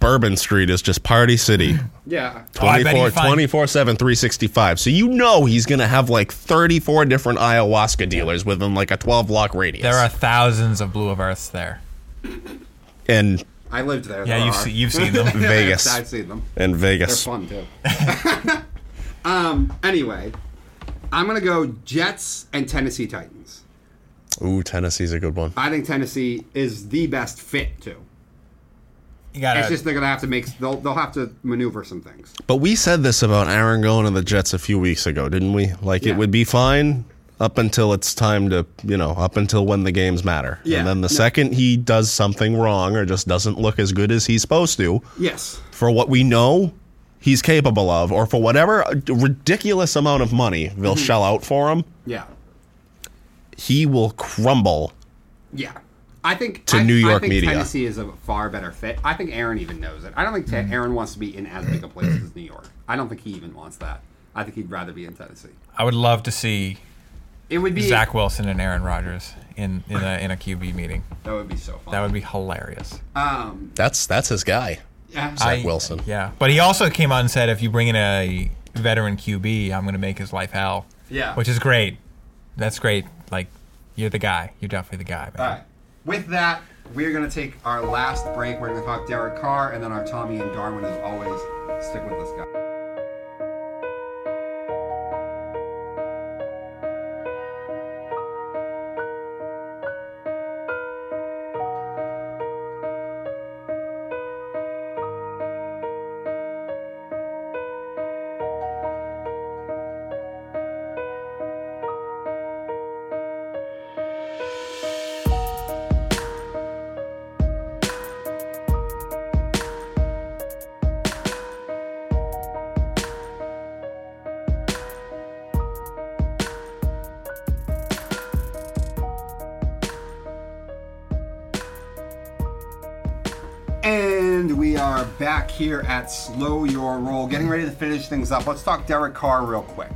S2: Bourbon Street is just party city.
S1: Yeah.
S3: Oh, I bet he
S2: 24,
S3: find-
S2: 24 7, 365. So you know he's going to have like 34 different ayahuasca dealers within like a 12 block radius.
S3: There are thousands of blue of earths there.
S2: in,
S1: I lived there.
S3: Yeah,
S1: there
S3: you've
S1: are.
S3: seen, you've seen them.
S2: Vegas.
S1: I've seen them.
S2: in
S1: They're
S2: Vegas.
S1: fun too. um. Anyway, I'm going to go Jets and Tennessee Titans.
S2: Ooh, Tennessee's a good one.
S1: I think Tennessee is the best fit too.
S3: You
S1: It's
S3: gotta,
S1: just they're going to have to make. They'll they'll have to maneuver some things.
S2: But we said this about Aaron going to the Jets a few weeks ago, didn't we? Like
S1: Yeah.
S2: it would be fine up until it's time to, you know, up until when the games matter.
S1: Yeah.
S2: And then the
S1: No.
S2: second he does something wrong or just doesn't look as good as he's supposed to,
S1: Yes.
S2: for what we know he's capable of, or for whatever ridiculous amount of money they'll
S1: Mm-hmm.
S2: shell out for him,
S1: Yeah.
S2: he will crumble.
S1: Yeah. I think
S2: To
S1: I-
S2: New
S1: I
S2: York
S1: think
S2: media.
S1: Tennessee is a far better fit. I think Aaron even knows it. I don't think Ta- Aaron wants to be in as big a place as New York. I don't think he even wants that. I think he'd rather be in Tennessee.
S3: I would love to see
S1: It would be
S3: Zach Wilson and Aaron Rodgers in, in, a, in a QB meeting.
S1: That would be so fun.
S3: That would be hilarious.
S1: um,
S2: That's that's his guy,
S1: yeah.
S2: Zach Wilson.
S3: Yeah. But he also came out and said, if you bring in a veteran QB, I'm going to make his life hell.
S1: Yeah.
S3: Which is great. That's great. Like, you're the guy. You're definitely the guy, man.
S1: All right. With that, we're going to take our last break. We're going to talk Derek Carr, and then our Tommy and Darwin, as always. Stick with us, guys. And we are back here at Slow Your Roll, getting ready to finish things up. Let's talk Derek Carr real quick.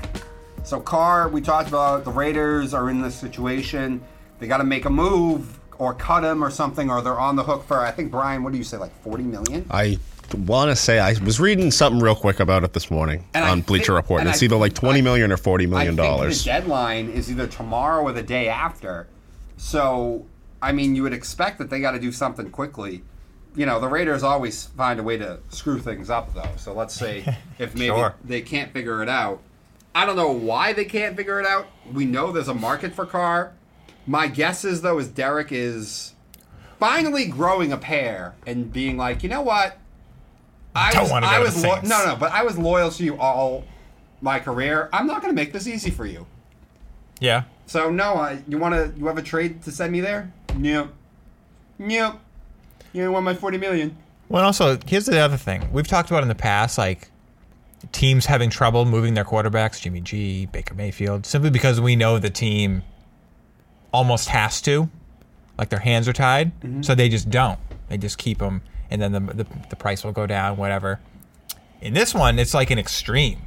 S1: So, Carr, we talked about the Raiders are in this situation. They got to make a move or cut him or something, or they're on the hook for, I think, Brian, what do you say, like 40 million?
S2: I want to say I was reading something real quick about it this morning
S1: And I
S2: on Bleacher
S1: think-
S2: Report, and
S1: and
S2: it's
S1: I
S2: either like
S1: think-
S2: twenty million or forty
S1: I
S2: million
S1: think
S2: dollars.
S1: the deadline is either tomorrow or the day after. So, I mean, you would expect that they got to do something quickly. You know, the Raiders always find a way to screw things up, though. So let's say if maybe
S3: Sure.
S1: they can't figure it out. I don't know why they can't figure it out. We know there's a market for Carr. My guess is though is Derek is finally growing a pair and being like, you know what? I
S3: Don't
S1: was,
S3: wanna go
S1: I
S3: to the
S1: was lo-
S3: Saints.
S1: no, no, but I was loyal to you all my career. I'm not going to make this easy for you.
S3: Yeah.
S1: So no, I, you want to? You have a trade to send me there? Nope. Nope. You want my forty million?
S3: Well, and also, here's the other thing we've talked about in the past, like teams having trouble moving their quarterbacks, Jimmy G, Baker Mayfield, simply because we know the team almost has to, like their hands are tied, so they just don't. They just keep them, and then the, the the price will go down, whatever. In this one, it's like an extreme.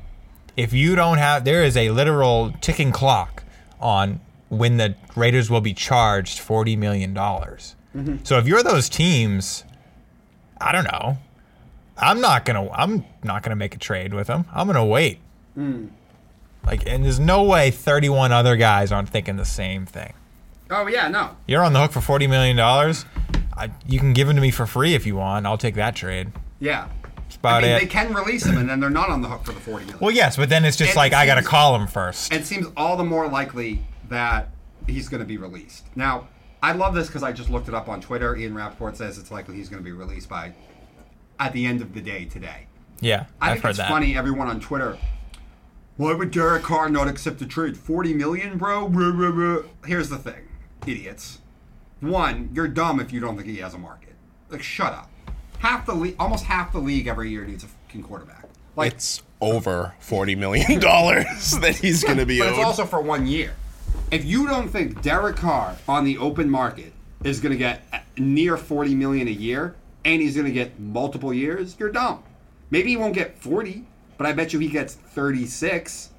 S3: if you don't have, there is a literal ticking clock on when the Raiders will be charged forty million dollars. So if you're those teams, I don't know. I'm not gonna. I'm not gonna make a trade with them. I'm gonna wait.
S1: Hmm.
S3: Like, and there's no way 31 other guys aren't thinking the same thing.
S1: Oh yeah, no.
S3: You're on the hook for 40 million dollars. You can give them to me for free if you want. I'll take that trade.
S1: Yeah.
S3: That's about
S1: I mean,
S3: it.
S1: they can release him, and then they're not on the hook for the forty million.
S3: Well, yes, but then it's just
S1: It
S3: like I gotta
S1: seems-
S3: call him first.
S1: it seems all the more likely that he's going to be released. Now, I love this because I just looked it up on Twitter. Ian Rappaport says it's likely he's going to be released by at the end of the day today.
S3: yeah,
S1: I
S3: I've
S1: think
S3: heard
S1: it's
S3: that.
S1: funny. Everyone on Twitter. Why would Derek Carr not accept a trade? Forty million, bro. Ruh, ruh, ruh." Here's the thing, idiots. One, you're dumb if you don't think he has a market. Like, shut up. Half the league, almost half the league every year needs a fucking quarterback. Like,
S2: It's over forty million dollars that he's going to be
S1: but
S2: owed.
S1: it's also for one year. If you don't think Derek Carr on the open market is going to get near forty million a year, and he's going to get multiple years, you're dumb. Maybe he won't get forty, but I bet you he gets thirty-six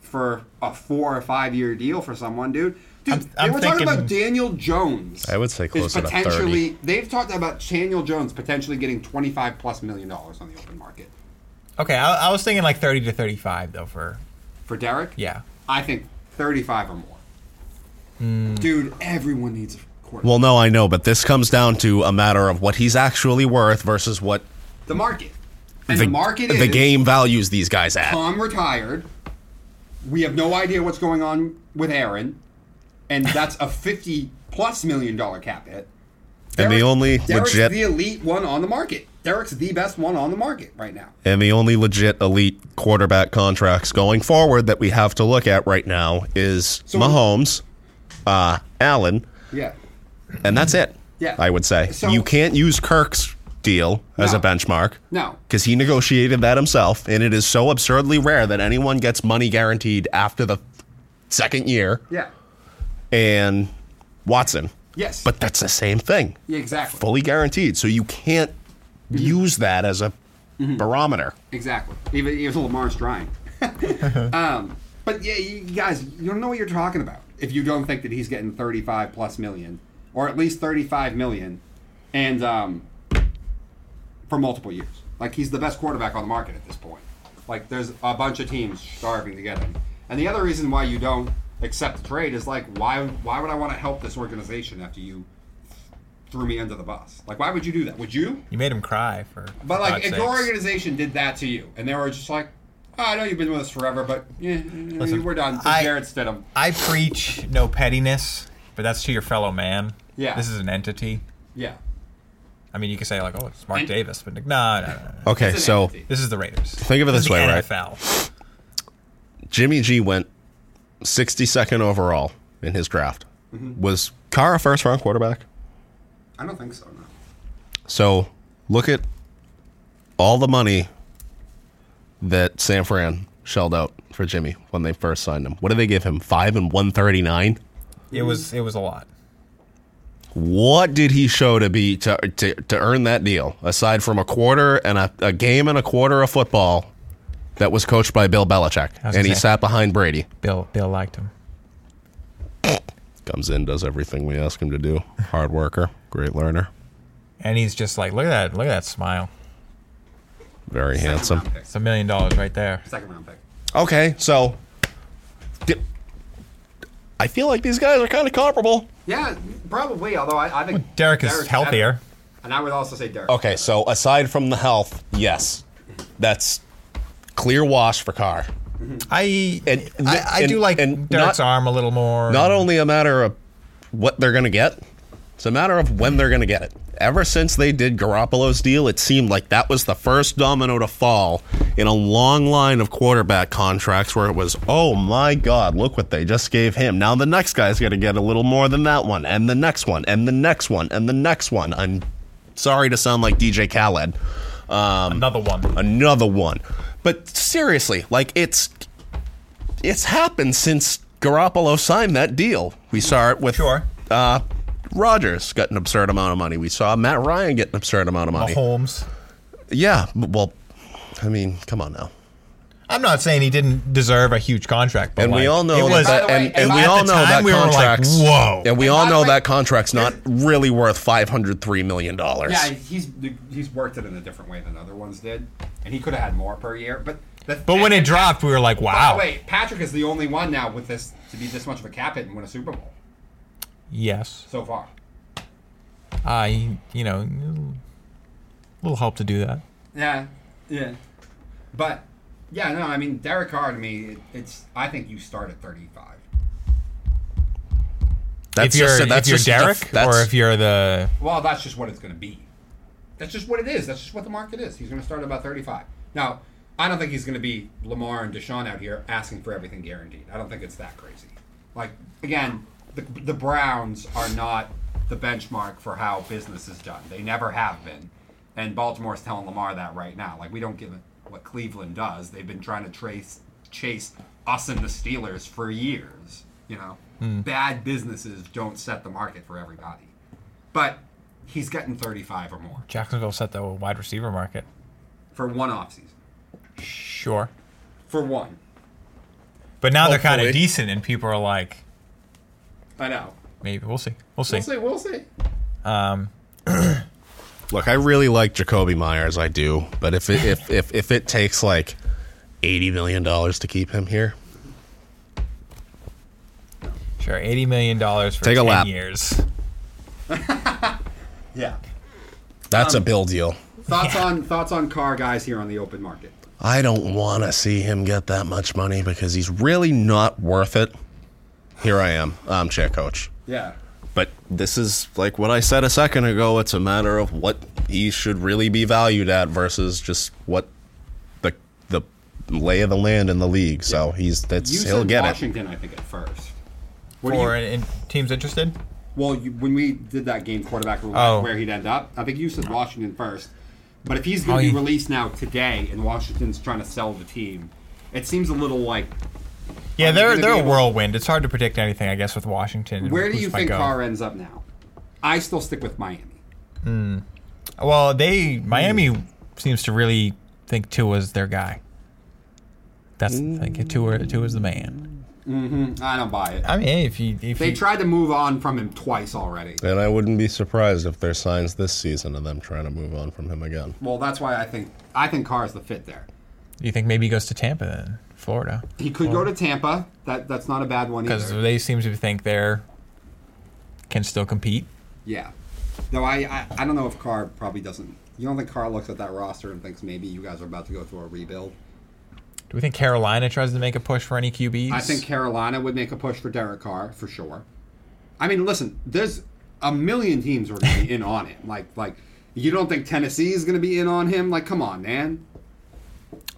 S1: for a four or five-year deal for someone, dude. Dude,
S4: I'm-
S1: they
S4: I'm
S1: were talking
S4: thinking-
S1: about Daniel Jones.
S2: I would say
S1: is
S2: closer to 30.
S1: potentially. They've talked about Daniel Jones potentially getting twenty-five plus million dollars on the open market
S3: Okay, I, I was thinking like 30 to 35 though for
S1: for Derek.
S3: yeah.
S1: I think 35 or more. Dude, everyone needs a quarterback.
S2: Hmm. well, no, I know, but this comes down to a matter of what he's actually worth versus what
S1: the market. And the, market is
S2: the game values these guys at.
S1: Tom retired. We have no idea what's going on with Aaron. And that's a 50 plus million dollar cap hit.
S2: And the only
S1: Derek's
S2: legit-
S1: the elite one on the market. Derek's the best one on the market right now.
S2: And the only legit elite quarterback contracts going forward that we have to look at right now is
S1: So-
S2: Mahomes, uh, Allen,
S1: Yeah.
S2: and that's it.
S1: Yeah.
S2: I would say
S1: So-
S2: you can't use Kirk's deal as
S1: No.
S2: a benchmark.
S1: No.
S2: Because he negotiated that himself, and it is so absurdly rare that anyone gets money guaranteed after the second year.
S1: Yeah.
S2: And Watson.
S1: Yes.
S2: But that's the same thing.
S1: Yeah, exactly.
S2: Fully guaranteed. So you can't
S1: Mm-hmm.
S2: use that as a barometer.
S1: Exactly. Even even Lamar's trying. um, but yeah, you guys, you don't know what you're talking about if you don't think that he's getting 35 plus million, or at least 35 million, and um, for multiple years. Like he's the best quarterback on the market at this point. Like there's a bunch of teams starving to get him. And the other reason why you don't accept the trade is like why why would I want to help this organization after you threw me under the bus? Like why would you do that? Would you?
S3: You made him cry for.
S1: But like,
S3: God's
S1: if
S3: sakes.
S1: your organization did that to you, and they were just like, oh, "I know you've been with us forever, but yeah, we're done."
S3: I-
S1: Jared Stidham.
S3: I preach no pettiness, but that's to your fellow man.
S1: Yeah.
S3: This is an entity.
S1: Yeah.
S3: I mean, you could say like, oh, it's Mark
S1: And-
S3: Davis, but no, no, no, no. no.
S2: Okay,
S1: It's an
S2: so
S1: entity.
S3: This is the Raiders.
S2: Think of it
S3: This
S2: this
S3: is the
S2: way, right?
S3: NFL.
S2: Jimmy G went 62nd overall in his draft.
S1: Mm-hmm.
S2: Was Carr a first round quarterback?
S1: I don't think so. No.
S2: So look at all the money that San Fran shelled out for Jimmy when they first signed him. What did they give him? Five and one thirty nine.
S3: It was it was a lot.
S2: What did he show to be to, to, to earn that deal? Aside from a quarter and a, a game and a quarter of football that was coached by Bill Belichick,
S3: was
S2: and
S3: gonna
S2: he
S3: say.
S2: sat behind Brady.
S3: Bill Bill liked him.
S2: Comes in, does everything we ask him to do. Hard worker, great learner,
S3: And he's just like, look at that, look at that smile.
S2: very
S1: Second
S2: handsome.
S1: round pick.
S3: It's a million dollars right there.
S1: Second round pick.
S2: Okay, so di- I feel like these guys are kind of comparable.
S1: Yeah, probably. Although I, I think
S3: Derek is
S1: Derek's
S3: healthier.
S1: better. and I would also say Derek.
S2: Okay, so aside from the health, yes, that's clear wash for Carr.
S3: I
S2: And-
S3: I, I do
S2: and-
S3: like
S2: and
S3: Derek's
S2: not-
S3: arm a little more.
S2: Not only a matter of what they're going to get, it's a matter of when they're going to get it. Ever since they did Garoppolo's deal, it seemed like that was the first domino to fall in a long line of quarterback contracts where it was, oh my God, look what they just gave him. Now the next guy's going to get a little more than that one, and the next one, and the next one, and the next one. I'm sorry to sound like DJ Khaled. Um,
S3: another one.
S2: another one. But seriously, like it's it's happened since Garoppolo signed that deal. We saw it with
S3: Sure.
S2: uh, Rogers got an absurd amount of money. We saw Matt Ryan get an absurd amount of money.
S3: Holmes.
S2: Yeah, b- well, I mean, come on now.
S4: I'm not
S3: not saying he didn't deserve a huge contract, but
S2: And we
S3: like,
S2: all know
S3: it
S2: that,
S3: was
S2: that-
S1: by the
S2: and,
S1: way,
S2: and
S1: and
S2: we
S1: at
S2: all
S1: the
S2: know
S3: time
S2: that
S3: we were like,
S2: contracts.
S3: "Whoa."
S2: And we
S1: And
S2: all
S1: by
S2: know
S1: the way-
S2: that contract's not really worth five hundred three million dollars.
S1: Yeah, he's he's worked it in a different way than other ones did, and he could have had more per year. But the
S3: But when it dropped, we were like,
S1: by
S3: wow.
S1: the way, Patrick is the only one now with this to be this much of a cap hit and win a Super Bowl
S3: Yes.
S1: so far.
S3: I, you know, a little help to do that.
S1: Yeah, yeah. But yeah, no, I mean Derek Carr to me, it, it's I think you start at thirty-five.
S2: That's
S3: if you're,
S2: just, that's
S3: if you're
S2: just
S3: Derek,
S2: the, that's,
S3: or if you're the
S1: Well, that's just what it's going to be. That's just what it is. That's just what the market is. He's going to start at about thirty-five. Now, I don't think he's going to be Lamar and Deshaun out here asking for everything guaranteed. I don't think it's that crazy. Like again, the the Browns are not the benchmark for how business is done. They never have been. And Baltimore's telling Lamar that right now. Like we don't give a what Cleveland does. They've been trying to trace chase us and the Steelers for years. You know, bad businesses don't set the market for everybody. But he's getting 35 or more
S3: Jacksonville set the wide receiver market.
S1: for one offseason.
S3: Sure.
S1: For one.
S3: But now they're kind
S2: Hopefully.
S3: of decent, and people are like,
S1: I know.
S3: maybe we'll see. We'll see.
S1: We'll see. We'll see.
S3: Um,
S2: look, I really like Jacoby Myers, I do, but if it, if, if if it takes like eighty million dollars to keep him here,
S3: sure. Eighty million dollars for
S2: Take a
S3: 10
S2: lap.
S3: years.
S1: Yeah.
S2: that's a bill deal.
S1: Thoughts on thoughts on car guys here on the open market.
S2: I don't want to see him get that much money because he's really not worth it. Here I am, I'm chair coach.
S1: Yeah.
S2: But this is like what I said a second ago. It's a matter of what he should really be valued at versus just what the the lay of the land in the league. So he's that's
S1: You
S2: he'll
S1: said
S2: get it.
S1: Washington, I think, at first. What do
S3: Or
S1: you,
S3: and, and teams interested?
S1: well, you, when we did that game quarterback roulette,
S3: Oh.
S1: where he'd end up, I think you said Washington first. But if he's
S3: Oh,
S1: going to
S3: he-
S1: be released now today, and Washington's trying to sell the team, it seems a little like.
S3: Yeah,
S1: Are they
S3: they're
S1: gonna
S3: they're
S1: be
S3: a
S1: able-
S3: whirlwind. It's hard to predict anything, I guess, with Washington. and
S1: Where do
S3: who's
S1: you
S3: might
S1: think
S3: go.
S1: Carr ends up now? I still stick with Miami.
S3: Well, they Miami
S1: Hmm.
S3: seems to really think Tua's their guy. That's the thing. Tua Tua's the man.
S1: I don't buy it.
S3: I mean, hey, if you if
S1: They
S3: you,
S1: tried to move on from him twice already.
S2: And I wouldn't be surprised if there's signs this season of them trying to move on from him again.
S1: Well, that's why I think I think Carr's the fit there.
S3: you think maybe he goes to Tampa then, Florida,
S1: He could go to Tampa. That that's not a bad one
S3: because
S1: either.
S3: they seem to think they're can still compete.
S1: Yeah. Though I, I I don't know if Carr probably doesn't. You don't think Carr looks at that roster and thinks maybe you guys are about to go through a rebuild?
S3: Do we think Carolina tries to make a push for any QBs?
S1: I think Carolina would make a push for Derek Carr for sure. I mean, listen, there's a million teams who are going to be in on him. Like like you don't think Tennessee is going to be in on him? Like come on, man.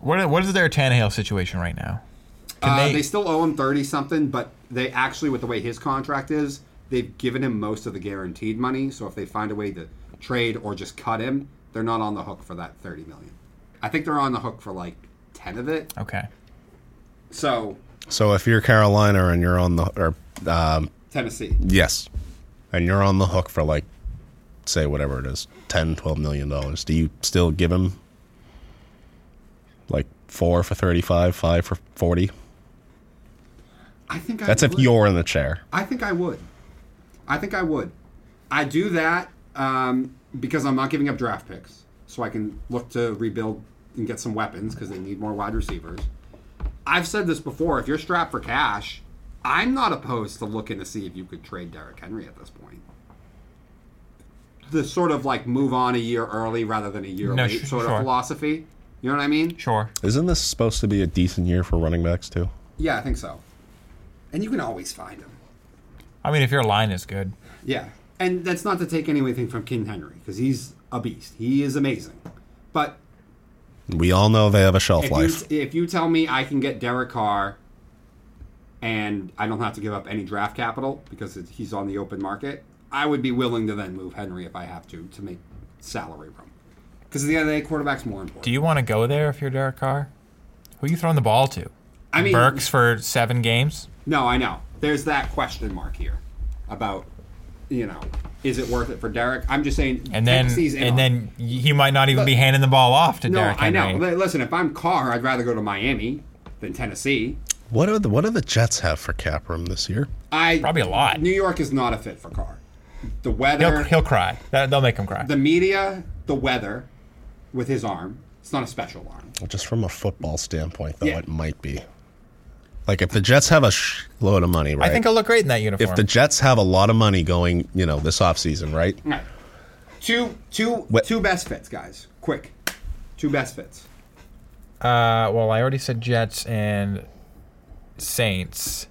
S3: What what is their Tannehill situation right now? Can
S1: Uh,
S3: they-
S1: they, still owe him 30 something, but they actually, with the way his contract is, they've given him most of the guaranteed money. So if they find a way to trade or just cut him, they're not on the hook for that 30 million. I think they're on the hook for like 10 of it.
S3: Okay.
S1: So
S2: So if you're Carolina and you're on the or um,
S1: Tennessee,
S2: yes, and you're on the hook for like say whatever it is, 10 12 million dollars, do you still give him like 4 for 35, 5 for 40?
S1: I think I
S2: That's if
S1: would.
S2: you're in the chair.
S1: I think I would. I think I would. I do that um, because I'm not giving up draft picks, so I can look to rebuild and get some weapons because they need more wide receivers. I've said this before. If you're strapped for cash, I'm not opposed to looking to see if you could trade Derrick Henry at this point. The sort of like move on a year early rather than a year
S3: No,
S1: late
S3: sh-
S1: sort
S3: sure.
S1: of philosophy. You know what I mean?
S3: Sure.
S2: Isn't this supposed to be a decent year for running backs too?
S1: Yeah, I think so. And you can always find him.
S3: I mean, if your line is good,
S1: Yeah, and that's not to take anything from King Henry because he's a beast. He is amazing. But
S2: We all know they have a shelf
S1: if
S2: life.
S1: you, if you tell me I can get Derek Carr and I don't have to give up any draft capital because it, he's on the open market, I would be willing to then move Henry if I have to to make salary room. Because at the end of the day, quarterback's more important.
S3: do you want to go there if you're Derek Carr? Who you throwing the ball to?
S1: I mean-
S3: Burks for seven games.
S1: No, I know. There's that question mark here about you know, is it worth it for Derek? I'm just saying.
S3: And then
S1: Dixie's in
S3: and
S1: on it.
S3: then y- he might not even be handing the ball off to
S1: No,
S3: Derrick
S1: I
S3: Henry.
S1: know. Li- Listen, if I'm Carr, I'd rather go to Miami than Tennessee.
S2: What do the What do the Jets have for cap room this year?
S1: I
S3: Probably a lot.
S1: New York is not a fit for Carr. The weather,
S3: He'll, he'll cry. That, they'll make him cry.
S1: the media, the weather, with his arm. It's not a special arm.
S2: Just from a football standpoint, though,
S1: Yeah.
S2: it might be. Like if the Jets have a sh- load of money, right?
S3: I think he'll look great in that uniform.
S2: if the Jets have a lot of money going, you know, this offseason, right?
S1: Right. Two, two, two best fits, guys. Quick, two best fits.
S3: uh, well, I already said Jets and Saints.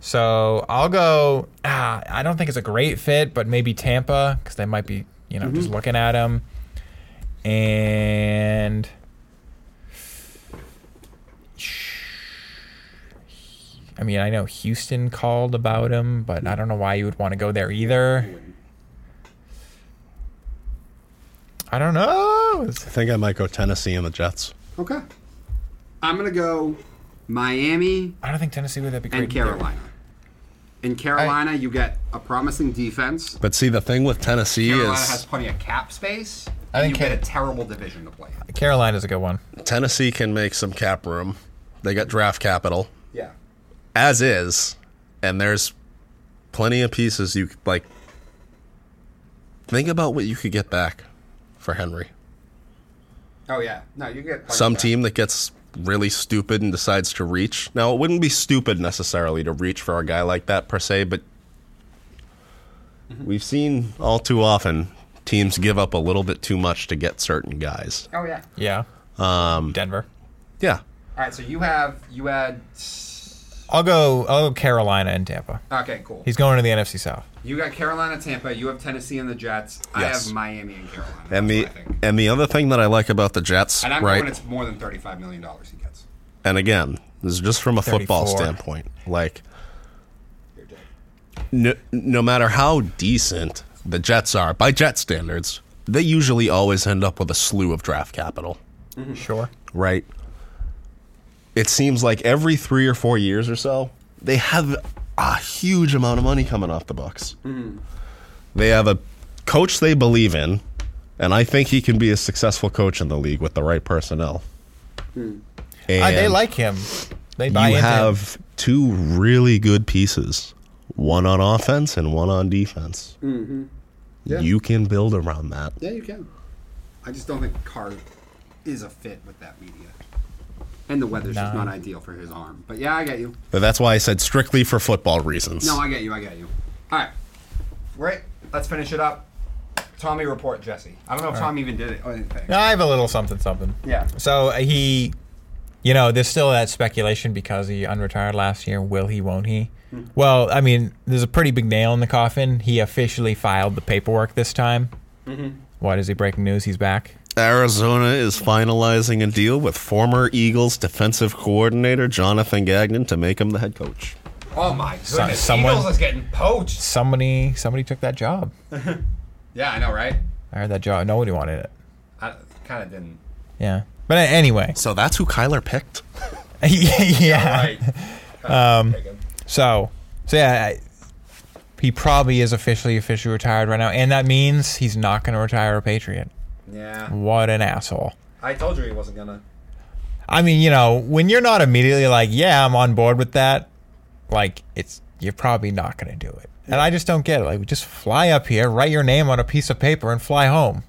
S3: So I'll go. Ah, I don't think it's a great fit, but maybe Tampa because they might be, you know, just looking at him. And I mean, I know Houston called about him, but I don't know why you would want to go there either. I don't know. It's-
S2: I think I might go Tennessee and the Jets.
S1: Okay. I'm gonna go Miami
S3: I don't think Tennessee would that be great.
S1: and
S3: either.
S1: Carolina. In Carolina, you get a promising defense.
S2: But see, the thing with Tennessee
S1: Carolina
S2: is
S1: has plenty of cap space.
S4: I
S1: and
S4: think
S1: you get a
S4: Car-
S1: terrible division to play. in.
S3: Carolina's a good one.
S2: Tennessee can make some cap room. They got draft capital
S1: Yeah.
S2: as is, and there's plenty of pieces you could, like. Think about what you could get back for Henry.
S1: Oh yeah. No, you get plenty
S2: Some
S1: of that.
S2: team that gets really stupid and decides to reach. Now, it wouldn't be stupid necessarily to reach for a guy like that per se, but
S1: Mm-hmm.
S2: we've seen all too often teams give up a little bit too much to get certain guys.
S1: Oh yeah.
S3: Yeah. Um, Denver.
S2: Yeah.
S1: All right. So you have you had. s-
S3: I'll go. I'll go Carolina and Tampa.
S1: Okay, cool.
S3: He's going to the NFC South.
S1: You got Carolina, Tampa. You have Tennessee and the Jets. I
S2: Yes.
S1: have Miami and Carolina. that's
S2: And the
S1: what I think.
S2: and the other thing that I like about the Jets,
S1: and I'm
S2: right?
S1: going. It's more than thirty-five million dollars he gets.
S2: and again, this is just from a football
S3: 34.
S2: standpoint. Like
S1: You're dead.
S2: no, no matter how decent the Jets are by Jet standards, they usually always end up with a slew of draft capital,
S3: Sure.
S2: right? It seems like every three or four years or so, they have a huge amount of money coming off the books. They have a coach they believe in, and I think he can be a successful coach in the league with the right personnel.
S3: Uh, they
S2: And-
S3: like him. They buy
S2: you
S3: into him.
S2: have two really good pieces, one on offense and one on defense. Mm-hmm.
S1: Yeah.
S2: You can build around that.
S1: Yeah, you can. I just don't think Carr is a fit with that media, and the weather's just
S3: No.
S1: not ideal for his arm. But yeah, I get you.
S2: But that's why I said strictly for football reasons.
S1: No, I get you. I get you. All right, right. Let's finish it up. Tommy report Jesse. I don't know if Tom even did it or anything.
S3: No, I have a little something, something.
S1: Yeah.
S3: So uh, he, you know, there's still that speculation because he unretired last year. Will he? Won't he? Well, I mean, there's a pretty big nail in the coffin. He officially filed the paperwork this time. What is he breaking news? He's back.
S2: Arizona is finalizing a deal with former Eagles defensive coordinator Jonathan Gagnon to make him the head coach.
S1: Oh my goodness!
S3: someone-
S1: Eagles is getting poached.
S3: Somebody, somebody took that job.
S1: Yeah, I know, right?
S3: I heard that job. Nobody wanted it.
S1: I kind of didn't.
S3: Yeah. But a- anyway,
S2: So that's who Kyler picked.
S3: yeah.
S1: Right. um.
S3: So, so yeah, I, he probably is officially officially retired right now, and that means he's not going to retire a Patriot.
S1: Yeah.
S3: What an asshole!
S1: I told you he wasn't gonna.
S3: I mean, you know, when you're not immediately like, "Yeah, I'm on board with that," like it's you're probably not going to do it. And I just don't get it. Like, just fly up here, write your name on a piece of paper, and fly home.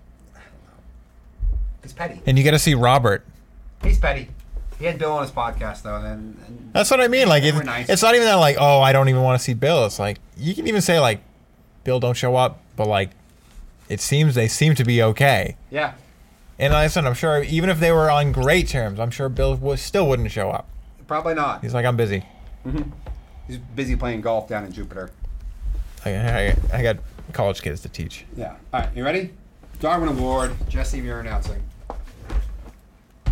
S1: He's petty.
S3: And you get to see Robert.
S1: He's petty. He had Bill on his podcast though, and, and
S3: That's what I mean. Like, it,
S1: We're nice.
S3: it's not even that like, "Oh, I don't even want to see Bill." It's like you can even say like, "Bill, don't show up," but like, it seems they seem to be okay.
S1: yeah.
S3: And listen, I'm sure even if they were on great terms, I'm sure Bill w- still wouldn't show up.
S1: Probably not.
S3: He's like, I'm busy.
S1: He's busy playing golf down in Jupiter.
S3: I, I, I got college kids to teach.
S1: Yeah. All right. You ready? Darwin Award. Jesse, you're announcing.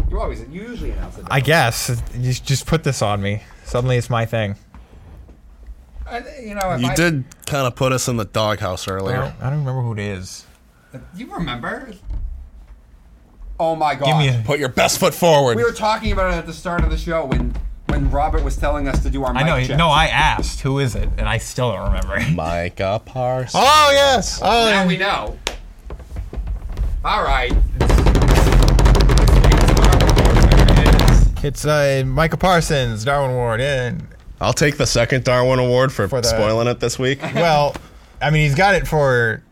S1: You always, you usually announce it.
S3: I guess you s- just put this on me. Suddenly, it's my thing.
S1: I, thi- you know, if
S2: You
S1: I,
S2: did kind of put us in the doghouse
S3: I
S2: earlier.
S3: don't, I don't remember who it is.
S1: You remember? Oh my God.
S3: Give me a.
S2: Put your best foot forward.
S1: we were talking about it at the start of the show when when Robert was telling us to do our mic
S4: I know.
S1: check.
S4: No, I asked. Who is it? And I still don't remember.
S2: Micah Parsons.
S3: Oh yes. Oh,
S1: Now
S3: yeah.
S1: we know. All right.
S3: it's uh, Micah Parsons, Darwin Ward, and
S2: I'll take the second Darwin Award for,
S3: the-
S2: spoiling it this week.
S3: well, I mean, he's got it for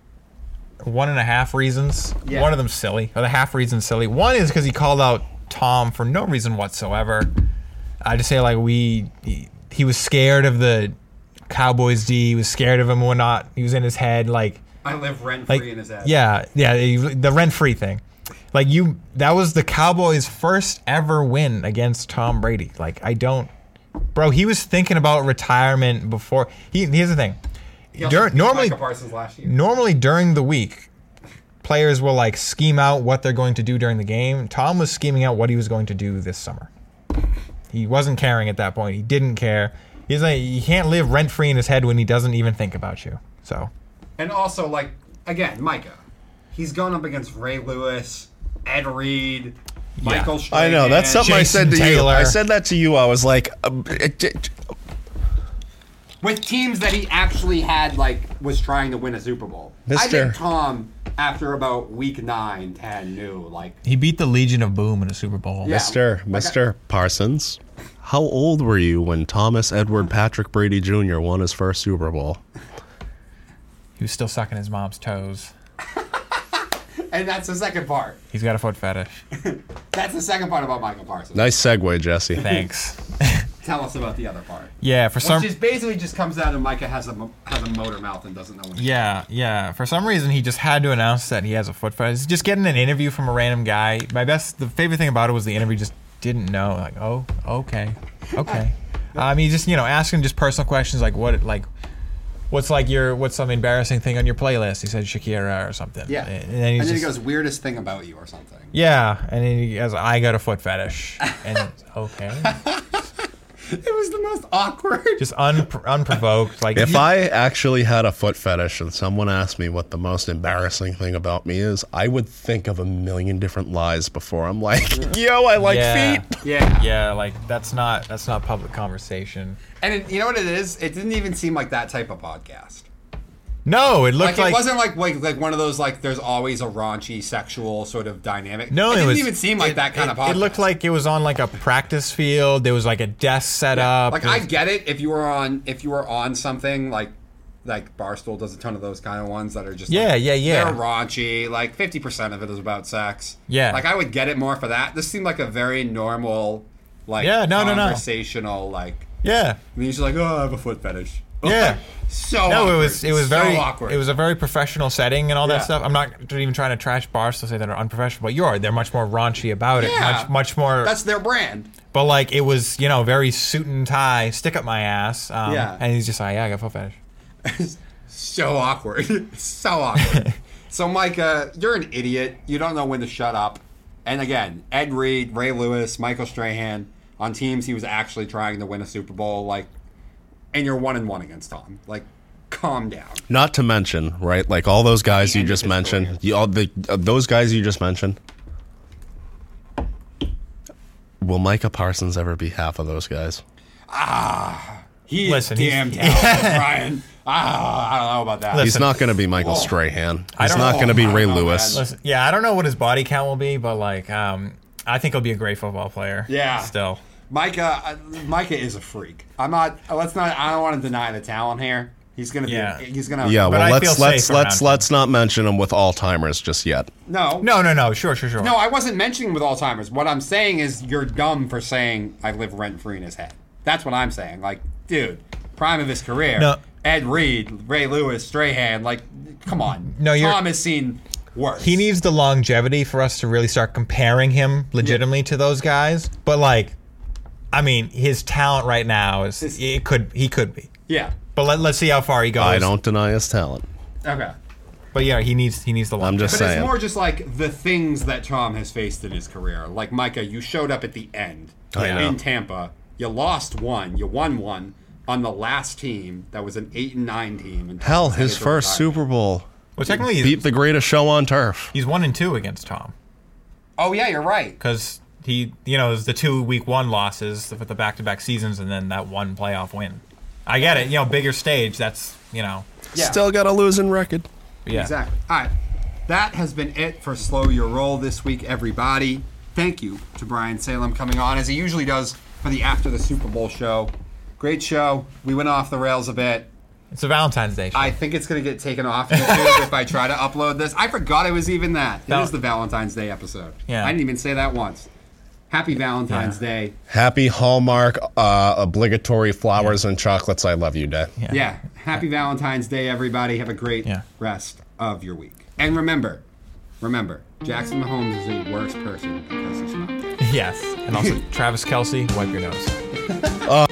S3: one and a half reasons.
S1: Yeah.
S3: One of them's silly, or the half reason silly. One is because he called out Tom for no reason whatsoever. I just say like we, he, he was scared of the Cowboys D. He was scared of him or not. He was in his head like
S1: I live rent free
S3: like
S1: in his ass.
S3: yeah, yeah, you- the rent free thing. Like you, that was the Cowboys' first ever win against Tom Brady. Like I don't, bro. He was thinking about retirement before. He here's the thing.
S1: He also
S3: Dur-
S1: beat
S3: normally,
S1: Micah Parsons last year.
S3: normally during the week, players will like scheme out what they're going to do during the game. Tom was scheming out what he was going to do this summer. He wasn't caring at that point. He didn't care. He's like, you can't live rent free in his head when he doesn't even think about you. So
S1: And also, like, again, Micah. He's gone up against Ray Lewis, Ed Reed, Michael
S2: I know. That's
S1: Strahan.
S2: something I
S3: Jason
S2: said to
S3: Taylor.
S2: you. I said that to you. I was like, um, it- it-
S1: with teams that he actually had like was trying to win a Super Bowl. I
S2: Mister-
S1: think Tom after about week nine, ten knew like
S3: he beat the Legion of Boom in a Super Bowl.
S1: Yeah.
S2: Mr.
S1: Like I-
S2: Mr. Parsons, how old were you when Thomas Edward Patrick Brady Jr. won his first Super Bowl?
S3: He was still sucking his mom's toes.
S1: and that's the second part.
S3: He's got a foot fetish.
S1: That's the second part about Michael Parsons.
S2: Nice segue, Jesse.
S3: Thanks.
S1: Tell us about the other part.
S3: yeah, for some
S1: Which is basically just comes down to Micah has a mo- has a motor mouth and doesn't know what
S3: yeah, yeah. For some reason, he just had to announce that he has a foot fetish. Just getting an interview from a random guy. My best, the favorite thing about it was the interview just didn't know. Like, oh, okay, okay. I mean, just you know, asking just personal questions like what, like, what's like your, what's some embarrassing thing on your playlist? He said Shakira or something.
S1: Yeah.
S3: and then, he's
S1: he
S3: just-
S1: goes weirdest thing about you or something.
S3: Yeah, and then he goes, I got a foot fetish. And it's, okay,
S1: It was the most awkward.
S3: just unpro unprovoked. Like
S2: If I actually had a foot fetish and someone asked me what the most embarrassing thing about me is, I would think of a million different lies before I'm like, yo, I like
S3: Yeah.
S2: feet.
S1: Yeah.
S3: Yeah, like that's not that's not public conversation.
S1: And it, you know what it is? It didn't even seem like that type of podcast.
S3: No, it
S1: Like,
S3: looked like,
S1: it wasn't like, like like one of those like there's always a raunchy sexual sort of dynamic.
S3: no,
S1: it,
S3: it,
S1: didn't
S3: was,
S1: even seem like
S3: it-
S1: that kind
S3: it-
S1: of podcast.
S3: It looked like it was on like a practice field. There was like a desk set up.
S1: like I get it if you were on if you were on something like like Barstool does a ton of those kind of ones that are just like,
S3: Yeah, yeah, yeah.
S1: they're raunchy. Like fifty percent of it is about sex.
S3: Yeah.
S1: like I would get it more for that. This seemed like a very normal like
S3: Yeah, no, no, no.
S1: conversational like.
S3: yeah,
S1: And he's like, oh, I have a foot fetish.
S3: yeah.
S1: so
S3: No,
S1: awkward.
S3: it was it was very
S1: so awkward.
S3: It was a very professional setting and all that
S1: Yeah.
S3: stuff. I'm not even trying to trash bars to say that are unprofessional, but you are. They're much more raunchy about it.
S1: Yeah.
S3: Much much more.
S1: that's their brand.
S3: but like it was you know very suit and tie, stick up my ass. Um,
S1: Yeah.
S3: And he's just like, yeah, I got foot fetish.
S1: so awkward. so awkward. so, Micah, you're an idiot. You don't know when to shut up. And again, Ed Reed, Ray Lewis, Michael Strahan on teams he was actually trying to win a Super Bowl. Like, and you're one and one against Tom. Like, calm down.
S2: Not to mention, right? Like all those guys
S1: The
S2: you
S1: end of
S2: just
S1: his
S2: mentioned,
S1: career.
S2: you, all the, uh, those guys you just mentioned. Will Micah Parsons ever be half of those guys?
S1: He
S3: Listen,
S1: is
S3: he's-
S1: damn talented, Brian. Ah, I don't know about that.
S3: Listen.
S2: He's not going to be Michael
S1: Whoa.
S2: Strahan.
S1: I
S2: He's
S1: don't
S2: not
S1: know.
S2: going to be
S1: I
S2: Ray
S1: don't know,
S2: Lewis.
S1: man.
S3: Listen, yeah, I don't know what his body count will be, but like, um, I think he'll be a great football player.
S1: Yeah.
S3: Still.
S1: Micah, uh, Micah is a freak. I'm not. Let's not. I don't want to deny the talent here. He's gonna
S3: Yeah.
S1: be. He's gonna.
S2: Yeah, well,
S3: I feel
S2: let's
S3: safe
S2: let's
S3: around
S2: let's
S3: him.
S2: let's not mention him with Alzheimer's just yet.
S1: No.
S3: No, no, no. Sure, sure, sure.
S1: No, I wasn't mentioning with Alzheimer's. What I'm saying is you're dumb for saying I live rent free in his head. That's what I'm saying. Like, dude, prime of his career.
S3: No.
S1: Ed Reed, Ray Lewis, Strahan, like, come on.
S3: No, you're-
S1: Tom has seen worse.
S3: he needs the longevity for us to really start comparing him legitimately to those guys. But like, I mean, his talent right now is it could he could be.
S1: Yeah.
S3: But let, let's see how far he goes.
S2: I don't deny his talent.
S1: Okay.
S3: But yeah, he needs he needs the
S2: I'm
S3: longevity.
S2: just
S1: But
S2: saying.
S1: it's more just like the things that Tom has faced in his career. Like Micah, you showed up at the end
S2: I know.
S1: in Tampa. You lost one. You won one on the last team that was an eight and nine team. And Tom
S2: Hell,
S1: decided
S2: his
S1: to
S2: first
S1: retire.
S2: Super Bowl
S3: Well, technically,
S2: beat
S3: he's,
S2: the greatest show on turf.
S3: he's one and two against Tom
S1: Oh yeah, you're right.
S3: because He, you know, there's the two week one losses with the back to back seasons, and then that one playoff win. I get it. You know, bigger stage. That's you know,
S1: Yeah.
S2: Still got a losing record.
S3: yeah.
S1: Exactly. All right. That has been it for Slow Your Roll this week, everybody. Thank you to Brian Salem coming on, as he usually does for the After the Super Bowl show. Great show. We went off the rails a bit.
S3: It's a Valentine's Day. Show.
S1: I think it's going to get taken off YouTube if I try to upload this. I forgot it was even that. It
S3: Val-
S1: is the Valentine's Day episode.
S3: Yeah.
S1: I didn't even say that once. Happy Valentine's Day.
S2: Happy Hallmark uh, obligatory flowers and chocolates. I love you day.
S1: Yeah. Happy Valentine's Day, everybody. Have a great
S3: Yeah.
S1: rest of your week. And remember, remember, Jackson Mahomes is the worst person because he's not.
S3: Yes. And also Travis Kelsey, wipe your nose.